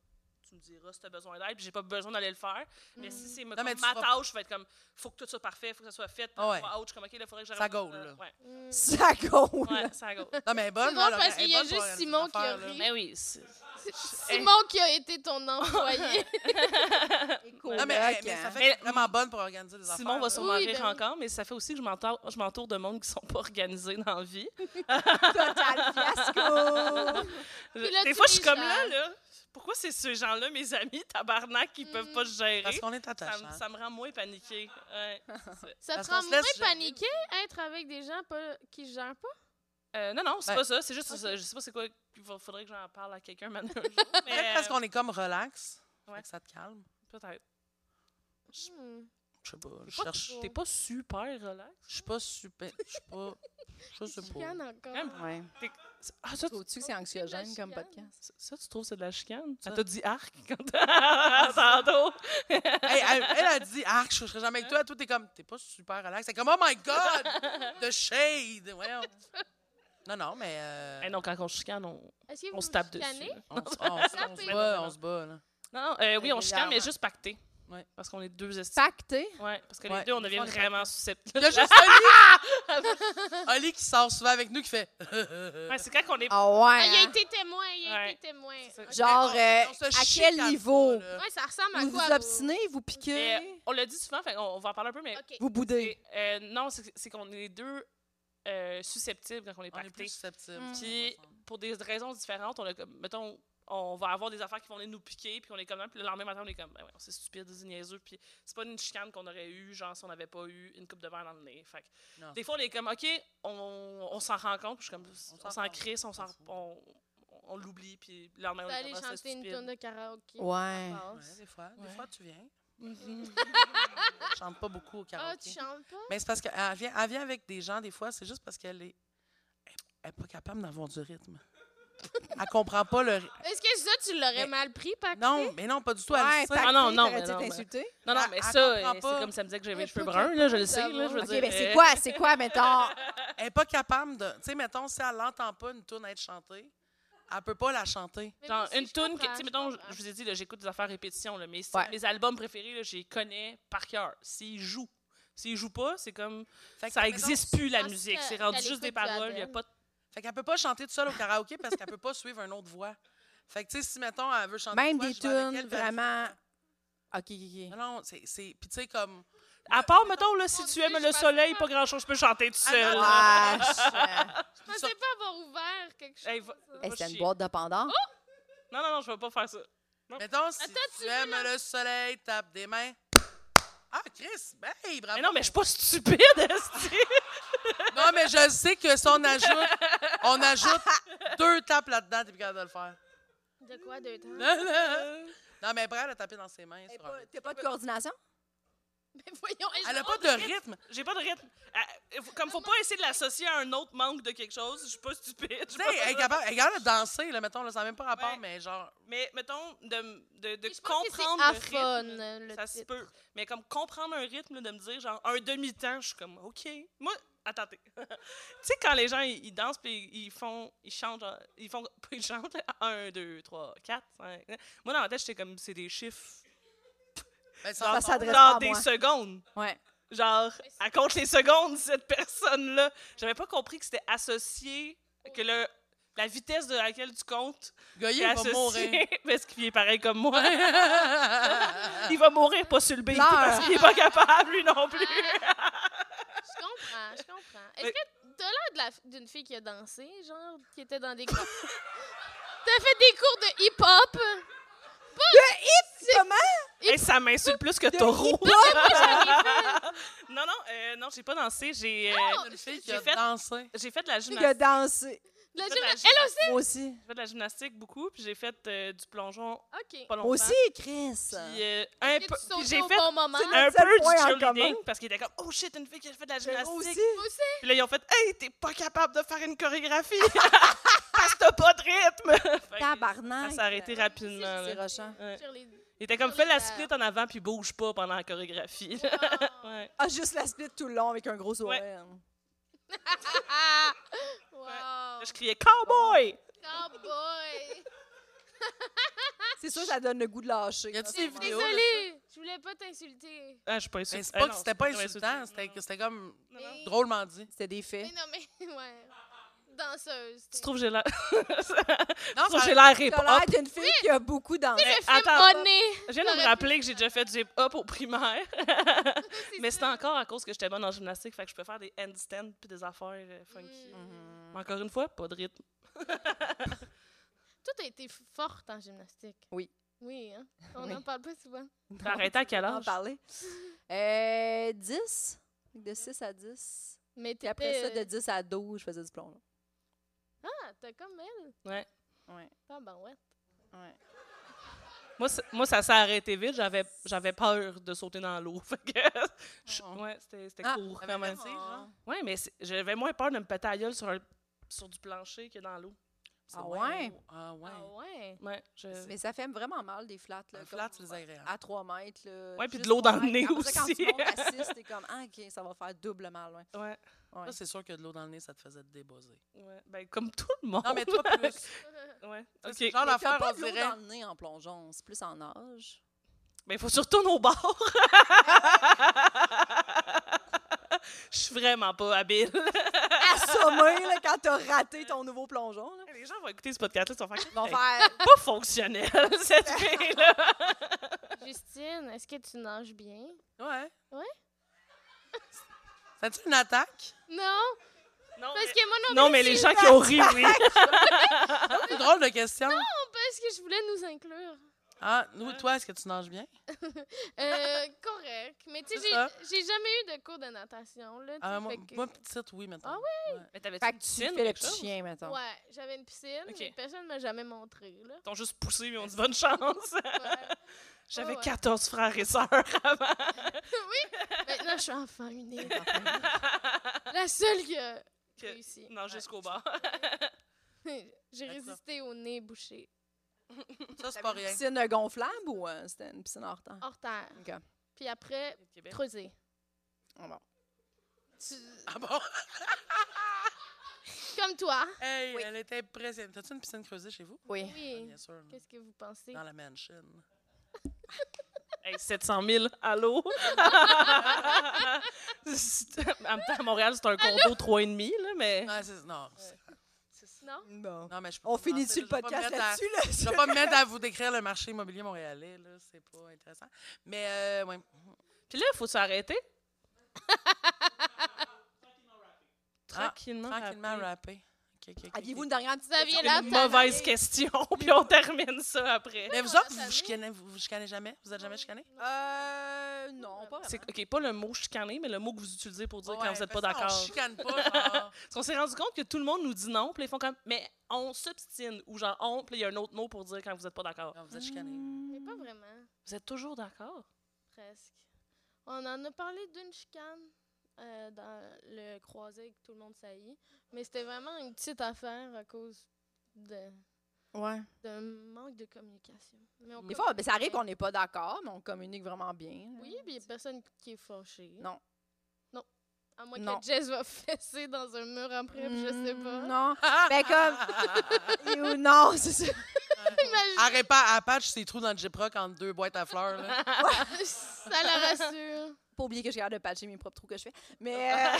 E: tu me diras si t'as besoin d'aide, puis j'ai pas besoin d'aller le faire. Mais si c'est mettons,
C: Mm. mais tu
E: ma
C: vas-
E: tâche, je vais être comme faut que tout soit parfait, faut que ça soit fait,
C: Ah ouais.
E: faut- ouch, comme ok, là, faudrait que j'arrive.
C: Ça gaule, là.
E: Ouais,
F: Mm.
I: Ça go, là.
E: ouais, ça gaule.
C: Non, mais elle est bonne.
F: C'est
C: là,
F: drôle
C: Laurent,
F: parce
C: elle est
F: qu'il y a
C: bonne pour
F: juste
C: organiser
F: Simon
C: des
F: qui a
C: affaires, là.
F: ri.
E: [laughs] Mais oui, c'est-
F: Simon qui a été ton employé.
C: Non,
E: [laughs]
C: mais,
I: Coloc,
C: eh, mais ça
I: hein.
C: fait
E: Mais-
C: qu'elle est vraiment bonne pour organiser des affaires.
E: Simon va
C: là.
E: sûrement
F: Oui,
E: rire
F: ben oui.
E: encore, mais ça fait aussi que je m'entoure, je m'entoure de monde qui sont pas organisés dans la vie.
I: Total [laughs] fiasco!
E: Je-
F: Puis là,
E: des
F: tu
E: fois, je suis
F: les
E: comme là,
F: gères.
E: là. Pourquoi c'est ces gens-là, mes amis, tabarnak, qui peuvent pas se gérer?
C: Parce qu'on est
E: Ça,
C: attachant.
E: me- ça me rend moins paniquée. Ouais. [laughs]
F: Ça
C: Parce
F: te rend
C: qu'on se
F: moins
C: laisse gérer.
F: paniqué être avec des gens pas, qui se gèrent pas?
E: Euh, non, non, c'est
C: Ben,
E: pas ça. C'est juste,
F: ok.
E: ça, je sais pas c'est quoi. Il va- faudrait que j'en parle à quelqu'un [laughs] maintenant. un jour, mais,
C: Peut-être parce
E: euh,
C: qu'on est comme relax.
E: ouais.
C: Fait que ça te calme.
E: Peut-être.
F: Hmm.
C: Je sais pas. Je
E: Pas-
C: cherche.
E: T'es pas super relax.
C: Je suis pas super. Je suis pas. Je sais pas.
F: Chicane encore.
E: Même-
I: Ouais.
E: C'est- Ah, ça, tu,
I: Trouves-tu que c'est anxiogène comme
F: chicane.
I: podcast?
E: ça- ça, tu trouves que c'est de la chicane?
C: Ça.
E: Elle t'a dit arc [laughs] quand t'as. Tantôt.
C: Hey, elle, elle a dit Ah, je serai jamais avec toi. Toi, t'es comme T'es pas super relax. C'est comme Oh my God! The shade! Voyons. Non, non, mais. euh,
E: Eh non, quand on se chicane, on,
F: Est-ce que
E: on
F: vous
E: se tape
F: vous
E: dessus.
F: chicanez?
E: là.
C: On, s- on s- on se
F: Tapez.
C: bat, on se bat, là.
E: Non, euh, oui, on se chicane, mais
I: Régulièrement.
E: juste pacté.
C: Ouais.
E: Parce qu'on est deux estimes.
I: Pacté?
E: Ouais, parce que
C: Ouais.
E: les deux, on
C: Des
E: devient
C: fois, on est
E: vraiment
C: Il
E: susceptibles.
C: y a juste Oli! Oli qui sort souvent avec nous qui fait [laughs]
E: Ouais, c'est quand qu'on est.
I: Ah
F: Ah,
I: ouais!
F: il a
I: hein?
F: été témoin, il a
E: Ouais.
F: été témoin.
E: C'est ça.
I: Genre,
C: Mais
I: euh,
C: on- on se
I: à
C: chicane
I: quel
C: pas,
I: niveau?
C: là.
F: Ouais, ça ressemble à
I: Vous
F: quoi?
I: vous obstinez, vous piquez,
E: Mais on l'a dit souvent, fait qu'on- on, va en parler un peu, mais.
F: OK.
I: vous boudez.
E: Et, euh, non, c'est c'est qu'on est les deux euh, susceptibles quand on est
C: On est
E: pacté.
C: plus susceptibles.
I: Mm.
E: Puis, pour des raisons différentes, on a comme, mettons, on va avoir des affaires qui vont venir nous piquer, puis on est comme, non, puis le lendemain matin, on est comme, ben ouais, c'est stupide, c'est niaiseux, puis c'est pas une chicane qu'on aurait eu, genre, si on n'avait pas eu une coupe de verre dans le nez. Fait que
C: Non.
E: des fois, on est comme, OK, on, on s'en rend compte, puis je suis comme, on,
C: s'en
E: s'en
C: rend
E: crisse, on s'en,
C: compte.
E: on, on l'oublie, puis le lendemain, on
F: Vous
E: est
F: allez
E: comme, ah, c'est
F: chanter une
E: stupide. Ah,
F: tune de karaoké.
I: Ouais.
F: Ça passe.
C: Ouais, des fois, des
E: Ouais.
C: fois, tu viens.
E: Mhm.
C: Je chante pas beaucoup au
F: Ah,
C: karaoké.
F: tu chantes pas?
C: Mais c'est parce qu'elle vient, elle vient avec des gens, des fois, c'est juste parce qu'elle est, elle- elle est pas capable d'avoir du rythme. elle comprend pas le. ry-
F: Est-ce que ça, tu l'aurais
C: Mais-
F: mal pris, Pac?
C: Non, mais non, pas du tout. Elle le
I: Ouais,
C: sait.
I: pacté,
E: Ah non, non,
I: t'aurais-tu
E: mais non,
I: été
E: mais-
I: insulté?
E: Non, non,
C: Elle-
E: mais
C: elle
E: ça,
C: comprend
E: euh,
C: pas.
E: c'est comme ça me disait que j'avais
F: Elle
E: les cheveux
F: peut
E: bruns, là, je le sais,
F: comprendre
E: là, je veux
I: OK,
E: dire,
I: ben c'est
E: euh,
I: quoi, c'est
E: [laughs]
I: quoi, mettons?
C: Elle est pas capable de. Tu sais, mettons, si elle n'entend pas une tune être chantée, elle peut pas la chanter.
F: Mais moi
E: Genre,
F: aussi,
E: une
F: je
E: tune que, tu
F: comprends,
E: sais,
F: je
E: mettons, je
F: comprends.
E: je vous ai dit, là, j'écoute des affaires répétitions, là, mais c'est-
I: Ouais.
E: mes albums préférés, là, je les connais par cœur. S'ils jouent. S'ils jouent pas, c'est comme.
C: Fait que,
E: ça
C: mettons,
E: existe plus, la
F: penses
E: musique.
F: que-
E: C'est rendu
F: qu'à
E: juste des
F: l'écoute du
E: paroles. Il a
F: Adele.
E: pas de.
C: Fait qu'elle peut pas chanter toute seule au karaoké parce qu'elle peut pas suivre une autre voix. Fait que, tu sais, si, mettons, elle veut chanter.
I: Même
C: quoi,
I: des
C: je vais avec
I: tunes
C: elle, puis elle dit-
I: vraiment... OK, OK,
E: Ah
C: Non,
I: OK.
C: non, c'est. c'est- Puis, tu sais, comme.
E: À part, mettons, là, si
F: Mon
E: tu
F: Dieu,
E: aimes
F: je
E: le
F: pensais
E: soleil,
F: pas.
E: pas grand chose, je peux chanter
F: Ah,
E: tout seul. Ah.
C: non,
I: Wesh.
F: Je pensais Ah, pas avoir ouvert quelque chose.
E: Hey, va-
F: hein.
I: Hey, C'était
E: chier.
I: une boîte de pendant.
E: Non, non, non, je vais pas faire ça.
C: Mettons, si tu
F: tu veux
C: aimes le soleil, tape des mains. Ah, Chris, ben, hey, bravo.
F: Ah,
E: Mais non, mais je suis pas stupide, [laughs] esti.
C: Non, mais je sais que si on ajoute, on ajoute deux tapes là-dedans, t'es plus capable de le faire.
F: De quoi,
E: Hein?
F: deux temps?
E: [laughs]
C: Non, non. Non, mais Brad a tapé dans ses mains. sur un-
I: T'as pas de coordination?
F: Mais voyons, elle-
C: Elle a pas de rythme.
E: J'ai pas de rythme. Ah, faut- Comme faut pas essayer de l'associer à un autre manque de quelque chose, je suis pas stupide. je
C: Tu
E: suis
C: sais,
E: pas-
C: elle est capable, elle est capable de danser, là, mettons, là, ça n'a même pas rapport,
E: Ouais.
C: mais genre.
E: Mais mettons, de, m- de, de
F: Je pense que c'est
E: comprendre le rythme,
F: aphone, le
E: ça se
F: titre.
E: peut. Mais comme comprendre un rythme, là, de me dire, genre, un demi-temps, je suis comme, OK. Moi, attendez. [laughs] tu sais, quand les gens, ils, ils dansent, puis ils, ils font, ils chantent, genre, ils font, [laughs] puis ils chantent, 1, 2, 3, 4, 5. Moi, dans ma tête, j'étais comme, c'est des chiffres
C: Ben, sans-
I: Ça s'adresse pas
E: dans
I: à
E: des
I: moi.
E: secondes.
I: Ouais.
E: Genre, elle compte les secondes, [laughs] cette personne-là. J'avais pas compris que c'était associé, que le, la vitesse de laquelle tu comptes est
C: Goyer va mourir. [laughs]
E: associée. [laughs] Parce qu'il est pareil comme moi. Il va mourir pas sur le beat
D: Pleure.
E: parce qu'il est pas capable, lui non plus.
F: Je comprends, je comprends. Est-ce
E: Mais-
F: que t'as l'air de la- d'une fille qui a dansé, genre, qui était dans des cours. [laughs] T'as fait des cours de hip-hop?
D: Comment?
E: Et ça m'insulte plus que taureau. Non, non, euh, non, j'ai pas dansé. J'ai euh,
C: Une fille qui
E: J'ai
C: a
E: fait-
C: dansé.
E: j'ai fait de la
D: Il a
E: gymnastique.
D: dansé.
F: La
E: J'ai fait de
F: gym-
E: la
F: Elle aussi?
D: Moi aussi.
E: J'ai fait de la gymnastique beaucoup, puis j'ai fait euh, du plongeon
F: OK.
E: pas longtemps.
D: Moi aussi, Chris.
E: Puis, euh, un
F: Est-ce que
E: peu-
F: tu sautais
E: puis j'ai
F: au
E: fait
F: bon moment.
D: C'est
E: un
D: Notre seul
E: peu du
D: point en commun.
E: cheerleading parce qu'il était comme oh shit une fille qui a fait de la
D: Moi aussi.
E: gymnastique
F: Moi aussi.
E: puis là ils ont fait hey t'es pas capable de faire une chorégraphie [laughs] parce que t'as pas de rythme Fait que ça
D: Tabarnak.
E: s'est arrêté rapidement là.
D: C'est rochant.
E: Ah Ouais.
F: Sur les-
E: il était comme
F: sur
E: fais
F: les
E: la
F: airs.
E: split en avant puis bouge pas pendant la chorégraphie [laughs]
F: Wow.
E: ouais.
D: Ah, juste la split tout le long avec un gros sourire.
F: Ah. Wow. Oh,
E: Là, je criais cowboy [laughs]
F: Cowboy.
D: C'est sûr, ça donne le goût de lâcher.
C: Y a-tu des vidéos? là?
F: Désolée, je voulais pas t'insulter.
E: ah je suis pas
C: Mais
E: insultée
C: c'est pas que c'était pas insultant, c'était que c'était comme
F: Mais-
C: drôlement dit.
D: C'était des
F: Mais
D: faits.
F: non, mais [laughs] ouais. Danseuse.
E: tu trouves que j'ai l'air
C: Non,
E: tu trouves que
C: ça-
E: j'ai l'air hip
D: Ah, ben, T'as
E: hop
D: l'air d'une fille qui a beaucoup dansé.
E: Mais
F: Le film
E: Eh, attends,
F: Honey.
E: je viens de me
F: t'aurais
E: rappeler que j'ai déjà fait du hip hop au primaire [laughs]
F: C'est
E: mais
F: ça.
E: c'était encore à cause que j'étais bonne en gymnastique fait que je peux faire des handstands puis des affaires euh, funky
F: Mm.
E: Mais encore une fois pas de rythme
D: [laughs]
F: Toi, t'as été forte en gymnastique.
D: Oui.
F: Oui, hein? On
D: Oui.
F: n'en parle pas souvent.
E: T'as arrêté à quel
D: On va en
E: âge?
D: parler. Euh, 10. De 6 à 10.
F: Mais
D: Puis après ça,
F: t'étais,
D: de
F: euh,
D: 10 à 12, je faisais du plongeon.
F: Ah, t'as comme elle.
E: Ouais.
D: Ouais.
F: Ah, ben ouais.
D: Ouais.
E: Moi, ça- moi, ça s'est arrêté vite. J'avais, j'avais peur de sauter dans l'eau. [laughs] Fait que je- ouais, c'était, c'était
D: Ah,
E: court
C: T'avais
E: quand même.
C: pensé, genre?
E: Ouais, mais c'est- j'avais moins peur de me péter la gueule sur, un- sur du plancher que dans l'eau.
C: C'est
D: Ah
C: moins
D: ouais?
C: haut. Ah ouais.
F: Ah ouais.
E: Ouais, je-
D: Mais ça fait vraiment mal des flats. Là,
C: Un
D: comme Ah,
C: flat, c'est désagréable.
D: à 3 mètres. Là,
E: Ouais, puis de
D: juste
E: l'eau dans
D: trois
E: le
D: mètres.
E: nez
D: Après ça, Quand tu
E: aussi.
D: montes à 6, t'es comme, ah, OK, ça va faire double mal. Ouais.
E: ouais,
D: Ouais.
C: Là, c'est sûr que de l'eau dans le nez, ça te faisait
D: [laughs]
C: débosser.
E: ouais. Ben, comme tout le monde.
C: Non, mais toi, plus.
E: Ouais,
C: Toi, c'est
E: OK.
C: Genre
D: Mais t'as
C: l'affaire,
D: pas
C: on
D: de l'eau
C: dirait.
D: dans le nez en plongeon, c'est plus en nage.
E: Ben, faut surtout nos bords. Je suis vraiment pas habile.
D: Assommé, là, quand t'as raté ton nouveau plongeon. Là.
E: Les gens vont écouter ce podcast-là, ils vont faire
D: Ils vont
E: Hey,
D: [laughs] faire,
E: pas fonctionnel, [laughs] cette fille-là.
F: Justine, est-ce que tu nages bien?
C: Ouais.
F: Ouais?
C: [laughs] C'est-tu une attaque?
F: Non,
E: Non,
F: parce que moi non,
E: non,
F: plus,
E: mais les
F: je-
E: gens qui ont ri, oui.
C: C'est une drôle de question.
F: Parce que je voulais nous inclure.
C: Ah, nous,
D: Euh.
C: toi, est-ce que tu nages bien?
F: Euh, correct. Mais tu sais,
C: C'est
F: j'ai-
C: ça.
F: j'ai jamais eu de cours de natation. Là, tu
C: Ah,
F: sais,
C: moi,
F: fait que-
C: moi, petite, oui, maintenant.
F: Ah
E: Mais t'avais
D: fait que tu fais le petit chien, mettons.
F: Ouais, j'avais une piscine,
E: Ok.
F: mais personne ne m'a jamais montré.
C: [laughs]
F: Là.
E: Ils t'ont juste poussé, mais on dit bonne chance.
F: Ouais. [laughs]
E: J'avais
F: Ah ouais.
E: 14 frères et sœurs avant.
F: Maintenant, je suis enfant unique. La seule qui a
E: Que-
F: réussi. [laughs]
E: Non, jusqu'au bas.
F: J'ai
C: D'accord.
F: résisté au nez bouché.
C: Ça, c'est pas
D: Une
C: rien.
D: piscine gonflable ou euh, c'était une piscine hors temps?
F: Hors terre.
D: OK.
F: Puis après, creusé.
D: Ah bon.
F: Tu-
C: Ah
D: [laughs]
C: bon?
F: Comme toi.
C: Hey,
D: Oui.
C: elle était impressionnante. T'as-tu une piscine creusée chez vous?
D: Oui.
C: Ah,
F: Oui.
C: bien sûr. là.
F: Qu'est-ce que vous pensez?
C: Dans la mansion.
E: Hey, 700 000, allô?
F: [laughs]
E: [laughs] C'est- en même temps, à Montréal, c'est un condo 3,5, là, mais...
C: Non, c'est... Non, c'est-
F: Non?
D: Bon.
C: non, mais je peux
D: On
C: pas
D: finit-tu le
C: commencer, là, je vais pas me
D: podcast
C: mettre à-
D: là-dessus?
C: Je
D: Là,
C: vais pas me mettre à vous décrire le marché immobilier montréalais, là. C'est pas intéressant. Mais, euh, ouais.
E: Puis là, il faut [laughs] s'arrêter. Ah, Tranquillement,
C: Tranquillement
E: rapper.
C: rappé. Ok, ok, ok,
D: [laughs] Aviez-vous
C: ok.
D: une dernière petite
F: Vous aviez
D: question?
F: la
E: Une mauvaise question, [laughs] puis on termine ça après.
C: Mais vous
F: on va
C: autres, vous
F: s'amener.
C: vous chicanez, vous vous chicanez jamais? Vous êtes jamais chicanés?
D: Euh, non, pas
E: C'est
D: vraiment.
E: OK, pas le mot chicaner, mais le mot que vous utilisez pour dire quand
C: Ouais,
E: vous n'êtes
C: fait
E: pas
C: ça,
E: d'accord.
C: On chicane pas, genre. [laughs]
E: Parce qu'on s'est rendu compte que tout le monde nous dit non, puis là, ils font comme, mais on s'obstine, ou genre on, puis là, il y a un autre mot pour dire quand vous n'êtes pas d'accord.
C: Non, vous êtes
D: [laughs]
C: chicanés.
D: Hmm.
F: Mais pas vraiment.
E: Vous êtes toujours d'accord?
F: Presque. On en a parlé d'une chicane euh, dans le croisé que tout le monde saillit. Mais c'était vraiment une petite affaire à cause de-
D: Ouais.
F: d'un manque de communication. Mais on
D: Des
F: communique
D: fois, ben, ça arrive
F: bien.
D: qu'on n'est pas d'accord, mais on communique vraiment bien. là.
F: Oui, puis il n'y a personne qui est fâché.
D: Non.
F: Non. À moins
D: Non. Hmm.
F: que Jess va [laughs] fesser dans
D: [laughs]
F: un mur après, puis je sais
D: Mm,
F: pas.
D: Non. Ben, comme. You- non, c'est ça.
F: j'imagine.
C: [laughs] Arrête pas à patch ses trous dans le Jiproc entre deux boîtes à fleurs. là. [laughs]
F: Ça la rassure.
D: Pas oublier que j'ai l'air de patcher mes propres trous que je fais. Mais [laughs] euh,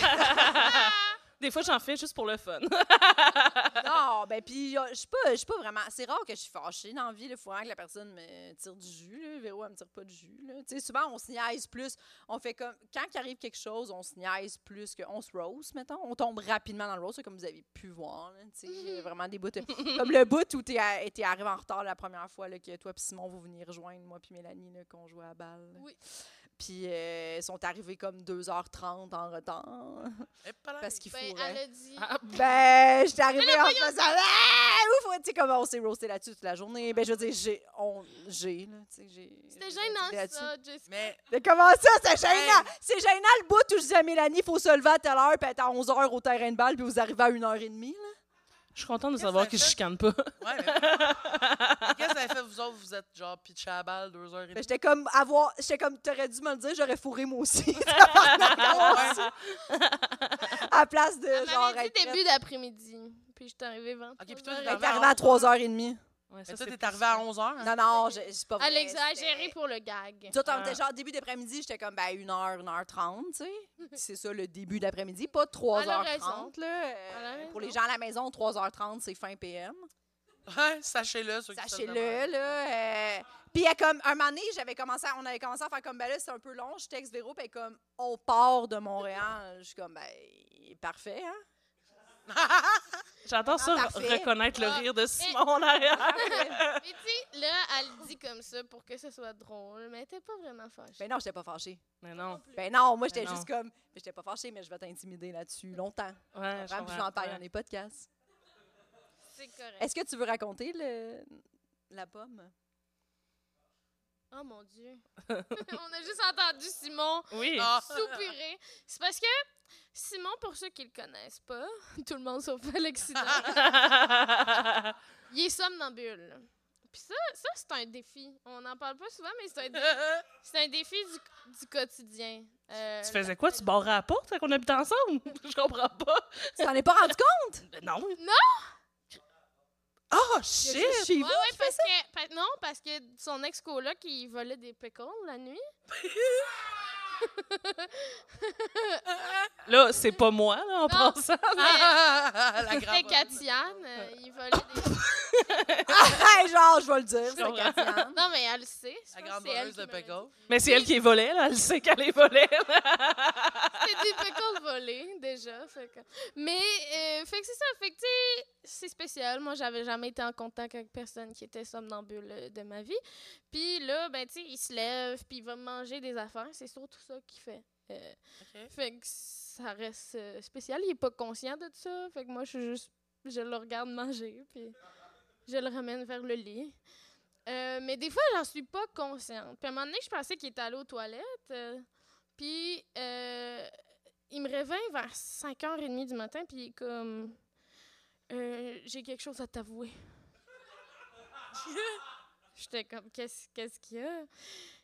E: Des fois, j'en fais juste pour le fun. [laughs]
D: non, ben puis euh, je suis pas, je suis pas vraiment. C'est rare que je suis fâchée dans la vie. Il faut vraiment que la personne me tire du jus. Là. Véro, elle me tire pas du jus. Là. Tu sais, souvent, on se niaise plus. On fait comme quand il arrive quelque chose, on se niaise plus qu'on se rose, mettons. On tombe rapidement dans le rose, comme vous avez pu voir. là. Tu sais, vraiment des bouts.
F: [laughs]
D: comme le bout où t'es à- t'es arrivé en retard la première fois là, que toi puis Simon vous venir rejoindre moi puis Mélanie là, qu'on jouait à balle. là.
F: Oui.
D: Puis euh, ils sont arrivés comme 2h30 en retard
C: Eh, pas là.
D: parce qu'il faut. euh,
F: Ben, elle a dit.
C: Ah,
D: Ben, j'étais arrivée en faisant Ah, ouf, tu sais comment on s'est roasté là-dessus toute la journée. Ben je veux dire j'ai on j'ai là, tu sais j'ai
F: C'était
D: j'ai dit
F: gênant,
D: là-dessus.
F: ça, Jessica.
C: Mais
D: Mais comment ça c'est gênant
C: Hey.
D: C'est gênant le bout où je disais à Mélanie faut se lever à telle heure puis être à 11h au terrain de balle puis vous arrivez à 1h30 là.
E: Je suis contente de
C: Qu'est-ce
E: savoir
C: que
E: que je
C: ça fait?
E: chicane pas.
C: ouais, mais- Mais qu'est-ce que ça fait vous autres Vous êtes genre pitché à la balle deux heures et
D: Ben,
C: demie.
D: j'étais comme avoir j'étais comme t'aurais dû me le dire, j'aurais fourré moi
F: [laughs]
D: aussi [laughs]
C: Ouais.
D: à place de
F: Elle
D: genre
F: m'avait
D: être
F: dit
D: prête.
F: début d'après-midi. Puis je suis arrivée 20.
C: Ok, puis toi, t'es
D: Elle est
C: arrivée
D: arrivée à 3h30.
E: Ouais, ça,
C: Mais toi,
E: c'est
C: t'es
E: plus-
C: arrivé à 11 heures. hein?
D: Non non, je- c'est pas vrai.
F: Elle a exagéré
D: c'était-
F: pour
D: [laughs]
F: le gag.
D: Tout on était
E: Ah.
D: genre début d'après-midi, j'étais comme ben 1h, 1h30, tu sais. Puis C'est ça le début d'après-midi, pas
F: Elle a raison.
D: 3h30 là. Euh,
F: Elle a
D: pour les
F: raison.
D: gens à la maison, 3h30 c'est fin PM.
C: Ouais, sachez-le. ceux qui se le
D: Sachez-le
C: demandent.
D: là. euh, Puis elle, comme un moment donné, j'avais commencé, à- on avait commencé à faire comme ben là c'est un peu long, je texte Véro, puis elle est comme on part de Montréal, je suis comme ben parfait hein.
E: J'adore ça,
D: Parfait.
E: reconnaître le
F: Ah.
E: rire de Simon en arrière. [laughs]
F: Mais tu sais, là, elle dit comme ça pour que ce soit drôle, mais t'es pas vraiment fâchée.
D: Ben non, j'étais pas fâchée.
E: Mais non.
D: Ben non, moi j'étais
E: Ben non.
D: juste comme ben, j'étais pas fâchée, mais je vais t'intimider là-dessus longtemps.
F: Ah,
E: Ouais,
D: Vraiment, puis j'en parle dans les podcasts.
F: C'est correct.
D: Est-ce que tu veux raconter le la
F: [laughs]
D: pomme
F: Oh
C: [laughs]
F: mon Dieu. [laughs] On a juste entendu Simon
E: Oui.
C: Ah. [laughs]
F: soupirer. C'est parce que Simon, pour ceux qui le connaissent pas, [laughs] tout le monde sauf Alexis,
D: [laughs]
F: il est somnambule. Puis ça, ça c'est un défi. On n'en parle pas souvent, mais c'est un, dé- c'est un défi du, du quotidien. Euh,
E: [laughs] Tu faisais quoi? Tu barrais la porte quand on habitait ensemble? [laughs] Je comprends pas.
D: Tu t'en es pas rendu compte
E: Mais Ben non.
C: Oh,
D: Il y a
C: shit!
D: juste chez
F: Ouais,
D: vous
F: ouais, parce que, pa- non, parce que son ex-coloc, il volait des pickles la nuit.
E: Là, c'est pas moi, là, en
F: Non.
E: passant.
F: [laughs] Mais-
C: La
F: C'était
C: grande.
F: Euh, Katiane, euh, il volait
E: [laughs]
F: des...
D: Ah, Hey, genre, je vais le dire, c'est
E: comprends.
F: [laughs]
D: Katiane.
F: Non, mais elle le sait. je
C: La
F: pense
C: grande
F: que c'est elle
C: voleuse
F: qui
C: de
F: me l'a dit.
C: Pego.
E: Mais c'est elle qui est volée, là. Elle sait qu'elle est volée.
F: [laughs] C'est des pickles volés, déjà. fait que- Mais, euh, fait que c'est ça. Fait que, tu sais, c'est spécial. Moi, j'avais jamais été en contact avec personne qui était somnambule euh, de ma vie. Puis là, ben, tu sais, il se lève, puis il va manger des affaires. C'est surtout ça qu'il fait. Euh,
C: Ok.
F: Fait que ça reste euh, spécial. Il est pas conscient de ça. Fait que moi, je suis juste. Je le regarde manger, puis je le ramène vers le lit. Euh, mais des fois, j'en suis pas consciente. Puis à un moment donné, je pensais qu'il était allé aux toilettes. euh, puis euh, il me réveille vers 5h30 du matin, puis il est comme. Euh, J'ai quelque chose à t'avouer. [laughs] J'étais comme, qu'est-ce qu'est-ce qu'il y a?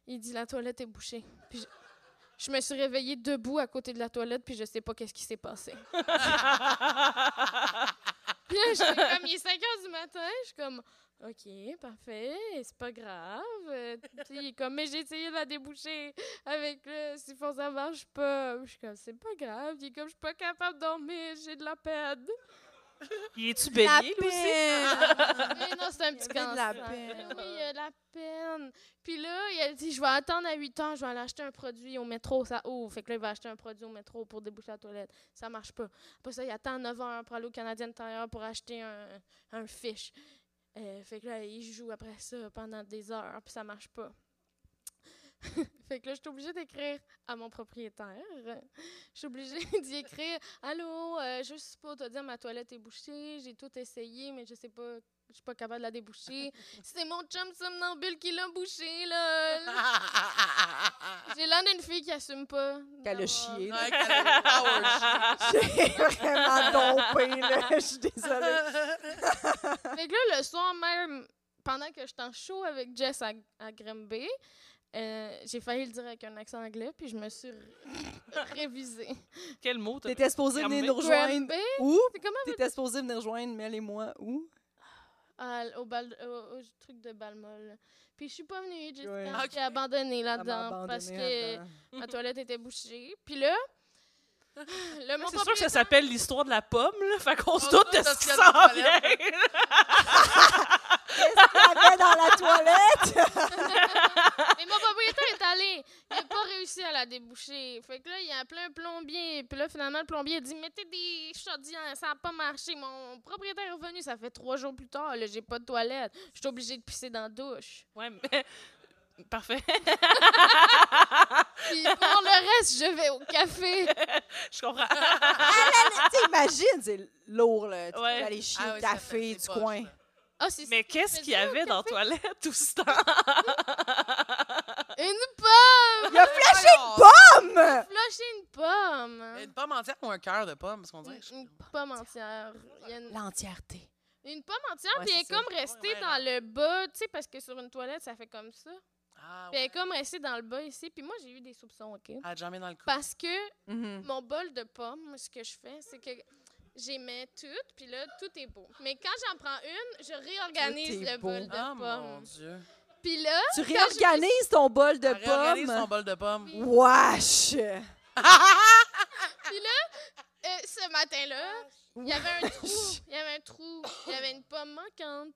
F: Il dit, la toilette est bouchée. Puis je, je me suis réveillée debout à côté de la toilette, puis je sais pas qu'est-ce qui s'est passé. puis là, j'étais comme, il est 5 heures du matin, je suis comme, OK, parfait, c'est pas grave. Euh, Puis il est comme, mais j'ai essayé de la déboucher avec le siphon, ça marche pas. Je suis comme, c'est pas grave. Il est comme, je suis pas capable de dormir, j'ai de la peine.
E: Il est-tu
D: La
E: bélier, lui aussi?
D: peine.
F: Mais non, c'est un petit
D: Ah. Il y avait de la peine.
F: cancer. Mais Oui, il y a de la peine. Puis là, il a dit Je vais attendre à 8 ans, je vais aller acheter un produit au métro, ça ouvre. Fait que là, il va acheter un produit au métro pour déboucher la toilette. Ça marche pas. Après ça, il attend 9 heures pour aller au Canadien Tire pour acheter un, un fish. Euh, fait que là, il joue après ça pendant des heures, puis ça marche pas. fait que là, je suis obligée d'écrire à mon propriétaire. Je suis obligée [laughs] d'y écrire Allô, euh, juste pour te dire, ma toilette est bouchée, j'ai tout essayé, mais je sais pas je suis pas capable de la déboucher. C'est mon chum somnambule qui l'a bouché, là.
C: [laughs]
F: J'ai l'air d'une fille qui assume pas.
D: Qu'elle a
F: d'avoir-
D: chié, là.
C: Ouais, quel power
D: [laughs] J'ai vraiment dompé, là. Je suis désolée.
C: shit.
F: [laughs] Fait que là, le soir même, pendant que j'étais en show avec Jess à, à Grimby, euh, j'ai failli le dire avec un accent anglais, puis je me suis ré- [laughs] révisée.
E: Quel mot t'as
D: T'étais supposé venir nous rejoindre
F: Grimby?
D: où?
F: C'est comment?
D: T'étais supposé venir rejoindre Mel et moi où?
F: à- au, bal- au- au truc de Balmol. Puis je suis pas venue, j'ai
D: Ouais.
C: Ah,
F: j'ai abandonné là-dedans parce que ma toilette était bouchée. Puis
E: [laughs]
F: là, le
E: Mais
F: mon
E: C'est sûr que ça
F: propriétaire- [laughs]
E: s'appelle l'histoire de la pomme, là. Fait qu'on se
C: On
E: doute
C: se
E: de
C: doute
E: ce
C: de
E: qui
C: ce qu'il y a dans la
E: s'en vient.
D: Qu'est-ce qu'il y avait dans la toilette?
F: Mais mon propriétaire est allé. Il n'a pas réussi à la déboucher. Fait que là, il a appelé un plombier. Puis là, finalement, le plombier a dit Mettez des chaudières, ça n'a pas marché. Mon propriétaire est revenu, ça fait trois jours plus tard. Là, j'ai pas de toilette. Je suis obligée de pisser dans la douche.
E: Ouais, mais... [laughs] Parfait.
F: Puis pour le reste, je vais
E: [laughs]
F: au café.
E: Je comprends.
D: Ah, T'imagines, c'est lourd, là. Tu
E: Ouais.
D: vas aller chier
C: Ah
D: au
C: oui, ça,
D: café
C: c'est
D: du
C: poche, ça.
D: coin.
F: Ah, c'est
E: Mais qu'est-ce qu'il y avait dans la toilette tout ce temps?
F: Une pomme
D: Il a flashé
C: une
D: pomme!
F: Flusher une
E: Euh,
F: pomme
C: Une pomme entière ou un cœur de pomme, parce qu'on dirait.
F: Une- une pomme entière. Il y a une,
D: L'entièreté.
F: une pomme entière,
D: Ouais,
F: puis elle est
D: c'est ça.
F: comme restée
C: Ouais, ouais,
F: dans le bas, tu sais, parce que sur une toilette, ça fait comme ça.
C: Ah,
F: Puis elle
C: ouais.
F: est comme restée dans le bas ici, puis moi, j'ai eu des soupçons, OK?
C: Ah, jamais dans le cou.
F: Parce que
D: Mhm.
F: mon bol de pommes, ce que je fais, c'est que j'émets toutes, puis là, tout est beau. Mais quand j'en prends une, je réorganise
D: Tout est
F: le
D: beau.
F: bol de
C: Ah, mon
F: pommes.
C: Dieu.
F: Puis là,
D: Tu
F: Ah, je me suis-
D: réorganises ton bol de
C: Elle réorganise son
D: pommes.
C: bol de pomme.
D: Wesh!
F: euh, ce matin-là, il y avait
D: Ah,
F: un trou, il y avait un trou, il y avait une pomme manquante.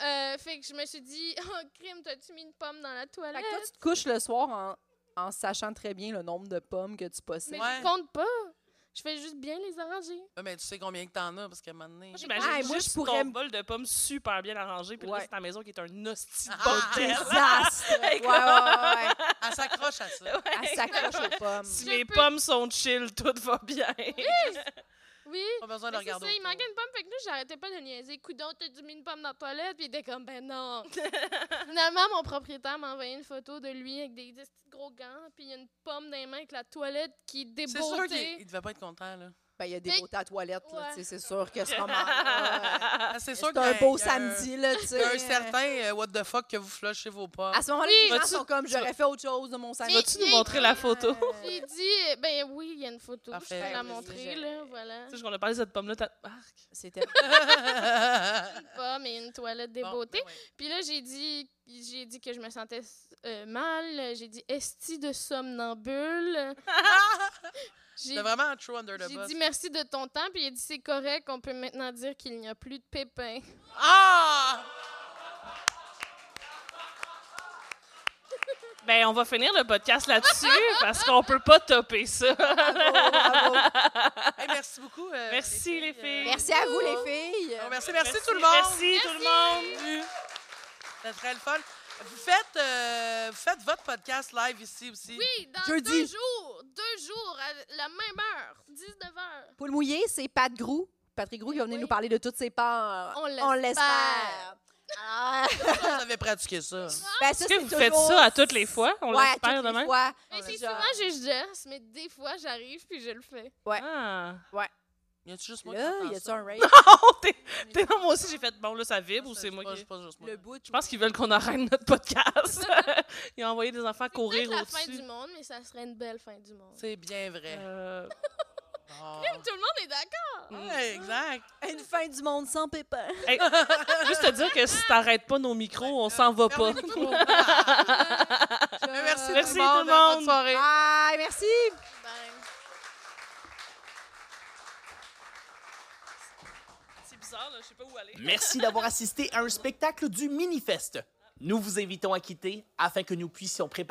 F: Euh, fait que je me suis dit, [laughs] oh crime, t'as-tu mis une pomme dans la
D: Fait
F: toilette?
D: que toi, tu te couches le soir en, en sachant très bien le nombre de pommes que tu
F: Mais
D: possèdes.
C: Ouais.
F: je compte pas. Je fais juste bien les arranger.
C: [laughs] Ouais, Mais tu sais combien que t'en as, parce qu'à un moment donné.
E: J'imagine
D: Ouais, moi,
E: juste
D: je pourrais
E: ton
D: me-
E: bol de pommes super bien arrangé, puis le
D: Ouais.
E: reste de ta maison qui est un hostie de
C: Ah,
E: bordel.
D: Désastre! ouais, ouais, ouais, ouais.
C: Elle s'accroche à ça.
D: Elle s'accroche aux pommes.
E: Si
F: Je
E: mes
F: peux-
E: pommes sont chill, tout va bien.
F: Oui.
C: Pas besoin de
F: Mais c'est ça,
C: regarder.
F: il
C: autour.
F: manquait une pomme, fait que là, j'arrêtais pas de niaiser. Coudon, t'as dû mis une pomme dans la toilette, puis il était comme, ben
C: [laughs]
F: non. Finalement, mon propriétaire m'a envoyé une photo de lui avec des, des petits gros gants, puis il y a une pomme dans les mains avec la toilette qui est
C: C'est sûr
F: débeautée.
C: qu'il il devait pas être content, là.
D: Ben, il y a des
F: Mais-
D: beaux tas à toilette, là,
F: Ouais.
D: tu sais, c'est sûr que ce moment-là. ouais.
C: Ah, C'est sûr
D: C'est
C: qu'il y
D: un
C: a-
D: beau
C: il y a un-
D: samedi, là, Ah, tu
C: Il y a
D: sais. Euh,
C: un certain euh, what the fuck que vous flushez vos pommes.
D: À ce moment-là,
F: Oui.
D: les gens
E: Vas-tu-
D: sont comme, j'aurais fait autre chose de mon samedi. Euh,
F: Mais-
E: Vas-tu nous montrer la photo?
D: Ouais.
F: Puis il dit, ben oui, il y a une photo,
C: Parfait.
F: je peux la
D: Ben oui,
F: montrer,
D: je-
F: là, voilà.
E: Tu sais, on a parlé de cette pomme-là, Ah. t'as... Arc.
D: C'était
F: Une pomme et une
C: [laughs]
F: toilette débeautée.
C: Bon, ben ouais.
F: Puis là, j'ai dit, j'ai dit que je me sentais euh, mal. J'ai dit esti de [laughs] somnambule. j'ai
C: C'est vraiment un true under the
F: j'ai
C: bus.
F: dit merci de ton temps. Puis il a dit c'est correct, on peut maintenant dire qu'il n'y a plus de pépins. [laughs]
C: Ah!
E: Ben, on va finir le podcast là-dessus, parce qu'on peut pas topper ça.
D: bravo, bravo.
C: Hey, merci beaucoup. euh,
E: Merci, les filles.
D: Merci à vous, les filles.
C: Oh, merci, merci, tout le monde.
E: Merci, tout le monde.
C: C'était très le fun. Vous faites, euh, vous faites votre podcast live ici aussi.
F: Oui, dans
D: Jeudi.
F: deux jours, deux jours à la même heure, 19h.
D: Pour le mouiller, c'est Pat Grou. Patrick Grou qui va venir
F: Oui.
D: nous parler de toutes ses peurs.
F: On l'espère.
D: l'espère. Ah,
C: Vous avez pratiqué ça.
D: ben, ça,
E: Est-ce que
D: c'est
E: vous faites
D: toujours-
E: ça à toutes les fois? On
D: ouais, à
E: l'espère
D: toutes les
E: demain?
D: fois.
F: Ah, Mais
D: On
F: c'est
D: l'a-
F: souvent juste Jess, mais des fois j'arrive puis je le fais.
E: Ah. [laughs]
C: Y a-tu juste moi qui
D: Là,
C: entends
D: y a-tu
C: ça?
D: un rave?
E: Oh, t'es- t'es- non, moi aussi, j'ai fait... Bon, là, ça vibre ou c'est moi
C: pas-
E: qui...
C: pas juste moi.
D: Le bout, de-
E: [laughs] Je pense qu'ils veulent qu'on arrête notre podcast. [laughs] Ils ont envoyé des enfants courir
F: Peut-être la fin
E: au-dessus.
F: du monde, mais ça serait une belle fin du monde.
C: C'est bien vrai.
E: Euh,
C: Ah.
F: Tout le monde est d'accord.
C: Ouais, exact.
D: une fin du monde sans pépin.
E: [laughs] hey, juste te dire que si t'arrêtes pas nos micros, on s'en va pas.
C: Fermez les
E: [laughs]
C: micros. Ah. Mais Merci,
E: Merci,
C: tout le monde. hein,
E: tout le
C: Bonne
E: monde.
C: soirée.
D: Bye, merci.
F: Ben,
E: C'est bizarre, là, je sais pas où aller.
A: Merci d'avoir assisté à un spectacle du Minifest. Nous vous invitons à quitter afin que nous puissions préparer